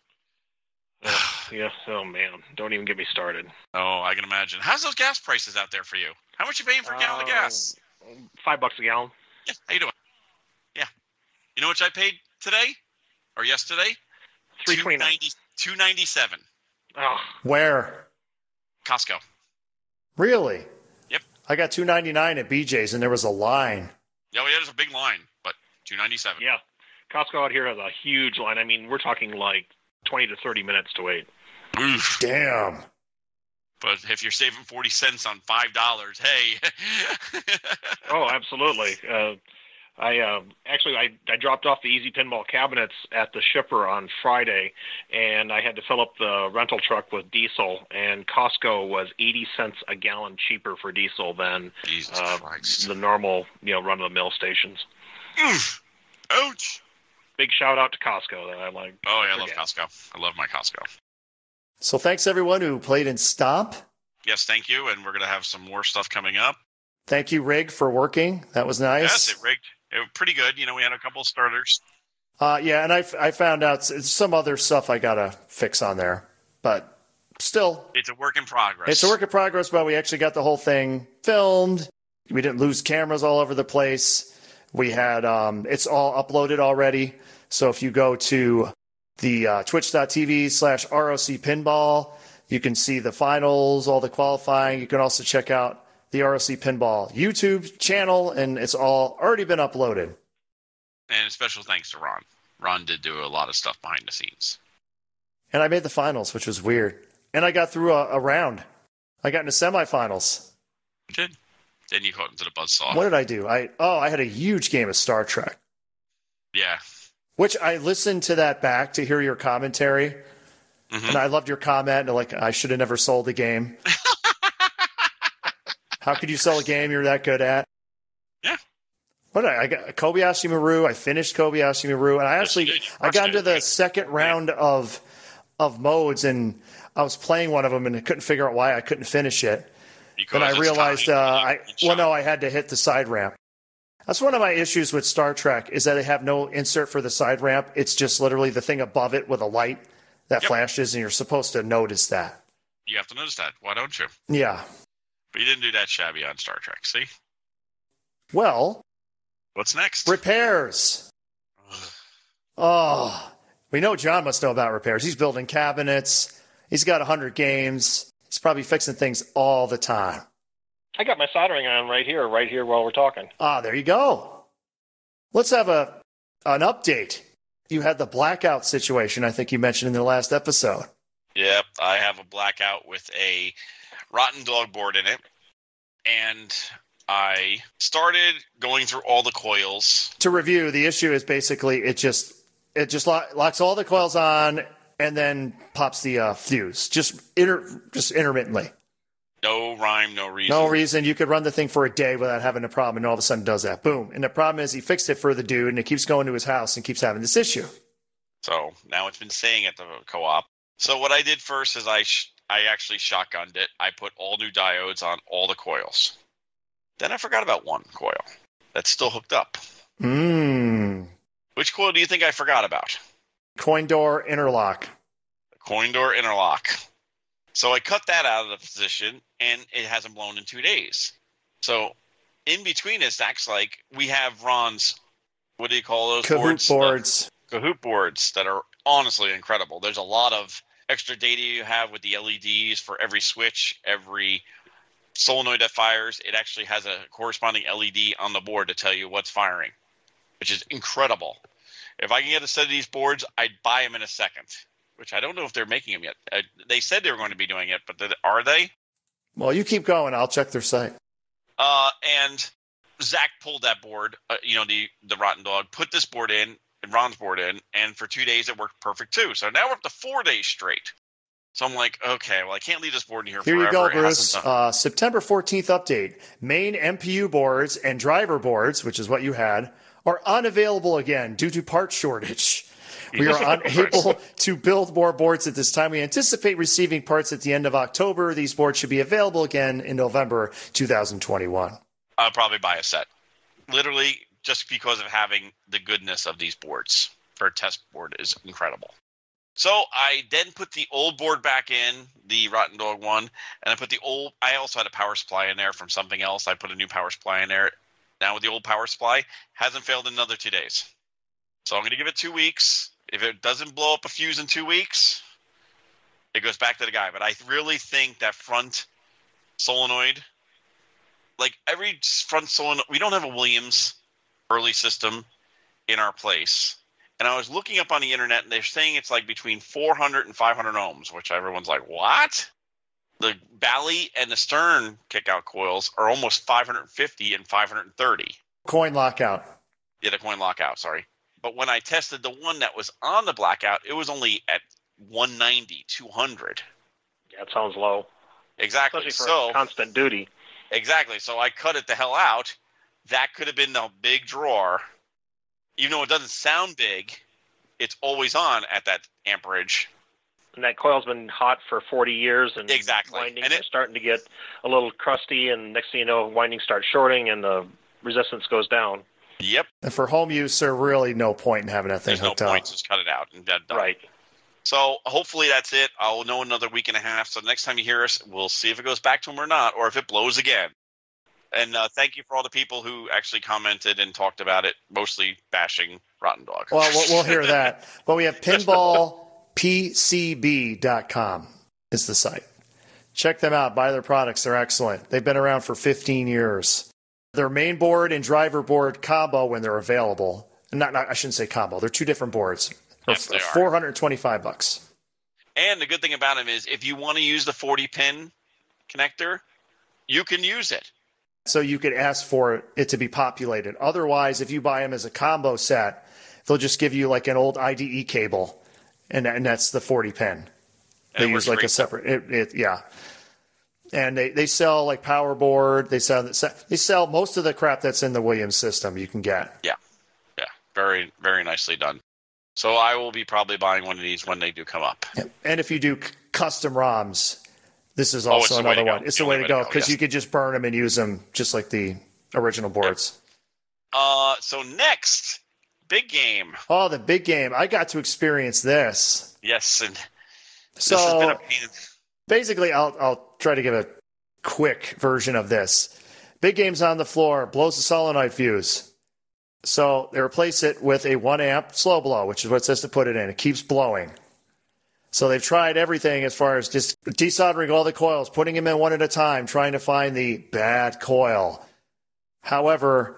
[SPEAKER 5] Yeah. Oh man, don't even get me started.
[SPEAKER 4] Oh, I can imagine. How's those gas prices out there for you? How much you paying for a gallon of
[SPEAKER 5] Oh.
[SPEAKER 4] gas?
[SPEAKER 5] Five bucks a gallon.
[SPEAKER 4] Yeah, how you doing? Yeah. You know what I paid today or yesterday?
[SPEAKER 5] Three twenty nine.
[SPEAKER 4] Two ninety seven.
[SPEAKER 5] Oh,
[SPEAKER 3] Where
[SPEAKER 4] Costco.
[SPEAKER 3] really?
[SPEAKER 4] Yep.
[SPEAKER 3] I got two ninety nine at BJ's, and there was a line.
[SPEAKER 4] Yeah, well, yeah, there's a big line, but two ninety seven.
[SPEAKER 5] yeah. Costco out here has a huge line. I mean, we're talking like twenty to thirty minutes to wait.
[SPEAKER 4] Oof.
[SPEAKER 3] Damn.
[SPEAKER 4] But if you're saving forty cents on five dollars, hey.
[SPEAKER 5] Oh, absolutely. Uh, I uh, actually I, I dropped off the Easy Pinball cabinets at the shipper on Friday, and I had to fill up the rental truck with diesel. And Costco was eighty cents a gallon cheaper for diesel than
[SPEAKER 4] Jesus
[SPEAKER 5] uh,
[SPEAKER 4] Christ.
[SPEAKER 5] the normal, you know, run of the mill stations.
[SPEAKER 4] Oof. Ouch.
[SPEAKER 5] Big shout out to Costco. That I like.
[SPEAKER 4] Oh yeah, I love
[SPEAKER 5] Forget.
[SPEAKER 4] Costco. I love my Costco.
[SPEAKER 3] So thanks everyone who played in Stomp.
[SPEAKER 4] Yes, thank you, and we're gonna have some more stuff coming up.
[SPEAKER 3] Thank you, Rig, for working. That was nice.
[SPEAKER 4] Yes, it rigged. It was pretty good. You know, we had a couple of starters.
[SPEAKER 3] Uh, yeah, and I, f- I found out s- some other stuff I gotta fix on there, but still,
[SPEAKER 4] It's a work in progress.
[SPEAKER 3] it's a work in progress. But we actually got the whole thing filmed. We didn't lose cameras all over the place. We had um, it's all uploaded already. So if you go to the uh, twitch.tv slash ROC pinball, you can see the finals, all the qualifying. You can also check out the ROC pinball YouTube channel, and it's all already been uploaded.
[SPEAKER 4] And special thanks to Ron. Ron did do a lot of stuff behind the scenes.
[SPEAKER 3] And I made the finals, which was weird. And I got through a, a round. I got into semifinals.
[SPEAKER 4] He did. Then you caught into the buzzsaw.
[SPEAKER 3] What did I do? I oh, I had a huge game of Star Trek,
[SPEAKER 4] Yeah.
[SPEAKER 3] which I listened to that back to hear your commentary,
[SPEAKER 4] Mhm.
[SPEAKER 3] and I loved your comment. and Like I should have never sold the game. How could you sell a game you're that good at?
[SPEAKER 4] Yeah.
[SPEAKER 3] What did I, I got Kobayashi Maru. I finished Kobayashi Maru, and I
[SPEAKER 4] Yes, you
[SPEAKER 3] actually
[SPEAKER 4] did. You
[SPEAKER 3] I got
[SPEAKER 4] crushed
[SPEAKER 3] into
[SPEAKER 4] it.
[SPEAKER 3] the
[SPEAKER 4] Right.
[SPEAKER 3] second round of of modes, and I was playing one of them, and I couldn't figure out why I couldn't finish it.
[SPEAKER 4] Because
[SPEAKER 3] Then I
[SPEAKER 4] it's
[SPEAKER 3] realized uh,
[SPEAKER 4] time.
[SPEAKER 3] I well no, I had to hit the side ramp. That's one of my issues with Star Trek is that they have no insert for the side ramp. It's just literally the thing above it with a light that
[SPEAKER 4] Yep.
[SPEAKER 3] flashes, and you're supposed to notice that.
[SPEAKER 4] You have to notice that. Why don't you?
[SPEAKER 3] Yeah.
[SPEAKER 4] But you didn't do that shabby on Star Trek. See?
[SPEAKER 3] Well,
[SPEAKER 4] What's next?
[SPEAKER 3] repairs.
[SPEAKER 4] Ugh.
[SPEAKER 3] Oh, we know John must know about repairs. He's building cabinets. He's got hundred games. He's probably fixing things all the time.
[SPEAKER 5] I got my soldering iron right here, right here while we're talking.
[SPEAKER 3] Ah, there you go. Let's have a an update. You had the blackout situation I think you mentioned in the last episode.
[SPEAKER 4] Yep, I have a blackout with a rotten dog board in it, and I started going through all the coils.
[SPEAKER 3] To review, the issue is basically it just it just lo- locks all the coils on and then pops the uh, fuse just inter- just intermittently.
[SPEAKER 4] No rhyme, no reason.
[SPEAKER 3] No reason you could run the thing for a day without having a problem, and all of a sudden it does that. Boom! And the problem is he fixed it for the dude, and it keeps going to his house and keeps having this issue.
[SPEAKER 4] So now it's been saying at the co-op. So what I did first is I sh- I actually shotgunned it. I put all new diodes on all the coils. Then I forgot about one coil that's still hooked up.
[SPEAKER 3] Mmm.
[SPEAKER 4] Which coil do you think I forgot about?
[SPEAKER 3] Coin door interlock.
[SPEAKER 4] The coin door interlock. So I cut that out of the position, and it hasn't blown in two days. So in between us, acts like we have Ron's. What do you call those
[SPEAKER 3] Kahoot
[SPEAKER 4] boards? The-
[SPEAKER 3] boards.
[SPEAKER 4] Kahoot boards that are honestly incredible. There's a lot of extra data you have with the LEDs for every switch, every solenoid that fires. It actually has a corresponding LED on the board to tell you what's firing, which is incredible. If I can get a set of these boards, I'd buy them in a second. Which I don't know if they're making them yet. Uh, they said they were going to be doing it, but th- are they?
[SPEAKER 3] Well, you keep going. I'll check their site.
[SPEAKER 4] Uh, and Zach pulled that board, uh, you know, the the rotten dog, put this board in, and Ron's board in, and for two days it worked perfect too. So now we're up to four days straight. So I'm like, okay, well I can't leave this board in here.
[SPEAKER 3] Here
[SPEAKER 4] forever.
[SPEAKER 3] you go,
[SPEAKER 4] It hasn't
[SPEAKER 3] Bruce.
[SPEAKER 4] done-
[SPEAKER 3] Uh, September 14th update. Main MPU boards and driver boards, which is what you had, are unavailable again due to part shortage. We are unable to build more boards at this time. We anticipate receiving parts at the end of October. These boards should be available again in November 2021.
[SPEAKER 4] I'll probably buy a set, literally just because of having the goodness of these boards. Her test board is incredible. So I then put the old board back in, the Rotten Dog one, and I put the old. I also had a power supply in there from something else. I put a new power supply in there. Now with the old power supply, hasn't failed in another two days. So I'm going to give it two weeks. If it doesn't blow up a fuse in two weeks, it goes back to the guy. But I really think that front solenoid, like every front solenoid, we don't have a Williams early system in our place. And I was looking up on the internet, and they're saying it's like between 400 and 500 ohms, which everyone's like, what? The Bally and the Stern kickout coils are almost 550 and 530.
[SPEAKER 3] Coin lockout.
[SPEAKER 4] Yeah, the coin lockout, sorry. But when I tested the one that was on the blackout, it was only at 190, 200.
[SPEAKER 6] Yeah, it sounds low,
[SPEAKER 4] Exactly.
[SPEAKER 6] especially for
[SPEAKER 4] so,
[SPEAKER 6] constant duty.
[SPEAKER 4] exactly. So I cut it the hell out. That could have been the big drawer. Even though it doesn't sound big, it's always on at that amperage.
[SPEAKER 6] And that coil's been hot for 40 years, and
[SPEAKER 4] Exactly.
[SPEAKER 6] windings
[SPEAKER 4] And it-
[SPEAKER 6] are starting to get a little crusty, and next thing you know, windings start shorting, and the resistance goes down.
[SPEAKER 4] Yep.
[SPEAKER 3] And for home use, there really no point in having that thing
[SPEAKER 4] There's no
[SPEAKER 3] hooked
[SPEAKER 4] point.
[SPEAKER 3] up.
[SPEAKER 4] Just cut it out and that done.
[SPEAKER 6] Right.
[SPEAKER 4] So hopefully that's it. I'll know another week and a half. So next time you hear us, we'll see if it goes back to him or not, or if it blows again. And uh, thank you for all the people who actually commented and talked about it, mostly bashing Rotten Dog.
[SPEAKER 3] Well, we'll, we'll hear that. But we have pinballpcb.com is the site. Check them out. Buy their products. They're excellent. They've been around for 15 years. Their main board and driver board combo when they're available. Not, not I shouldn't say combo. They're two different boards. They're
[SPEAKER 4] Yes, they are.
[SPEAKER 3] 425 bucks.
[SPEAKER 4] and the good thing about him is if you want to use the 40 pin connector, you can use it.
[SPEAKER 3] So you could ask for it to be populated. Otherwise, if you buy them as a combo set, they'll just give you like an old IDE cable, and, and that's the 40 pin.
[SPEAKER 4] And
[SPEAKER 3] they
[SPEAKER 4] it
[SPEAKER 3] use
[SPEAKER 4] works
[SPEAKER 3] like
[SPEAKER 4] great.
[SPEAKER 3] a separate it, it yeah and they, they sell like power board they sell they sell most of the crap that's in the williams system you can get
[SPEAKER 4] Yeah, very, very nicely done. So I will be probably buying one of these when they do come up.
[SPEAKER 3] and if you do c- custom roms this is
[SPEAKER 4] Oh,
[SPEAKER 3] also
[SPEAKER 4] it's the way to
[SPEAKER 3] another
[SPEAKER 4] go.
[SPEAKER 3] one it's the way to go because
[SPEAKER 4] yes.
[SPEAKER 3] you could just burn them and use them just like the original boards
[SPEAKER 4] Uh, so next, big game.
[SPEAKER 3] oh the big game i got to experience this
[SPEAKER 4] Yes, and
[SPEAKER 3] so
[SPEAKER 4] this has been a pain. in-
[SPEAKER 3] basically I'll I'll try to give a quick version of this. Big games on the floor blows the solenoid fuse. So they replace it with a one amp slow blow, which is what it says to put it in. It keeps blowing. So they've tried everything as far as just desoldering all the coils, putting them in one at a time, trying to find the bad coil. However,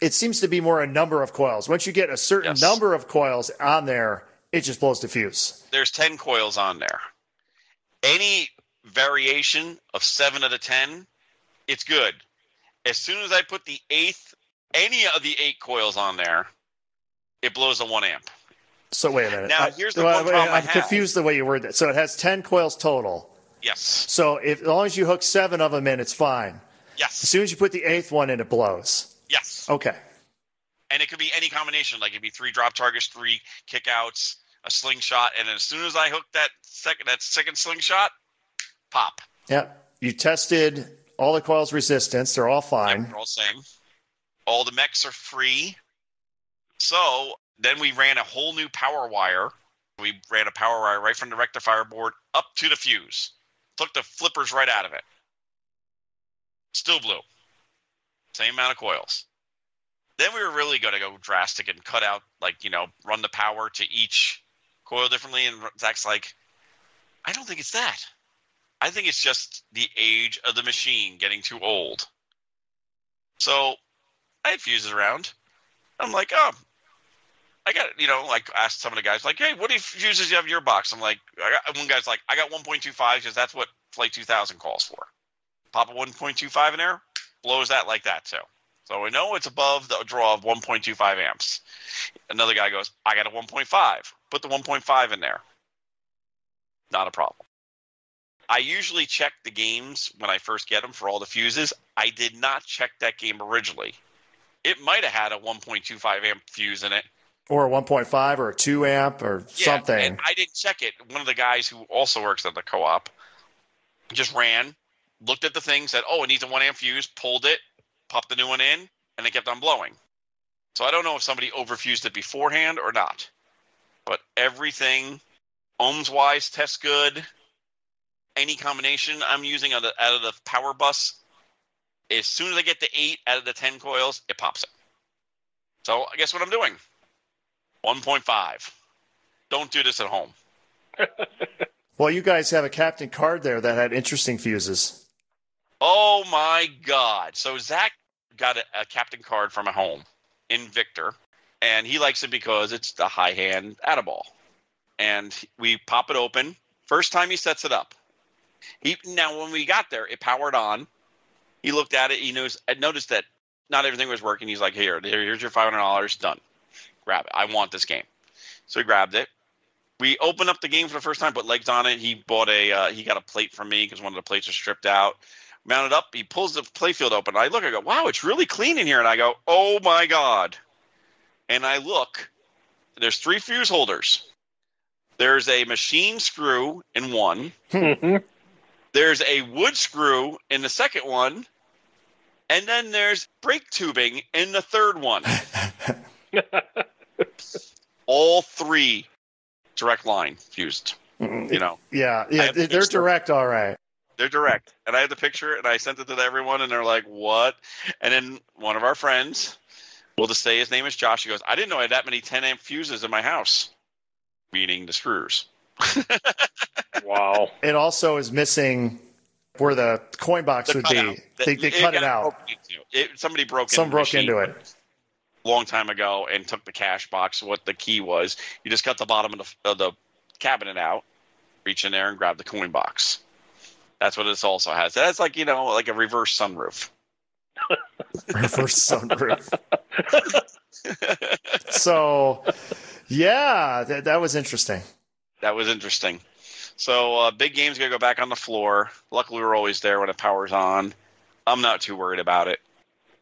[SPEAKER 3] it seems to be more a number of coils. Once you get a certain
[SPEAKER 4] Yes.
[SPEAKER 3] number of coils on there, it just blows the fuse.
[SPEAKER 4] There's ten coils on there. Any variation of seven out of ten, it's good. As soon as I put the eighth, any of the eight coils on there, it blows a one amp.
[SPEAKER 3] So wait a minute.
[SPEAKER 4] Now,
[SPEAKER 3] I-
[SPEAKER 4] here's the one problem I
[SPEAKER 3] I'm
[SPEAKER 4] have.
[SPEAKER 3] confused the way you word that. So it has ten coils total.
[SPEAKER 4] Yes,
[SPEAKER 3] So if, as long as you hook seven of them in, it's fine. As
[SPEAKER 4] yes,
[SPEAKER 3] soon as you put the eighth one in, it blows.
[SPEAKER 4] yes.
[SPEAKER 3] Okay.
[SPEAKER 4] and it could be any combination. Like it'd be three drop targets, three kickouts, a slingshot, and as soon as I hook that second that second slingshot, pop.
[SPEAKER 3] Yep. You tested all the coils resistance. They're all fine.
[SPEAKER 4] They're all same. All the mechs are free. So then we ran a whole new power wire. We ran a power wire right from the rectifier board up to the fuse. Took the flippers right out of it. Still blue. Same amount of coils. Then we were really going to go drastic and cut out, like, you know, run the power to each coil differently. And Zach's like, I don't think it's that. I think it's just the age of the machine getting too old. So I had fuses around. I'm like, oh, I got, you know, like asked some of the guys, like, hey, what do you fuses you have in your box? I'm like, I got, one guy's like, I got 1.25 because that's what Flight 2000 calls for. Pop a 1.25 in there, blows that like that, so So we know it's above the draw of 1.25 amps. Another guy goes, I got a 1.5. Put the 1.5 in there. Not a problem. I usually check the games when I first get them for all the fuses. I did not check that game originally. It might have had a 1.25 amp fuse in it.
[SPEAKER 3] Or a 1.5 or a 2 amp or
[SPEAKER 4] Yeah,
[SPEAKER 3] something.
[SPEAKER 4] And I didn't check it. One of the guys who also works at the co op just ran, looked at the thing, said, Oh, it needs a one amp fuse, pulled it, popped the new one in, and it kept on blowing. So I don't know if somebody overfused it beforehand or not. But everything ohms wise tests good. Any combination I'm using out of, out of the power bus, as soon as I get to eight out of the 10 coils, it pops it. So I guess what I'm doing 1.5 don't do this at home.
[SPEAKER 3] Well, you guys have a captain card there that had interesting fuses.
[SPEAKER 4] Oh my God. So Zach got a, a captain card from a home in Victor, and he likes it because it's the high hand Adderall. And we pop it open. First time he sets it up. He now when we got there, it powered on. He looked at it. He knows. I noticed that not everything was working. He's like, "Here, here- here's your five hundred dollars. Done. Grab it. I want this game." So he grabbed it. We opened up the game for the first time, put legs on it. He bought a. Uh, he got a plate from me because one of the plates was stripped out mounted up. He pulls the playfield open. I look, I go, wow, it's really clean in here. And I go, oh my God. And I look, there's three fuse holders. There's a machine screw in one. there's a wood screw in the second one. And then there's brake tubing in the third one. All three direct line fused, you know.
[SPEAKER 3] Yeah,
[SPEAKER 4] I
[SPEAKER 3] yeah,
[SPEAKER 4] have a
[SPEAKER 3] they- they're
[SPEAKER 4] picture.
[SPEAKER 3] direct, all right.
[SPEAKER 4] They're direct. And I had the picture and I sent it to everyone and they're like, what? And then one of our friends, we'll just say his name is Josh. He goes, I didn't know I had that many 10 amp fuses in my house, meaning the screws.
[SPEAKER 5] Wow.
[SPEAKER 3] It also is missing where the coin box
[SPEAKER 4] The
[SPEAKER 3] would
[SPEAKER 4] cutout.
[SPEAKER 3] be. They, they
[SPEAKER 4] It
[SPEAKER 3] cut it
[SPEAKER 4] got
[SPEAKER 3] out.
[SPEAKER 4] broken into. It- somebody broke
[SPEAKER 3] Some
[SPEAKER 4] into the
[SPEAKER 3] broke into
[SPEAKER 4] machine
[SPEAKER 3] it.
[SPEAKER 4] a long time ago and took the cash box, what the key was. You just cut the bottom of the, of the cabinet out, reach in there and grab the coin box. That's what this also has. That's like, you know, like a reverse sunroof.
[SPEAKER 3] Reverse sunroof. so, yeah, that, that was interesting.
[SPEAKER 4] that was interesting. So uh, big game's gonna go back on the floor. Luckily, we're always there when it powers on. I'm not too worried about it.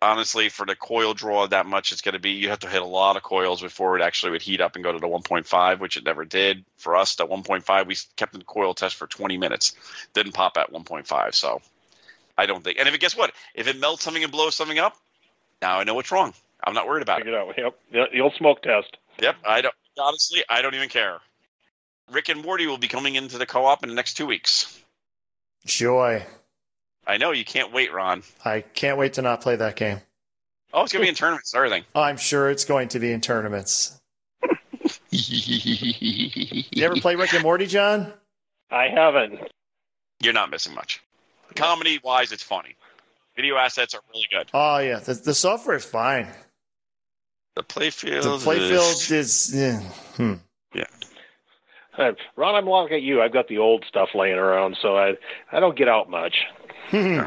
[SPEAKER 4] Honestly, for the coil draw that much, it's gonna be you have to hit a lot of coils before it actually would heat up and go to the 1.5, which it never did. For us, that 1.5, we kept in coil test for 20 minutes, didn't pop at 1.5. So I don't think. And if it guess what, if it melts something and blows something up, now I know what's wrong. I'm not worried about it.
[SPEAKER 5] Figured out. Yep. The the old smoke test.
[SPEAKER 4] Yep, I don't. Honestly, I don't even care. Rick and Morty will be coming into the co-op in the next two weeks.
[SPEAKER 3] Joy.
[SPEAKER 4] I know you can't wait, Ron.
[SPEAKER 3] I can't wait to not play that game.
[SPEAKER 4] Oh, it's gonna be in tournaments and everything.
[SPEAKER 3] I'm sure it's going to be in tournaments. You ever play Rick and Morty, John?
[SPEAKER 5] I haven't.
[SPEAKER 4] You're not missing much. Comedy wise, it's funny. Video assets are really good.
[SPEAKER 3] Oh, yeah. The, the software is fine.
[SPEAKER 4] The playfield.
[SPEAKER 3] The playfield is. Yeah. Hmm.
[SPEAKER 5] Uh, Ron, I'm looking at you. I've got the old stuff laying around, so I I don't get out much.
[SPEAKER 3] Hmm.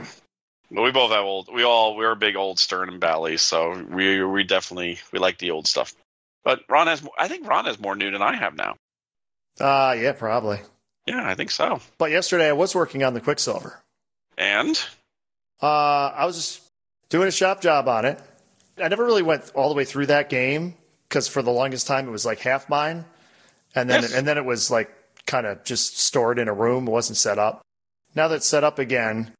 [SPEAKER 4] Well, we both have old. We all we're big old Stern and Bally, so we we definitely we like the old stuff. But Ron has. more- I think Ron has more new than I have now.
[SPEAKER 3] Ah, yeah, probably.
[SPEAKER 4] Yeah, I think so.
[SPEAKER 3] But yesterday I was working on the Quicksilver.
[SPEAKER 4] And
[SPEAKER 3] Uh, I was just doing a shop job on it. I never really went all the way through that game because for the longest time it was like half mine, and then
[SPEAKER 4] Yes.
[SPEAKER 3] and then it was like kind of just stored in a room, it wasn't set up. Now that it's set up again,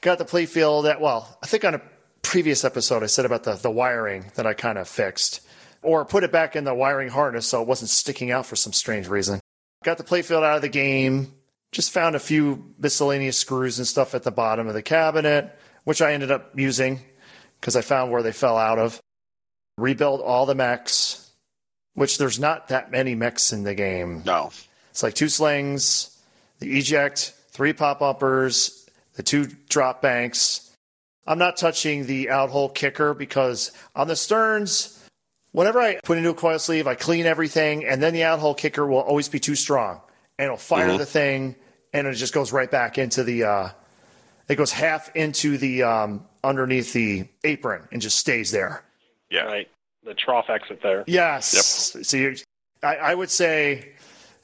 [SPEAKER 3] got the play field that well, I think on a previous episode I said about the the wiring that I kind of fixed or put it back in the wiring harness so it wasn't sticking out for some strange reason. Got the playfield out of the game. Just found a few miscellaneous screws and stuff at the bottom of the cabinet, which I ended up using because I found where they fell out of. Rebuilt all the mechs, which there's not that many mechs in the game.
[SPEAKER 4] no,
[SPEAKER 3] It's like two slings, the eject, three pop uppers, the two drop banks. I'm not touching the out hole kicker because on the sterns, whenever I put into a coil sleeve, I clean everything, and then the out hole kicker will always be too strong, and it'll fire the thing, and it just goes right back into the. Uh, it goes half into the um, underneath the apron and just stays there.
[SPEAKER 4] Yeah.
[SPEAKER 5] Right. The trough exit there.
[SPEAKER 3] Yes. So you, I, I would say,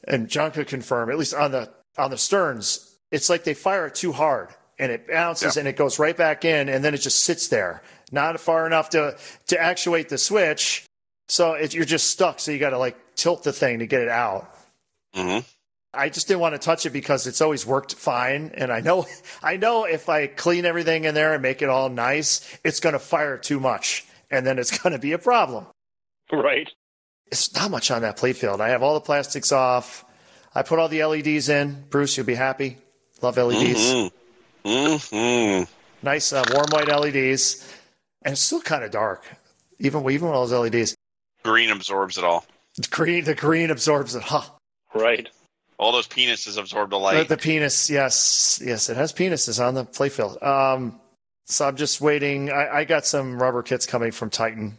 [SPEAKER 3] and John could confirm, at least on the on the sterns, it's like they fire it too hard and it bounces and it goes right back in and then it just sits there, not far enough to to actuate the switch. So it, you're just stuck. So you got to like tilt the thing to get it out.
[SPEAKER 4] hmm
[SPEAKER 3] I just didn't want to touch it because it's always worked fine, and I know, I know if I clean everything in there and make it all nice, it's going to fire too much, and then it's going to be a problem.
[SPEAKER 5] Right.
[SPEAKER 3] It's not much on that playfield. I have all the plastics off. I put all the LEDs in. Bruce, you'll be happy. Love LEDs.
[SPEAKER 4] Mm-hmm. hmm
[SPEAKER 3] Nice uh, warm white LEDs, and it's still kind of dark, even even with all those LEDs.
[SPEAKER 4] Green absorbs it all.
[SPEAKER 3] The green, the green absorbs it. Huh.
[SPEAKER 5] Right.
[SPEAKER 4] All those penises absorb the
[SPEAKER 3] The,
[SPEAKER 4] light.
[SPEAKER 3] the penis, yes, yes, it has penises on the playfield. Um, so I'm just waiting. I, I got some rubber kits coming from Titan.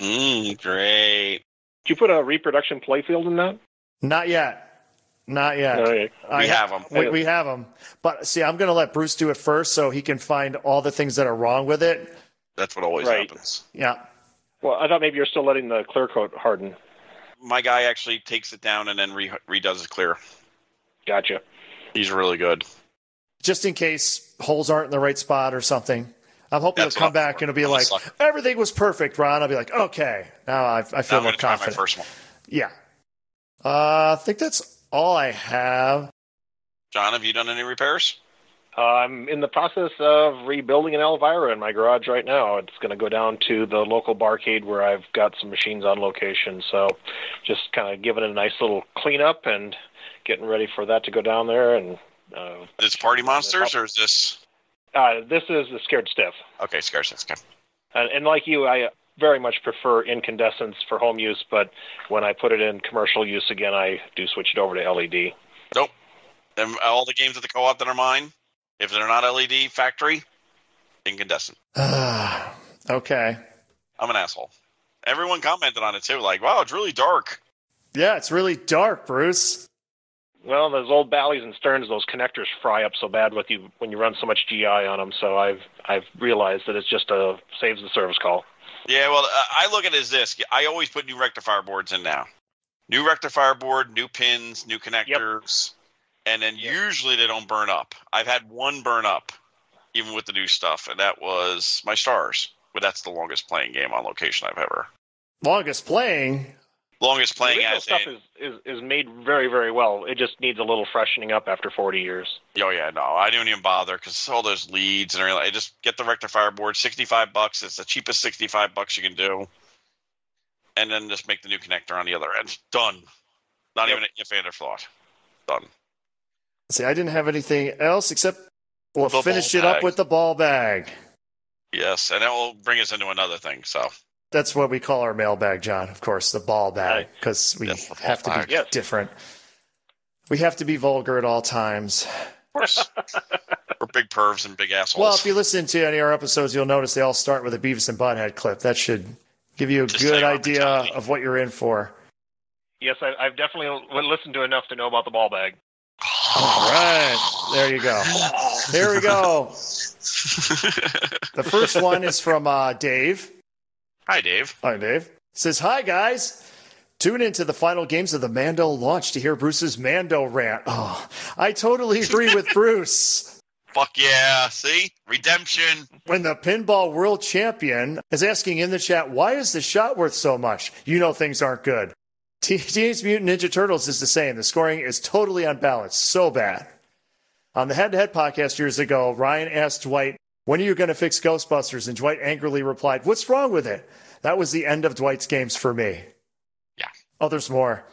[SPEAKER 4] mm, great.
[SPEAKER 5] Did you put a reproduction playfield in that?
[SPEAKER 3] Not yet, not yet.
[SPEAKER 5] Okay.
[SPEAKER 3] I-
[SPEAKER 4] Oh, we have 'em. have them.
[SPEAKER 3] We, we have them, but see, I'm going to let Bruce do it first, so he can find all the things that are wrong with it.
[SPEAKER 4] That's what always
[SPEAKER 5] Right.
[SPEAKER 4] happens.
[SPEAKER 3] Yeah,
[SPEAKER 5] Well, I thought maybe you're still letting the clear coat harden.
[SPEAKER 4] My guy actually takes it down and then re- redoes it clear.
[SPEAKER 5] Gotcha.
[SPEAKER 4] He's really good.
[SPEAKER 3] just in case holes aren't in the right spot or something. I'm hoping
[SPEAKER 4] That's
[SPEAKER 3] he'll come
[SPEAKER 4] what I'm
[SPEAKER 3] back
[SPEAKER 4] for.
[SPEAKER 3] and it'll be
[SPEAKER 4] I'm a
[SPEAKER 3] like
[SPEAKER 4] sucker.
[SPEAKER 3] everything was perfect, Ron. I'll be like, okay, now I, I
[SPEAKER 4] Now
[SPEAKER 3] feel
[SPEAKER 4] I'm
[SPEAKER 3] more
[SPEAKER 4] going to try my
[SPEAKER 3] confident.
[SPEAKER 4] first one.
[SPEAKER 3] Yeah, uh, I think that's all I have.
[SPEAKER 4] John, have you done any repairs?
[SPEAKER 5] I'm in the process of rebuilding an Elvira in my garage right now. It's going to go down to the local barcade where I've got some machines on location. So just kind of giving it a nice little cleanup and getting ready for that to go down there. And uh,
[SPEAKER 4] Is this Party Monsters or is this.
[SPEAKER 5] uh, this is the Scared Stiff.
[SPEAKER 4] Okay, Scarce. That's good.
[SPEAKER 5] And, and like you, I very much prefer incandescence for home use, but when I put it in commercial use again, I do switch it over to E LED.
[SPEAKER 4] Then all the games at the co op that are mine, if they're not LED factory, incandescent.
[SPEAKER 3] okay.
[SPEAKER 4] I'm an asshole. Everyone commented on it too, like, wow, it's really dark.
[SPEAKER 3] Yeah, it's really dark, Bruce.
[SPEAKER 5] Well, those old Bally's and Sterns, those connectors fry up so bad with you when you run so much GI on them. So I've I've realized that it's just a saves the service call.
[SPEAKER 4] Yeah, well, uh, I look at it as this. I always put new rectifier boards in now. New rectifier board, new pins, new connectors, and then usually they don't burn up. I've had one burn up, even with the new stuff, and that was my stars. But that's the longest playing game on location I've ever.
[SPEAKER 3] Longest playing.
[SPEAKER 4] Longest playing
[SPEAKER 5] the original
[SPEAKER 4] as
[SPEAKER 5] stuff
[SPEAKER 4] in,
[SPEAKER 5] is, is is made very very well. It just needs a little freshening up after 40 years.
[SPEAKER 4] Oh yeah, no, I didn't even bother because all those leads and everything. I just get the rectifier board, sixty-five bucks. It's the cheapest sixty-five bucks you can do, and then just make the new connector on the other end. Done. Not even an if and or thought. Done.
[SPEAKER 3] See, I didn't have anything else except we'll
[SPEAKER 4] The
[SPEAKER 3] finish
[SPEAKER 4] ball
[SPEAKER 3] it up
[SPEAKER 4] bag.
[SPEAKER 3] with the ball bag.
[SPEAKER 4] Yes, and that will bring us into another thing. So
[SPEAKER 3] That's what we call our mailbag, John. Of course, the ball bag, because we
[SPEAKER 4] Yes, the ball
[SPEAKER 3] have to
[SPEAKER 4] bag.
[SPEAKER 3] be
[SPEAKER 5] Yes.
[SPEAKER 3] different. We have to be vulgar at all times.
[SPEAKER 4] of course, we're big pervs and big assholes.
[SPEAKER 3] Well, if you listen to any of our episodes, you'll notice they all start with a Beavis and Butthead clip. That should give you a
[SPEAKER 4] Just
[SPEAKER 3] good
[SPEAKER 4] like our
[SPEAKER 3] idea
[SPEAKER 4] mentality.
[SPEAKER 3] of what you're in for.
[SPEAKER 5] Yes, I, I've definitely listened to enough to know about the ball bag.
[SPEAKER 3] All right. There you go. Here we go. The first one is from uh, Dave.
[SPEAKER 4] Hi, Dave.
[SPEAKER 3] Hi, Dave. Says, Hi, guys. Tune into the final games of the Mando launch to hear Bruce's Mando rant. Oh, I totally agree with Bruce.
[SPEAKER 4] Fuck yeah! See, redemption.
[SPEAKER 3] When the pinball world champion is asking in the chat, why is the shot worth so much? You know things aren't good. Te- Teenage Mutant Ninja Turtles is the same. The scoring is totally unbalanced. So bad. On the head to head podcast years ago, Ryan asked Dwight, When are you going to fix Ghostbusters? And Dwight angrily replied, What's wrong with it? That was the end of Dwight's games for me.
[SPEAKER 4] Yeah.
[SPEAKER 3] Oh, there's more.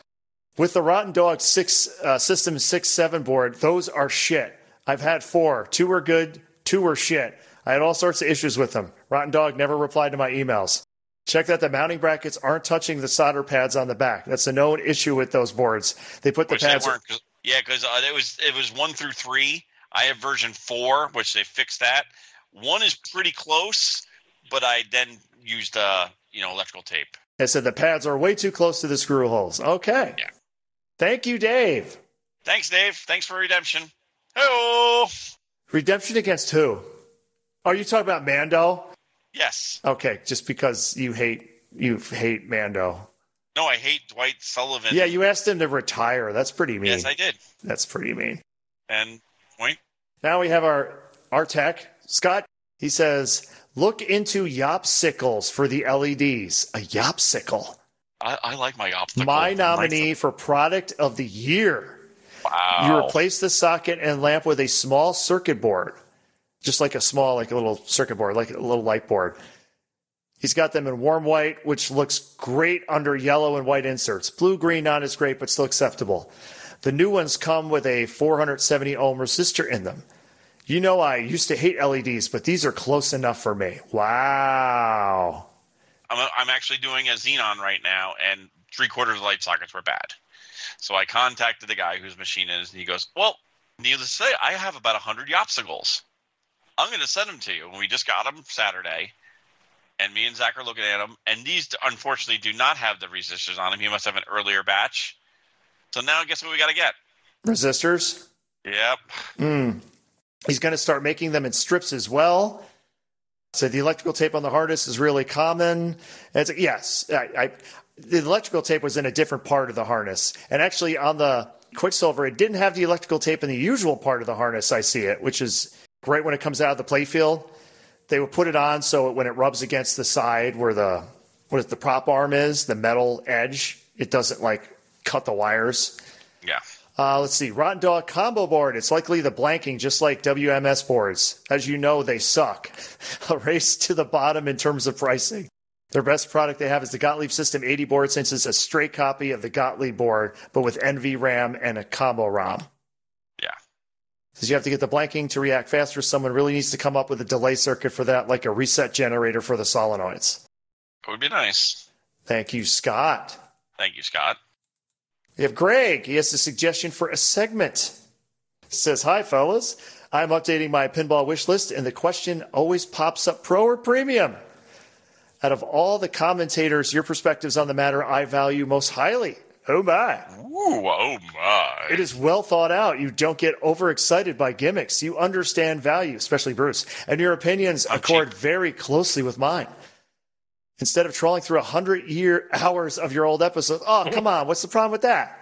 [SPEAKER 3] With the Rotten Dog six, uh, System 6 7 board, those are shit. I've had four. Two were good, two were shit. I had all sorts of issues with them. Rotten Dog never replied to my emails. Check that the mounting brackets aren't touching the solder pads on the back. That's a known issue with those boards. They put the
[SPEAKER 4] which
[SPEAKER 3] pads.
[SPEAKER 4] they weren't. 'cause- yeah, because uh, it was it was one through three. I have version four, which they fixed that. One is pretty close, but I then used uh you know electrical tape.
[SPEAKER 3] It said the pads are way too close to the screw holes. Okay.
[SPEAKER 4] Yeah.
[SPEAKER 3] Thank you, Dave.
[SPEAKER 4] Thanks, Dave. Thanks for redemption. Hello.
[SPEAKER 3] Redemption against who? Are you talking about Mando?
[SPEAKER 4] Yes.
[SPEAKER 3] Okay, just because you hate you hate Mando.
[SPEAKER 4] No, I hate Dwight Sullivan.
[SPEAKER 3] Yeah, you asked him to retire. That's pretty mean.
[SPEAKER 4] Yes, I did.
[SPEAKER 3] That's pretty mean.
[SPEAKER 4] And point.
[SPEAKER 3] Now we have our our tech Scott. He says, "Look into yopsicles for the LEDs. A yopsicle,
[SPEAKER 4] I, I like my optical.
[SPEAKER 3] my nominee for product of the year.
[SPEAKER 4] Wow.
[SPEAKER 3] You replace the socket and lamp with a small circuit board, just like a small, like a little circuit board, like a little light board. He's got them in warm white, which looks great under yellow and white inserts. Blue green, not as great, but still acceptable. The new ones come with a 470 ohm resistor in them. You know, I used to hate LEDs, but these are close enough for me. Wow.
[SPEAKER 4] I'm, I'm actually doing a xenon right now, and three quarters of the light sockets were bad. So I contacted the guy whose machine it is, and he goes, "Well, needless to say, I have about hundred yopsicles. I'm going to send them to you." And we just got them Saturday, and me and Zach are looking at them. And these, unfortunately, do not have the resistors on them. He must have an earlier batch. So now, guess what we got to get?
[SPEAKER 3] Resistors?
[SPEAKER 4] Yep.
[SPEAKER 3] Mm. He's going to start making them in strips as well. So the electrical tape on the harness is really common. It's yes, I, I, the electrical tape was in a different part of the harness, and actually on the Quicksilver, it didn't have the electrical tape in the usual part of the harness. I see it, which is great when it comes out of the playfield. They would put it on so it, when it rubs against the side where the what is the prop arm is, the metal edge, it doesn't like cut the wires.
[SPEAKER 4] Yeah.
[SPEAKER 3] Uh, let's see. Rotten Dog combo board. It's likely the blanking, just like WMS boards. As you know, they suck. A race to the bottom in terms of pricing. Their best product they have is the Gottlieb System 80 board, since it's a straight copy of the Gottlieb board, but with NV RAM and a combo ROM.
[SPEAKER 4] Yeah.
[SPEAKER 3] Says you have to get the blanking to react faster. Someone really needs to come up with a delay circuit for that, like a reset generator for the solenoids.
[SPEAKER 4] It would be nice.
[SPEAKER 3] Thank you, Scott.
[SPEAKER 4] Thank you, Scott.
[SPEAKER 3] We have Greg. He has a suggestion for a segment. Says, Hi, fellas. I'm updating my pinball wish list, and the question always pops up pro or premium. Out of all the commentators, your perspectives on the matter I value most highly. Oh, my.
[SPEAKER 4] Ooh, oh my.
[SPEAKER 3] It is well thought out. You don't get overexcited by gimmicks. You understand value, especially Bruce, and your opinions
[SPEAKER 4] Oh,
[SPEAKER 3] accord
[SPEAKER 4] gee.
[SPEAKER 3] very closely with mine. Instead of trawling through a hundred year hours of your old episodes, oh come on, what's the problem with that?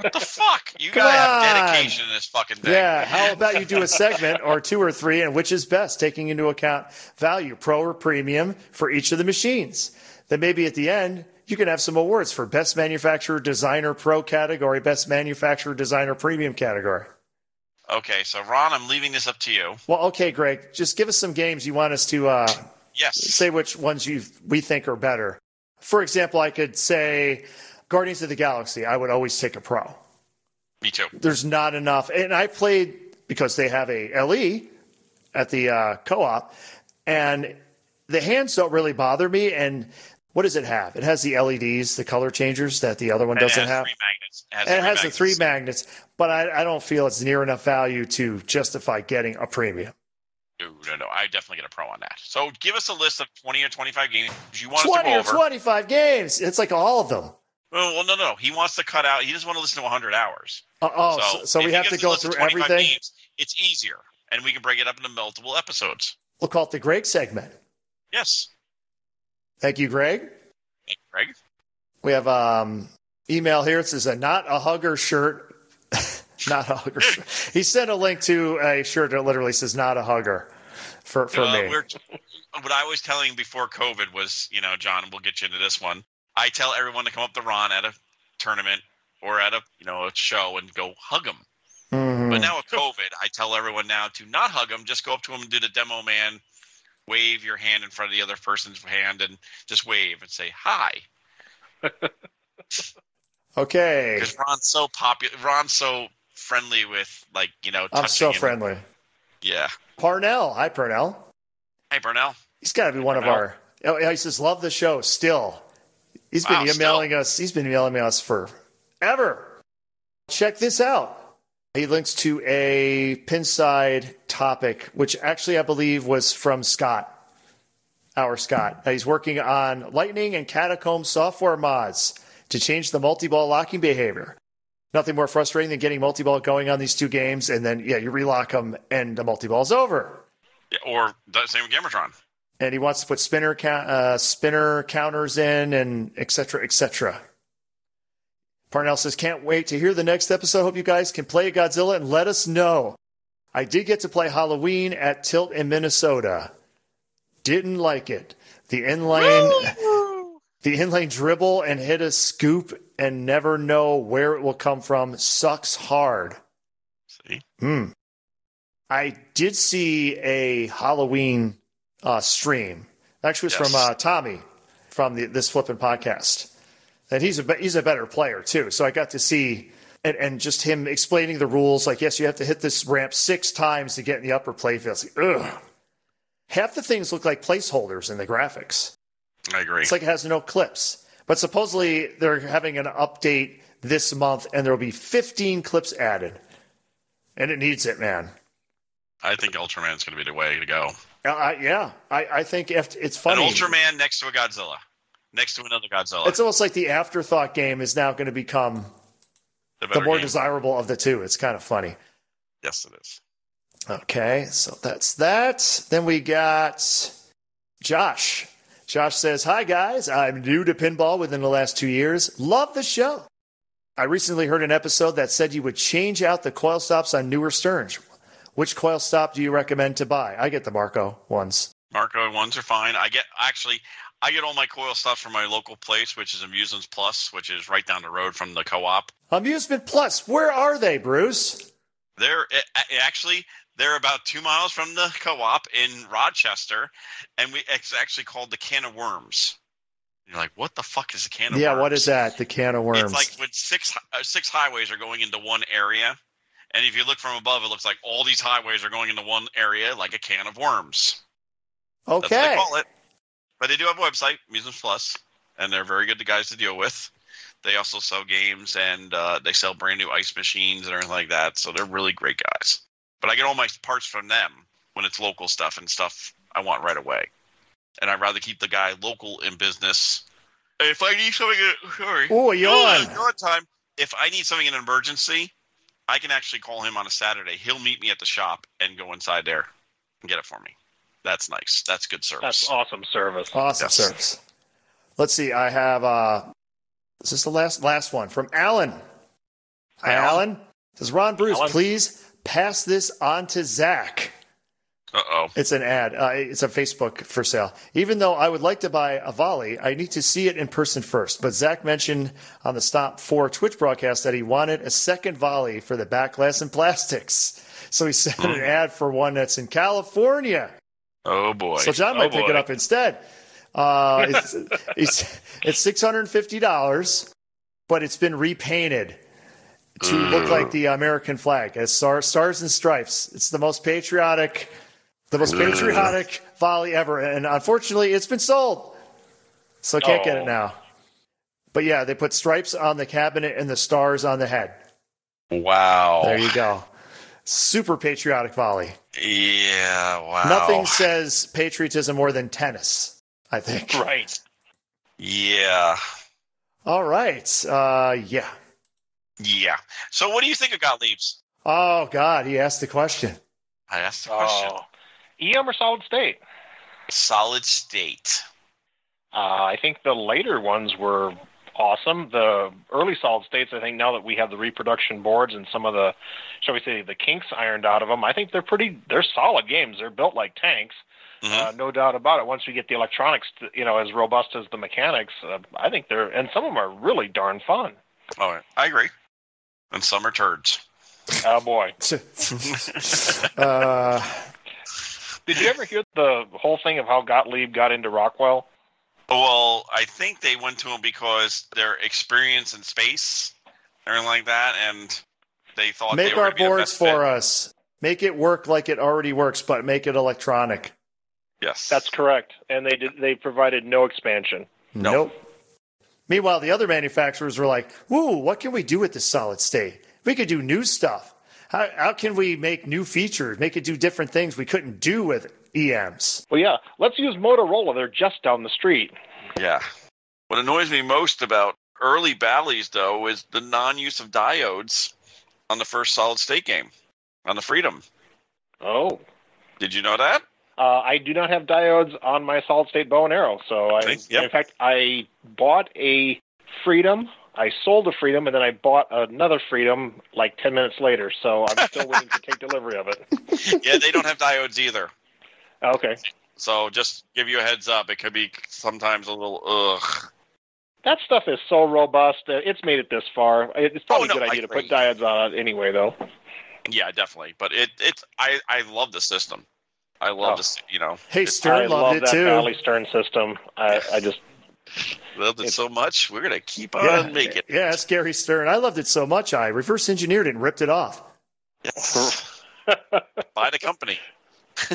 [SPEAKER 4] What the fuck? You
[SPEAKER 3] Come
[SPEAKER 4] gotta
[SPEAKER 3] on.
[SPEAKER 4] have dedication to this fucking thing.
[SPEAKER 3] Yeah, how about you do a segment or two or three, and which is best, taking into account value, pro or premium, for each of the machines. Then maybe at the end, you can have some awards for best manufacturer, designer, pro category, best manufacturer, designer, premium category.
[SPEAKER 4] Okay, so Ron, I'm leaving this up to you.
[SPEAKER 3] Well, okay, Greg, just give us some games you want us to uh,
[SPEAKER 4] Yes.
[SPEAKER 3] say which ones you we think are better. For example, I could say Guardians of the Galaxy. I would always take a pro.
[SPEAKER 4] Me too.
[SPEAKER 3] There's not enough, and I played because they have a LE at the uh, co-op, and the hands don't really bother me. And what does it have? It has the LEDs, the color changers that the other one doesn't
[SPEAKER 4] it has
[SPEAKER 3] have.
[SPEAKER 4] three magnets. It has,
[SPEAKER 3] And it has the
[SPEAKER 4] magnets.
[SPEAKER 3] three magnets, but I, I don't feel it's near enough value to justify getting a premium.
[SPEAKER 4] No, no, no. I definitely get a pro on that. So give us a list of 20 or 25 games you want us to
[SPEAKER 3] 20
[SPEAKER 4] go
[SPEAKER 3] or
[SPEAKER 4] over.
[SPEAKER 3] 25 games. It's like all of them.
[SPEAKER 4] Well, well, no, no. He wants to cut out. He doesn't want to listen to 100 hours.
[SPEAKER 3] Uh, oh, so, so
[SPEAKER 4] if
[SPEAKER 3] we
[SPEAKER 4] he
[SPEAKER 3] have to
[SPEAKER 4] gets a
[SPEAKER 3] go
[SPEAKER 4] list of
[SPEAKER 3] through
[SPEAKER 4] 25
[SPEAKER 3] everything.
[SPEAKER 4] games, it's easier. And we can break it up into multiple episodes.
[SPEAKER 3] We'll call it the Greg segment.
[SPEAKER 4] Yes.
[SPEAKER 3] Thank you, Greg.
[SPEAKER 4] Thank you, Greg.
[SPEAKER 3] We have um email here. It says a not a hugger shirt. not a hugger shirt. He sent a link to a shirt that literally says not a hugger for, for
[SPEAKER 4] Uh,
[SPEAKER 3] me.
[SPEAKER 4] we're- what I was telling before COVID was, you know, John, we'll get you into this one. I tell everyone to come up to Ron at a tournament or at a, you know, a show and go hug him.
[SPEAKER 3] Mhm.
[SPEAKER 4] But now with COVID, I tell everyone now to not hug them. Just go up to them and do the demo man, wave your hand in front of the other person's hand, and just wave and say hi.
[SPEAKER 3] okay.
[SPEAKER 4] Because Ron's so popular. Ron's so friendly with like you know.
[SPEAKER 3] I'm
[SPEAKER 4] touching
[SPEAKER 3] so
[SPEAKER 4] and-
[SPEAKER 3] friendly.
[SPEAKER 4] Yeah.
[SPEAKER 3] Parnell. Hi, Parnell.
[SPEAKER 4] Hey, Burnell.
[SPEAKER 3] He's got to be one of
[SPEAKER 4] Parnell.
[SPEAKER 3] our. Oh, yeah, he says, love the show still. He's been
[SPEAKER 4] Wow, still.
[SPEAKER 3] emailing us. He's been emailing us forever. Check this out. He links to a pinside topic, which actually I believe was from Scott, our Scott. Uh, He's working on lightning and catacomb software mods to change the multi-ball locking behavior. Nothing more frustrating than getting multi-ball going on these two games, and then yeah, you relock them, and the multi-ball's over.
[SPEAKER 4] or the same with Gamatron.
[SPEAKER 3] and he wants to put spinner cou- uh, spinner counters in and et cetera, et cetera. Parnell says, "Can't wait to hear the next episode. Hope you guys can play Godzilla and let us know." I did get to play Halloween at Tilt in Minnesota. Didn't like it. The inline, the inline dribble and hit a scoop and never know where it will come from sucks hard.
[SPEAKER 4] See,
[SPEAKER 3] Hmm. I did see a Halloween uh, stream. Actually, it was
[SPEAKER 4] Yes.
[SPEAKER 3] from uh, Tommy from the, this flipping podcast. And he's a be- he's a better player too. So I got to see and, and just him explaining the rules. Like, yes, you have to hit this ramp six times to get in the upper playfield. It's like, ugh. Half the things look like placeholders in the graphics.
[SPEAKER 4] I agree.
[SPEAKER 3] It's like it has no clips. But supposedly they're having an update this month, and there will be 15 clips added. And it needs it, man.
[SPEAKER 4] I think Ultraman's going to be the way to go.
[SPEAKER 3] Uh, I, yeah, I, I think if, it's funny.
[SPEAKER 4] An Ultraman next to a Godzilla, next to another Godzilla.
[SPEAKER 3] It's almost like the afterthought game is now going to become the
[SPEAKER 4] the, better
[SPEAKER 3] more
[SPEAKER 4] game.
[SPEAKER 3] desirable of the two. It's kind of funny.
[SPEAKER 4] Yes, it is.
[SPEAKER 3] Okay, so that's that. Then we got Josh. Josh says, Hi guys, I'm new to pinball within the last two years. Love the show. I recently heard an episode that said you would change out the coil stops on newer Sterns. Which coil stop do you recommend to buy? I get the Marco ones.
[SPEAKER 4] Marco ones are fine. I get actually, I get all my coil stuff from my local place, which is Amusements Plus, which is right down the road from the co-op.
[SPEAKER 3] Amusement Plus, where are they, Bruce?
[SPEAKER 4] They're a- a- actually they're about two miles from the co-op in Rochester, and we it's actually called the Can of Worms. You're like, what the fuck is a can of
[SPEAKER 3] yeah,
[SPEAKER 4] worms?
[SPEAKER 3] what is that? The can of worms.
[SPEAKER 4] It's like when six uh, six highways are going into one area, and if you look from above, it looks like all these highways are going into one area, like a can of worms. That's what
[SPEAKER 3] okay.
[SPEAKER 4] they call it. But they do have a website, Museums Plus, and they're very good to guys to deal with. They also sell games and uh, they sell brand new ice machines and everything like that. So they're really great guys. But I get all my parts from them when it's local stuff and stuff I want right away. And I'd rather keep the guy local in business. If I need something, uh, sorry.
[SPEAKER 3] Oh, a yawn.
[SPEAKER 4] Ah, yawn time. If I need something in an emergency, I can actually call him on a Saturday. He'll meet me at the shop and go inside there and get it for me. That's nice. That's good service.
[SPEAKER 5] That's awesome service.
[SPEAKER 3] Awesome
[SPEAKER 4] Yes.
[SPEAKER 3] service. Let's see. I have. uh Is this the last last one from Alan? Hi, Alan. Says Ron Bruce,
[SPEAKER 5] Alan.
[SPEAKER 3] please pass this on to Zach.
[SPEAKER 4] Uh oh.
[SPEAKER 3] It's an ad. Uh, it's a Facebook for sale. Even though I would like to buy a volley, I need to see it in person first. But Zach mentioned on the Stop 4 Twitch broadcast that he wanted a second volley for the backlash and plastics. So he sent
[SPEAKER 4] Hmm.
[SPEAKER 3] an ad for one that's in California.
[SPEAKER 4] Oh boy.
[SPEAKER 3] So John might pick it up instead. Uh, it's, it's it's six hundred and fifty dollars, but it's been repainted to look
[SPEAKER 4] Mm.
[SPEAKER 3] like the American flag as star, stars and stripes. It's the most patriotic, the most
[SPEAKER 4] Mm.
[SPEAKER 3] patriotic volley ever, and unfortunately, it's been sold, so I can't get
[SPEAKER 5] Oh.
[SPEAKER 3] it now. But yeah, they put stripes on the cabinet and the stars on the head.
[SPEAKER 4] Wow.
[SPEAKER 3] There you go. Super patriotic volley.
[SPEAKER 4] Yeah. Wow.
[SPEAKER 3] Nothing says patriotism more than tennis, I think.
[SPEAKER 5] Right.
[SPEAKER 4] Yeah.
[SPEAKER 3] All right. Uh, yeah.
[SPEAKER 4] Yeah. So what do you think of Gottlieb's?
[SPEAKER 3] Oh God, he asked the question.
[SPEAKER 4] I asked the question.
[SPEAKER 5] Oh. EM or solid state?
[SPEAKER 4] Solid state.
[SPEAKER 5] Uh, I think the later ones were awesome. The early solid states, I think, now that we have the reproduction boards and some of the, shall we say, the kinks ironed out of them, I think they're pretty. They're solid games. They're built like tanks,
[SPEAKER 4] Mhm.
[SPEAKER 5] uh, no doubt about it. Once we get the electronics, to, you know, as robust as the mechanics, uh, I think they're, and some of them are really darn fun.
[SPEAKER 4] All right. I agree. And some are turds.
[SPEAKER 5] Oh boy!
[SPEAKER 3] uh,
[SPEAKER 5] Did you ever hear the whole thing of how Gottlieb got into Rockwell?
[SPEAKER 4] Well, I think they went to him because their experience in space or like that, and they thought they
[SPEAKER 3] make
[SPEAKER 4] were
[SPEAKER 3] our
[SPEAKER 4] gonna be the
[SPEAKER 3] boards
[SPEAKER 4] best fit.
[SPEAKER 3] for uh, us. Make it work like it already works, but make it electronic.
[SPEAKER 4] Yes.
[SPEAKER 5] That's correct. And they did. They provided no expansion.
[SPEAKER 4] Nope.
[SPEAKER 3] Meanwhile, the other manufacturers were like, "Ooh, what can we do with this solid state? We could do new stuff. How, how can we make new features? Make it do different things we couldn't do with E EMs."
[SPEAKER 5] Well, yeah. Let's use Motorola. They're just down the street.
[SPEAKER 4] Yeah. What annoys me most about early Bally's, though, is the non use of diodes on the first solid state game, on the Freedom.
[SPEAKER 5] Oh,
[SPEAKER 4] Did you know that?
[SPEAKER 5] Uh, I do not have diodes on my solid state bow and arrow. So, I,
[SPEAKER 4] Thanks, yep.
[SPEAKER 5] in fact, I bought a Freedom. I sold a Freedom, and then I bought another Freedom like ten minutes later. So I'm still waiting to take delivery of it. Uh,
[SPEAKER 4] yeah, they don't have diodes either.
[SPEAKER 5] Okay,
[SPEAKER 4] So just give you a heads up. It could be sometimes a little ugh.
[SPEAKER 5] that stuff is so robust. Uh, it's made it this far. It- It's probably
[SPEAKER 4] Oh, no,
[SPEAKER 5] a good
[SPEAKER 4] I
[SPEAKER 5] idea to put
[SPEAKER 4] agree.
[SPEAKER 5] diodes on it anyway, though.
[SPEAKER 4] Yeah, definitely. But it it's I I love the system. I love
[SPEAKER 5] Oh.
[SPEAKER 4] this. You know,
[SPEAKER 3] Hey,
[SPEAKER 5] I
[SPEAKER 3] Stern
[SPEAKER 5] love
[SPEAKER 3] loved it
[SPEAKER 5] that
[SPEAKER 3] too.
[SPEAKER 5] Valley Stern system. I, I just
[SPEAKER 4] loved it
[SPEAKER 5] It's-
[SPEAKER 4] so much. We're gonna keep on
[SPEAKER 3] Yeah,
[SPEAKER 4] making it.
[SPEAKER 3] yeah, it's Gary Stern. I loved it so much I reverse engineered it and ripped it off.
[SPEAKER 4] Buy the company.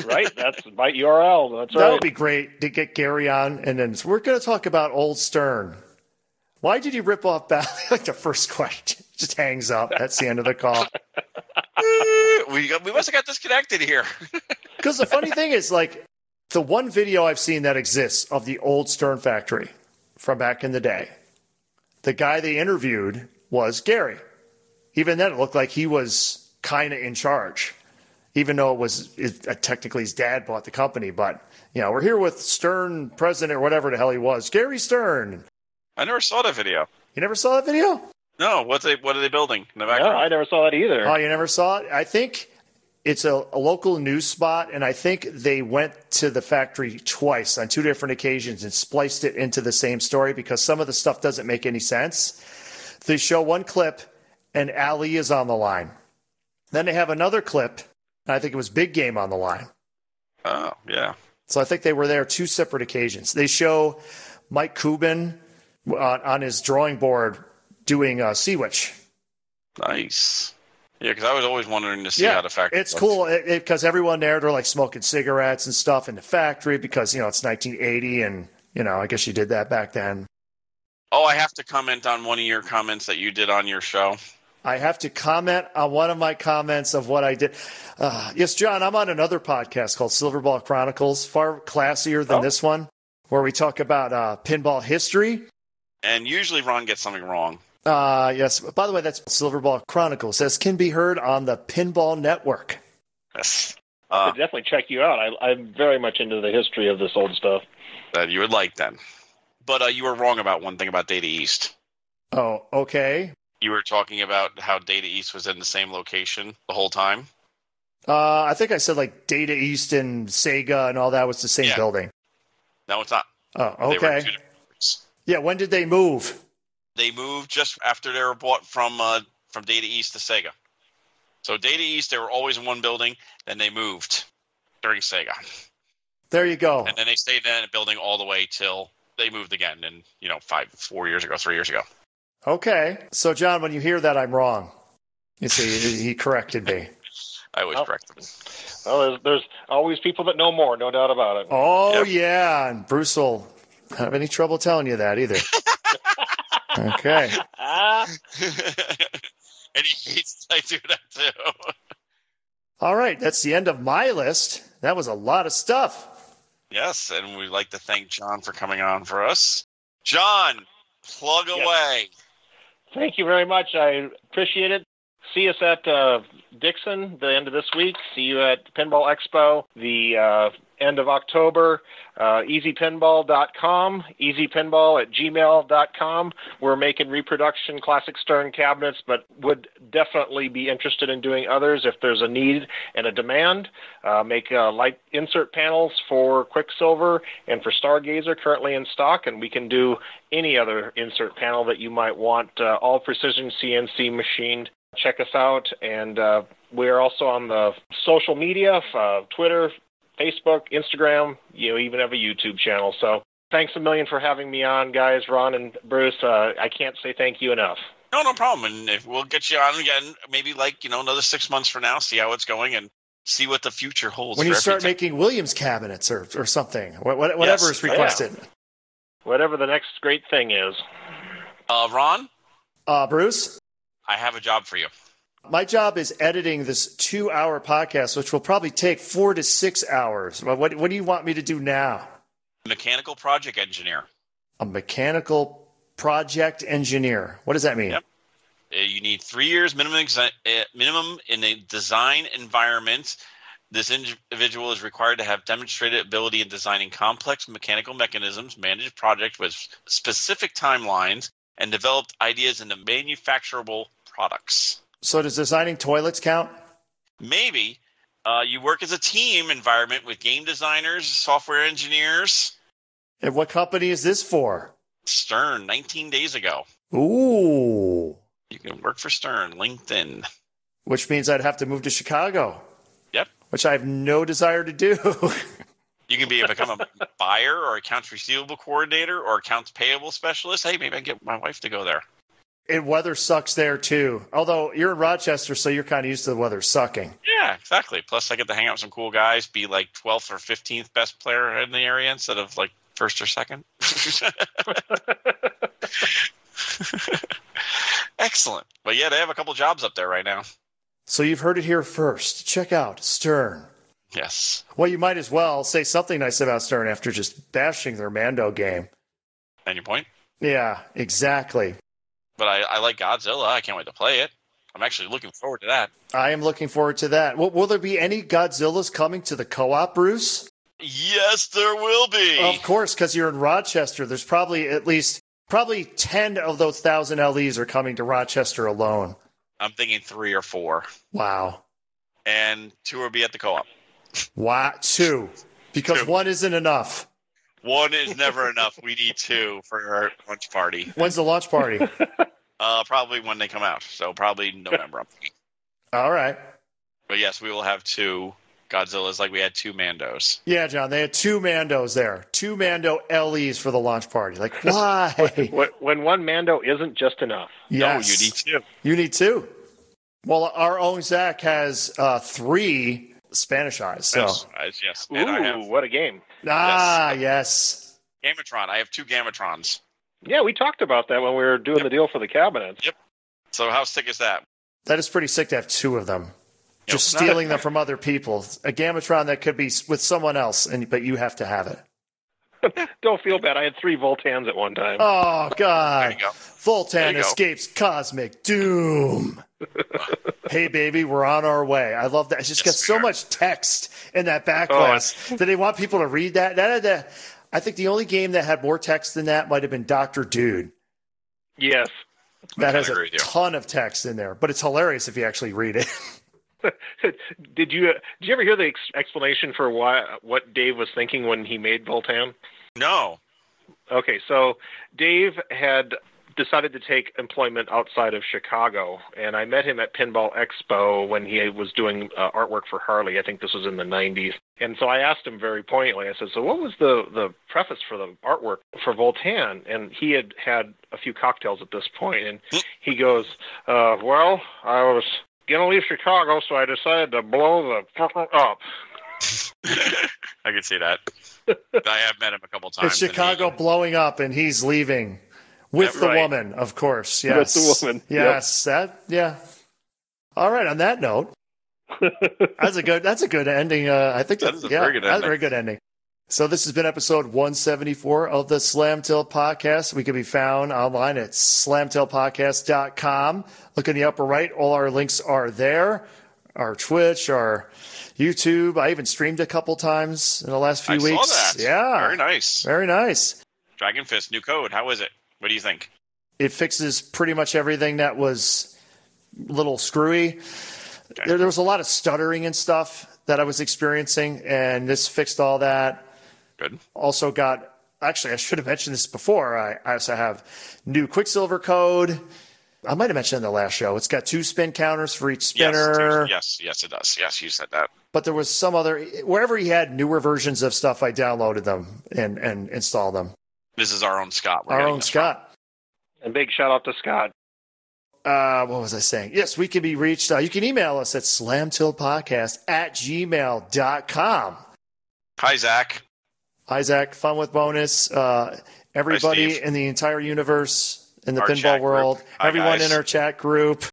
[SPEAKER 5] right. That's my URL. That's
[SPEAKER 3] That
[SPEAKER 5] right.
[SPEAKER 3] would be great to get Gary on, and then we're going to talk about old Stern. Why did he rip off Bally? like the first question, just hangs up. That's the end of the call.
[SPEAKER 4] we got, we must have got disconnected here.
[SPEAKER 3] Because the funny thing is, like, the one video I've seen that exists of the old Stern factory from back in the day, the guy they interviewed was Gary. Even then, it looked like he was kind of in charge, even though it was it, uh, technically his dad bought the company. But, you know, we're here with Stern president or whatever the hell he was, Gary Stern.
[SPEAKER 4] I never saw that video.
[SPEAKER 3] You never saw that video?
[SPEAKER 4] No, what they what are they building in the
[SPEAKER 5] Yeah,
[SPEAKER 4] background?
[SPEAKER 5] I never saw that either.
[SPEAKER 3] Oh, you never saw it? I think it's a, a local news spot, and I think they went to the factory twice on two different occasions and spliced it into the same story because some of the stuff doesn't make any sense. They show one clip, and Ali is on the line. Then they have another clip, and I think it was Big Game on the line.
[SPEAKER 4] oh yeah.
[SPEAKER 3] So I think they were there two separate occasions. They show Mike Kubin on, on his drawing board doing uh, Sea Witch.
[SPEAKER 4] Nice. Yeah, because I was always wondering to see how the factory.
[SPEAKER 3] It's
[SPEAKER 4] looks.
[SPEAKER 3] cool because everyone there they're like smoking cigarettes and stuff in the factory because you know it's 1980 and you know I guess you did that back then.
[SPEAKER 4] Oh, I have to comment on one of your comments that you did on your show.
[SPEAKER 3] I have to comment on one of my comments of what I did. Uh, yes, John, I'm on another podcast called Silverball Chronicles, far classier than
[SPEAKER 5] Oh.
[SPEAKER 3] this one, where we talk about uh, pinball history.
[SPEAKER 4] And usually Ron gets something wrong.
[SPEAKER 3] Uh, yes, by the way, that's Silverball Chronicles. This can be heard on the Pinball Network.
[SPEAKER 4] Yes. Uh,
[SPEAKER 5] I should definitely check you out. I, I'm very much into the history of this old stuff.
[SPEAKER 4] that you would like then. But uh, you were wrong about one thing about Data East.
[SPEAKER 3] Oh, okay.
[SPEAKER 4] You were talking about how Data East was in the same location the whole time.
[SPEAKER 3] Uh, I think I said like Data East and Sega and all that was the same
[SPEAKER 4] Yeah.
[SPEAKER 3] building.
[SPEAKER 4] No, it's not.
[SPEAKER 3] Oh,
[SPEAKER 4] They were
[SPEAKER 3] okay.
[SPEAKER 4] two different groups.
[SPEAKER 3] Yeah, when did they move?
[SPEAKER 4] They moved just after they were bought from uh, from Data East to Sega. So Data East, they were always in one building. Then they moved during Sega,
[SPEAKER 3] There you go.
[SPEAKER 4] and then they stayed in that building all the way till they moved again. And you know, five, four years ago, three years ago.
[SPEAKER 3] Okay. So, John, when you hear that, I'm wrong. You see, he corrected me.
[SPEAKER 4] I always
[SPEAKER 5] Oh.
[SPEAKER 4] correct them.
[SPEAKER 5] Oh, there's, there's always people that know more, no doubt about it.
[SPEAKER 3] Oh,
[SPEAKER 4] Yep.
[SPEAKER 3] yeah. And Bruce will have any trouble telling you that either. okay.
[SPEAKER 5] Ah,
[SPEAKER 4] and he hates that I do that too.
[SPEAKER 3] All right. That's the end of my list. That was a lot of stuff.
[SPEAKER 4] Yes, and we'd like to thank John for coming on for us. John, plug
[SPEAKER 5] Yes.
[SPEAKER 4] away.
[SPEAKER 5] thank you very much. I appreciate it. See us at uh, Dixon the end of this week. See you at Pinball Expo the uh, end of October. Uh, easypinball.com, easypinball at gmail.com. We're making reproduction classic Stern cabinets, but would definitely be interested in doing others if there's a need and a demand. Uh, make uh, light insert panels for Quicksilver and for Stargazer currently in stock, and we can do any other insert panel that you might want, uh, all precision CNC machined. Check us out, and uh, we are also on the social media uh, Twitter, Facebook, Instagram. You know, even have a YouTube channel. So thanks a million for having me on, guys. Ron and Bruce, uh, I can't say thank you enough.
[SPEAKER 4] No, no problem. And if we'll get you on again, maybe like you know another six months from now, see how it's going and see what the future holds.
[SPEAKER 3] When you
[SPEAKER 4] for
[SPEAKER 3] start
[SPEAKER 4] everything.
[SPEAKER 3] making Williams cabinets or, or something, wha- wha- whatever
[SPEAKER 4] Yes.
[SPEAKER 3] is requested.
[SPEAKER 5] Whatever the next great thing is.
[SPEAKER 4] uh, Ron,
[SPEAKER 3] Uh, Bruce?
[SPEAKER 4] I have a job for you.
[SPEAKER 3] My job is editing this two hour podcast, which will probably take four to six hours. What, what, what do you want me to do now?
[SPEAKER 4] Mechanical project engineer.
[SPEAKER 3] A mechanical project engineer. What does that mean?
[SPEAKER 4] Yep. Uh, You need three years minimum exa- uh, minimum in a design environment This individual is required to have demonstrated ability in designing complex mechanical mechanisms, manage projects with specific timelines, and developed ideas into manufacturable products.
[SPEAKER 3] So does designing toilets count?
[SPEAKER 4] Maybe uh, you work as a team environment with game designers, software engineers.
[SPEAKER 3] And what company is this for?
[SPEAKER 4] Stern, 19 days ago.
[SPEAKER 3] Ooh.
[SPEAKER 4] You can work for Stern, LinkedIn.
[SPEAKER 3] Which means I'd have to move to Chicago,
[SPEAKER 4] Yep.
[SPEAKER 3] which I have no desire to do.
[SPEAKER 4] You can be become a buyer or accounts receivable coordinator or accounts payable specialist. Hey, maybe I can get my wife to go there.
[SPEAKER 3] it weather sucks there too. Although you're in Rochester, so you're kind of used to the weather sucking.
[SPEAKER 4] Yeah, exactly. Plus, I get to hang out with some cool guys, be like 12th or 15th best player in the area instead of like first or second. Excellent. But yeah, they have a couple jobs up there right now.
[SPEAKER 3] So you've heard it here first. Check out Stern.
[SPEAKER 4] Yes.
[SPEAKER 3] Well, you might as well say something nice about Stern after just bashing their Mando game.
[SPEAKER 4] And your point?
[SPEAKER 3] Yeah, exactly.
[SPEAKER 4] But I, I like Godzilla. I can't wait to play it. I'm actually looking forward to that.
[SPEAKER 3] I am looking forward to that. Will, will there be any Godzillas coming to the co op, Bruce?
[SPEAKER 4] Yes, there will be.
[SPEAKER 3] Of course, because you're in Rochester. There's probably at least probably 10 of those 1,000 LEs are coming to Rochester alone.
[SPEAKER 4] I'm thinking three or four,
[SPEAKER 3] Wow.
[SPEAKER 4] and two will be at the co op.
[SPEAKER 3] Wow. Two. Because
[SPEAKER 4] Two.
[SPEAKER 3] one isn't enough.
[SPEAKER 4] One is never enough. We need two for our lunch party.
[SPEAKER 3] When's the launch party?
[SPEAKER 4] Uh, probably when they come out. So probably November. I'm thinking.
[SPEAKER 3] All right.
[SPEAKER 4] But yes, we will have two Godzillas, like we had two Mandos.
[SPEAKER 3] Yeah, John, they had two Mandos there. Two Mando LEs for the launch party. Like, why?
[SPEAKER 5] Wh- When one Mando isn't just enough.
[SPEAKER 3] yes.
[SPEAKER 4] No, Oh, you need two.
[SPEAKER 3] You need two. Well, our own Zach has uh, three Spanish eyes. So
[SPEAKER 4] Yes, yes, yes.
[SPEAKER 5] Ooh,
[SPEAKER 4] And I have
[SPEAKER 5] what a game!
[SPEAKER 3] ah, yes.
[SPEAKER 4] Gamatron. I have two Gamatrons.
[SPEAKER 5] Yeah, we talked about that when we were doing the deal for the cabinets.
[SPEAKER 4] So how sick is that?
[SPEAKER 3] that is pretty sick to have two of them. Just
[SPEAKER 4] Yep.
[SPEAKER 3] stealing them from other people. A Gamatron that could be s- with someone else, and but you have to have it.
[SPEAKER 5] Don't feel bad. I had three Voltans at one time.
[SPEAKER 3] Oh
[SPEAKER 4] There you
[SPEAKER 3] God!
[SPEAKER 4] go. There
[SPEAKER 3] Voltan
[SPEAKER 4] you go.
[SPEAKER 3] escapes cosmic doom. hey baby, we're on our way. I love that. It's just got
[SPEAKER 4] Yes, we
[SPEAKER 3] so
[SPEAKER 4] are.
[SPEAKER 3] much text in that
[SPEAKER 5] Oh,
[SPEAKER 3] backlash. Did they want people to read that? That, that? I think the only game that had more text than that might have been Doctor Dude.
[SPEAKER 5] Yes,
[SPEAKER 3] That
[SPEAKER 4] I
[SPEAKER 3] has
[SPEAKER 4] agree
[SPEAKER 3] a
[SPEAKER 4] with you.
[SPEAKER 3] ton of text in there, but it's hilarious if you actually read it.
[SPEAKER 5] did you uh, did you ever hear the ex- explanation for why what Dave was thinking when he made Voltan?
[SPEAKER 4] No.
[SPEAKER 5] Okay, so Dave had decided to take employment outside of Chicago, and I met him at Pinball Expo when he was doing uh, artwork for Harley. I think this was in the 90s. And so I asked him very pointedly, I said, So what was the, the preface for the artwork for Voltan? And he had had a few cocktails at this point, and he goes, uh, Well, I was going to leave Chicago, so I decided to blow the fucker up.
[SPEAKER 4] I could see that. I have met him a couple times.
[SPEAKER 3] it's
[SPEAKER 4] and he-
[SPEAKER 3] Chicago blowing up and he's leaving with
[SPEAKER 4] Yeah,
[SPEAKER 3] the
[SPEAKER 4] right.
[SPEAKER 3] woman, of course. Yes.
[SPEAKER 5] With the woman, yep.
[SPEAKER 3] Yes. That yeah. All right, on that note. that's a good that's a good ending. Uh, I think
[SPEAKER 4] That
[SPEAKER 3] that's,
[SPEAKER 4] is a
[SPEAKER 3] yeah,
[SPEAKER 4] very good
[SPEAKER 3] that's a
[SPEAKER 4] ending.
[SPEAKER 3] very good ending. So this has been episode 174 of the Slamtail Podcast. We can be found online at slamtailpodcast.com. Look in the upper right. All our links are there. Our Twitch, our YouTube. I even streamed a couple times in the last few
[SPEAKER 4] I
[SPEAKER 3] weeks.
[SPEAKER 4] saw that.
[SPEAKER 3] Yeah.
[SPEAKER 4] Very nice.
[SPEAKER 3] Very nice.
[SPEAKER 4] Dragon Fist, new code. How is it? What do you think?
[SPEAKER 3] It fixes pretty much everything that was a little screwy. There, there was a lot of stuttering and stuff that I was experiencing, and this fixed all that.
[SPEAKER 4] Good.
[SPEAKER 3] Also got actually I should have mentioned this before. I, I also have new Quicksilver code. I might have mentioned in the last show. It's got two spin counters for each spinner.
[SPEAKER 4] Yes, yes, yes, it does. Yes, you said that.
[SPEAKER 3] But there was some other wherever he had newer versions of stuff, I downloaded them and, and installed them.
[SPEAKER 4] This is our own Scott. We're
[SPEAKER 3] Our
[SPEAKER 4] getting
[SPEAKER 3] own
[SPEAKER 4] this
[SPEAKER 3] Scott.
[SPEAKER 5] And big shout out to Scott.
[SPEAKER 3] uh, what was I saying? Yes, we can be reached. Uh, you can email us at slamtillpodcast at gmail.com.
[SPEAKER 4] from- Hi, Zach.
[SPEAKER 3] Isaac, fun with bonus. Uh,
[SPEAKER 4] Hi,
[SPEAKER 3] everybody
[SPEAKER 4] Steve.
[SPEAKER 3] in the entire universe, in the
[SPEAKER 4] Our
[SPEAKER 3] pinball
[SPEAKER 4] chat group.
[SPEAKER 3] world,
[SPEAKER 4] Hi,
[SPEAKER 3] everyone
[SPEAKER 4] guys.
[SPEAKER 3] in our chat group.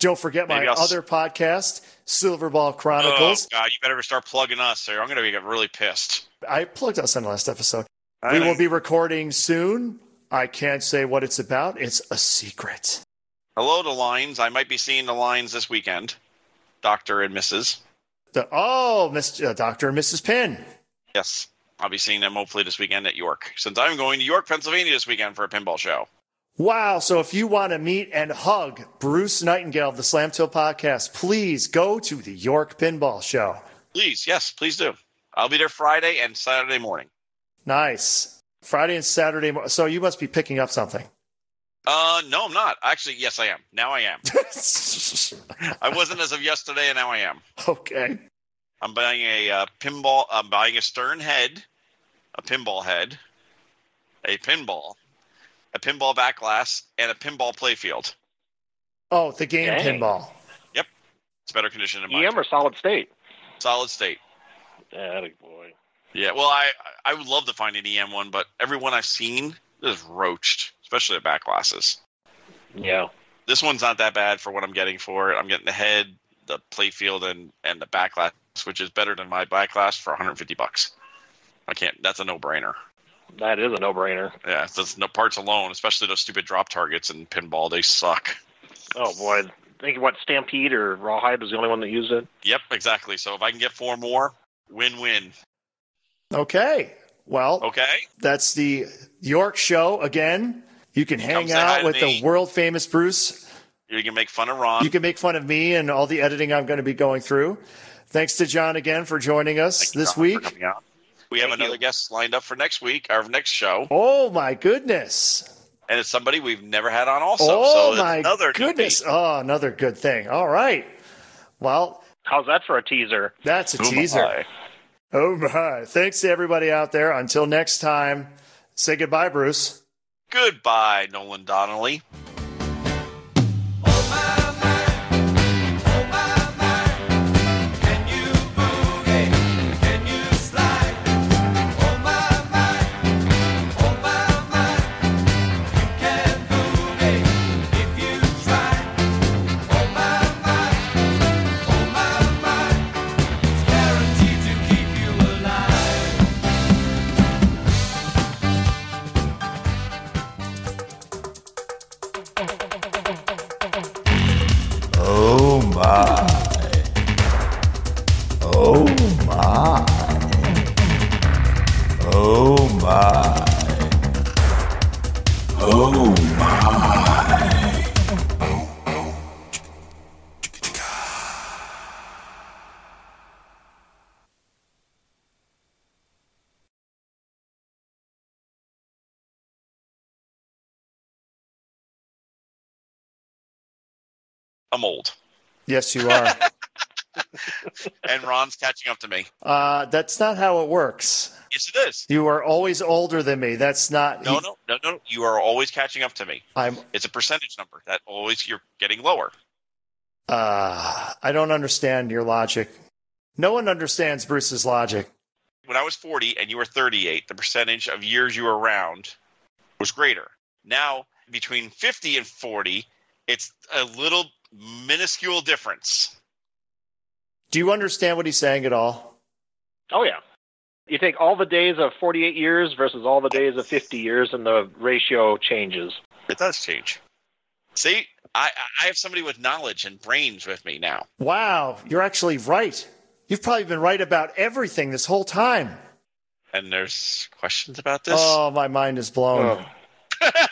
[SPEAKER 3] Don't forget my
[SPEAKER 4] Maybe I'll s-
[SPEAKER 3] other podcast, Silverball Chronicles.
[SPEAKER 4] Oh, God, you better start plugging us, or I'm going to get really pissed.
[SPEAKER 3] I plugged us in the last episode.
[SPEAKER 4] I
[SPEAKER 3] we
[SPEAKER 4] know.
[SPEAKER 3] will be recording soon. I can't say what it's about, it's a secret.
[SPEAKER 4] Hello to lines. I might be seeing the lines this weekend, Doctor and Mrs.
[SPEAKER 3] the oh, Mr. Uh, Doctor and Mrs. Pin.
[SPEAKER 4] Yes, I'll be seeing them hopefully this weekend at York, since I'm going to York, Pennsylvania this weekend for a pinball show.
[SPEAKER 3] Wow. So if you want to meet and hug Bruce Nightingale of the Slam Till Podcast, please go to the York Pinball Show.
[SPEAKER 4] Please, yes, please do. I'll be there Friday and Saturday morning.
[SPEAKER 3] Nice. Friday and Saturday. mo- So you must be picking up something.
[SPEAKER 4] Uh, no, I'm not. Actually, yes, I am. Now I am. I wasn't as of yesterday, and now I am.
[SPEAKER 3] okay.
[SPEAKER 4] I'm buying a uh, pinball. I'm buying a stern head, a pinball head, a pinball, a pinball back glass, and a pinball playfield.
[SPEAKER 3] Oh, the game
[SPEAKER 5] Dang.
[SPEAKER 3] pinball.
[SPEAKER 4] It's better condition than mine.
[SPEAKER 5] EM E or solid state?
[SPEAKER 4] Solid state.
[SPEAKER 5] Attaboy.
[SPEAKER 4] Yeah. Well, I I would love to find an EM one, but everyone I've seen is roached, especially the back glasses.
[SPEAKER 5] Yeah.
[SPEAKER 4] this one's not that bad for what I'm getting for it. I'm getting the head, the playfield, and and the backlash, which is better than my backlash for 150 bucks. I can't. That's a no-brainer.
[SPEAKER 5] That is a no brainer.
[SPEAKER 4] Yeah, that's no parts alone, especially those stupid drop targets and pinball. They suck.
[SPEAKER 5] Oh, boy. I think what Stampede or Rawhide was the only one that used it.
[SPEAKER 4] Yep, exactly. So if I can get four more, win-win.
[SPEAKER 3] Okay. Well,
[SPEAKER 4] Okay.
[SPEAKER 3] that's the York Show again. You can hang
[SPEAKER 4] say hi
[SPEAKER 3] out
[SPEAKER 4] to
[SPEAKER 3] with
[SPEAKER 4] me.
[SPEAKER 3] the world famous Bruce.
[SPEAKER 4] You can make fun of Ron.
[SPEAKER 3] You can make fun of me and all the editing I'm going to be going through. Thanks to John again for joining us
[SPEAKER 4] Thank you,
[SPEAKER 3] this
[SPEAKER 4] Ron, for
[SPEAKER 3] week.
[SPEAKER 4] coming out. We have
[SPEAKER 5] Thank
[SPEAKER 4] another
[SPEAKER 5] you.
[SPEAKER 4] guest lined up for next week, our next show,
[SPEAKER 3] Oh my goodness!
[SPEAKER 4] and it's somebody we've never had on. Also, so
[SPEAKER 3] oh
[SPEAKER 4] it's
[SPEAKER 3] my
[SPEAKER 4] another newbie.
[SPEAKER 3] goodness! Oh, another good thing. All right. Well,
[SPEAKER 5] How's that for a teaser?
[SPEAKER 3] that's a
[SPEAKER 4] Oh, my.
[SPEAKER 3] teaser. Oh my! Thanks to everybody out there. Until next time, say goodbye, Bruce.
[SPEAKER 4] Goodbye, Nolan Donnelly.
[SPEAKER 7] Oh my. Oh my. Oh my. Oh my.
[SPEAKER 4] I'm old.
[SPEAKER 3] Yes, you are.
[SPEAKER 4] and Ron's catching up to me.
[SPEAKER 3] uh, that's not how it works.
[SPEAKER 4] Yes, it is.
[SPEAKER 3] You are always older than me. That's not. e-
[SPEAKER 4] No, no, no, no. You are always catching up to me.
[SPEAKER 3] I'm.
[SPEAKER 4] It's a percentage number that always you're getting lower.
[SPEAKER 3] Uh, I don't understand your logic. No one understands Bruce's logic.
[SPEAKER 4] When I was 40 and you were 38, the percentage of years you were around was greater. Now, between 50 and 40, it's a little minuscule difference.
[SPEAKER 3] Do you understand what he's saying at all?
[SPEAKER 5] Oh, yeah. You take all the days of 48 years versus all the days of 50 years, and the ratio changes.
[SPEAKER 4] It does change. See, I, I have somebody with knowledge and brains with me now.
[SPEAKER 3] Wow, you're actually right. You've probably been right about everything this whole time.
[SPEAKER 4] And there's questions about this?
[SPEAKER 3] Oh, my mind is blown.
[SPEAKER 5] Oh.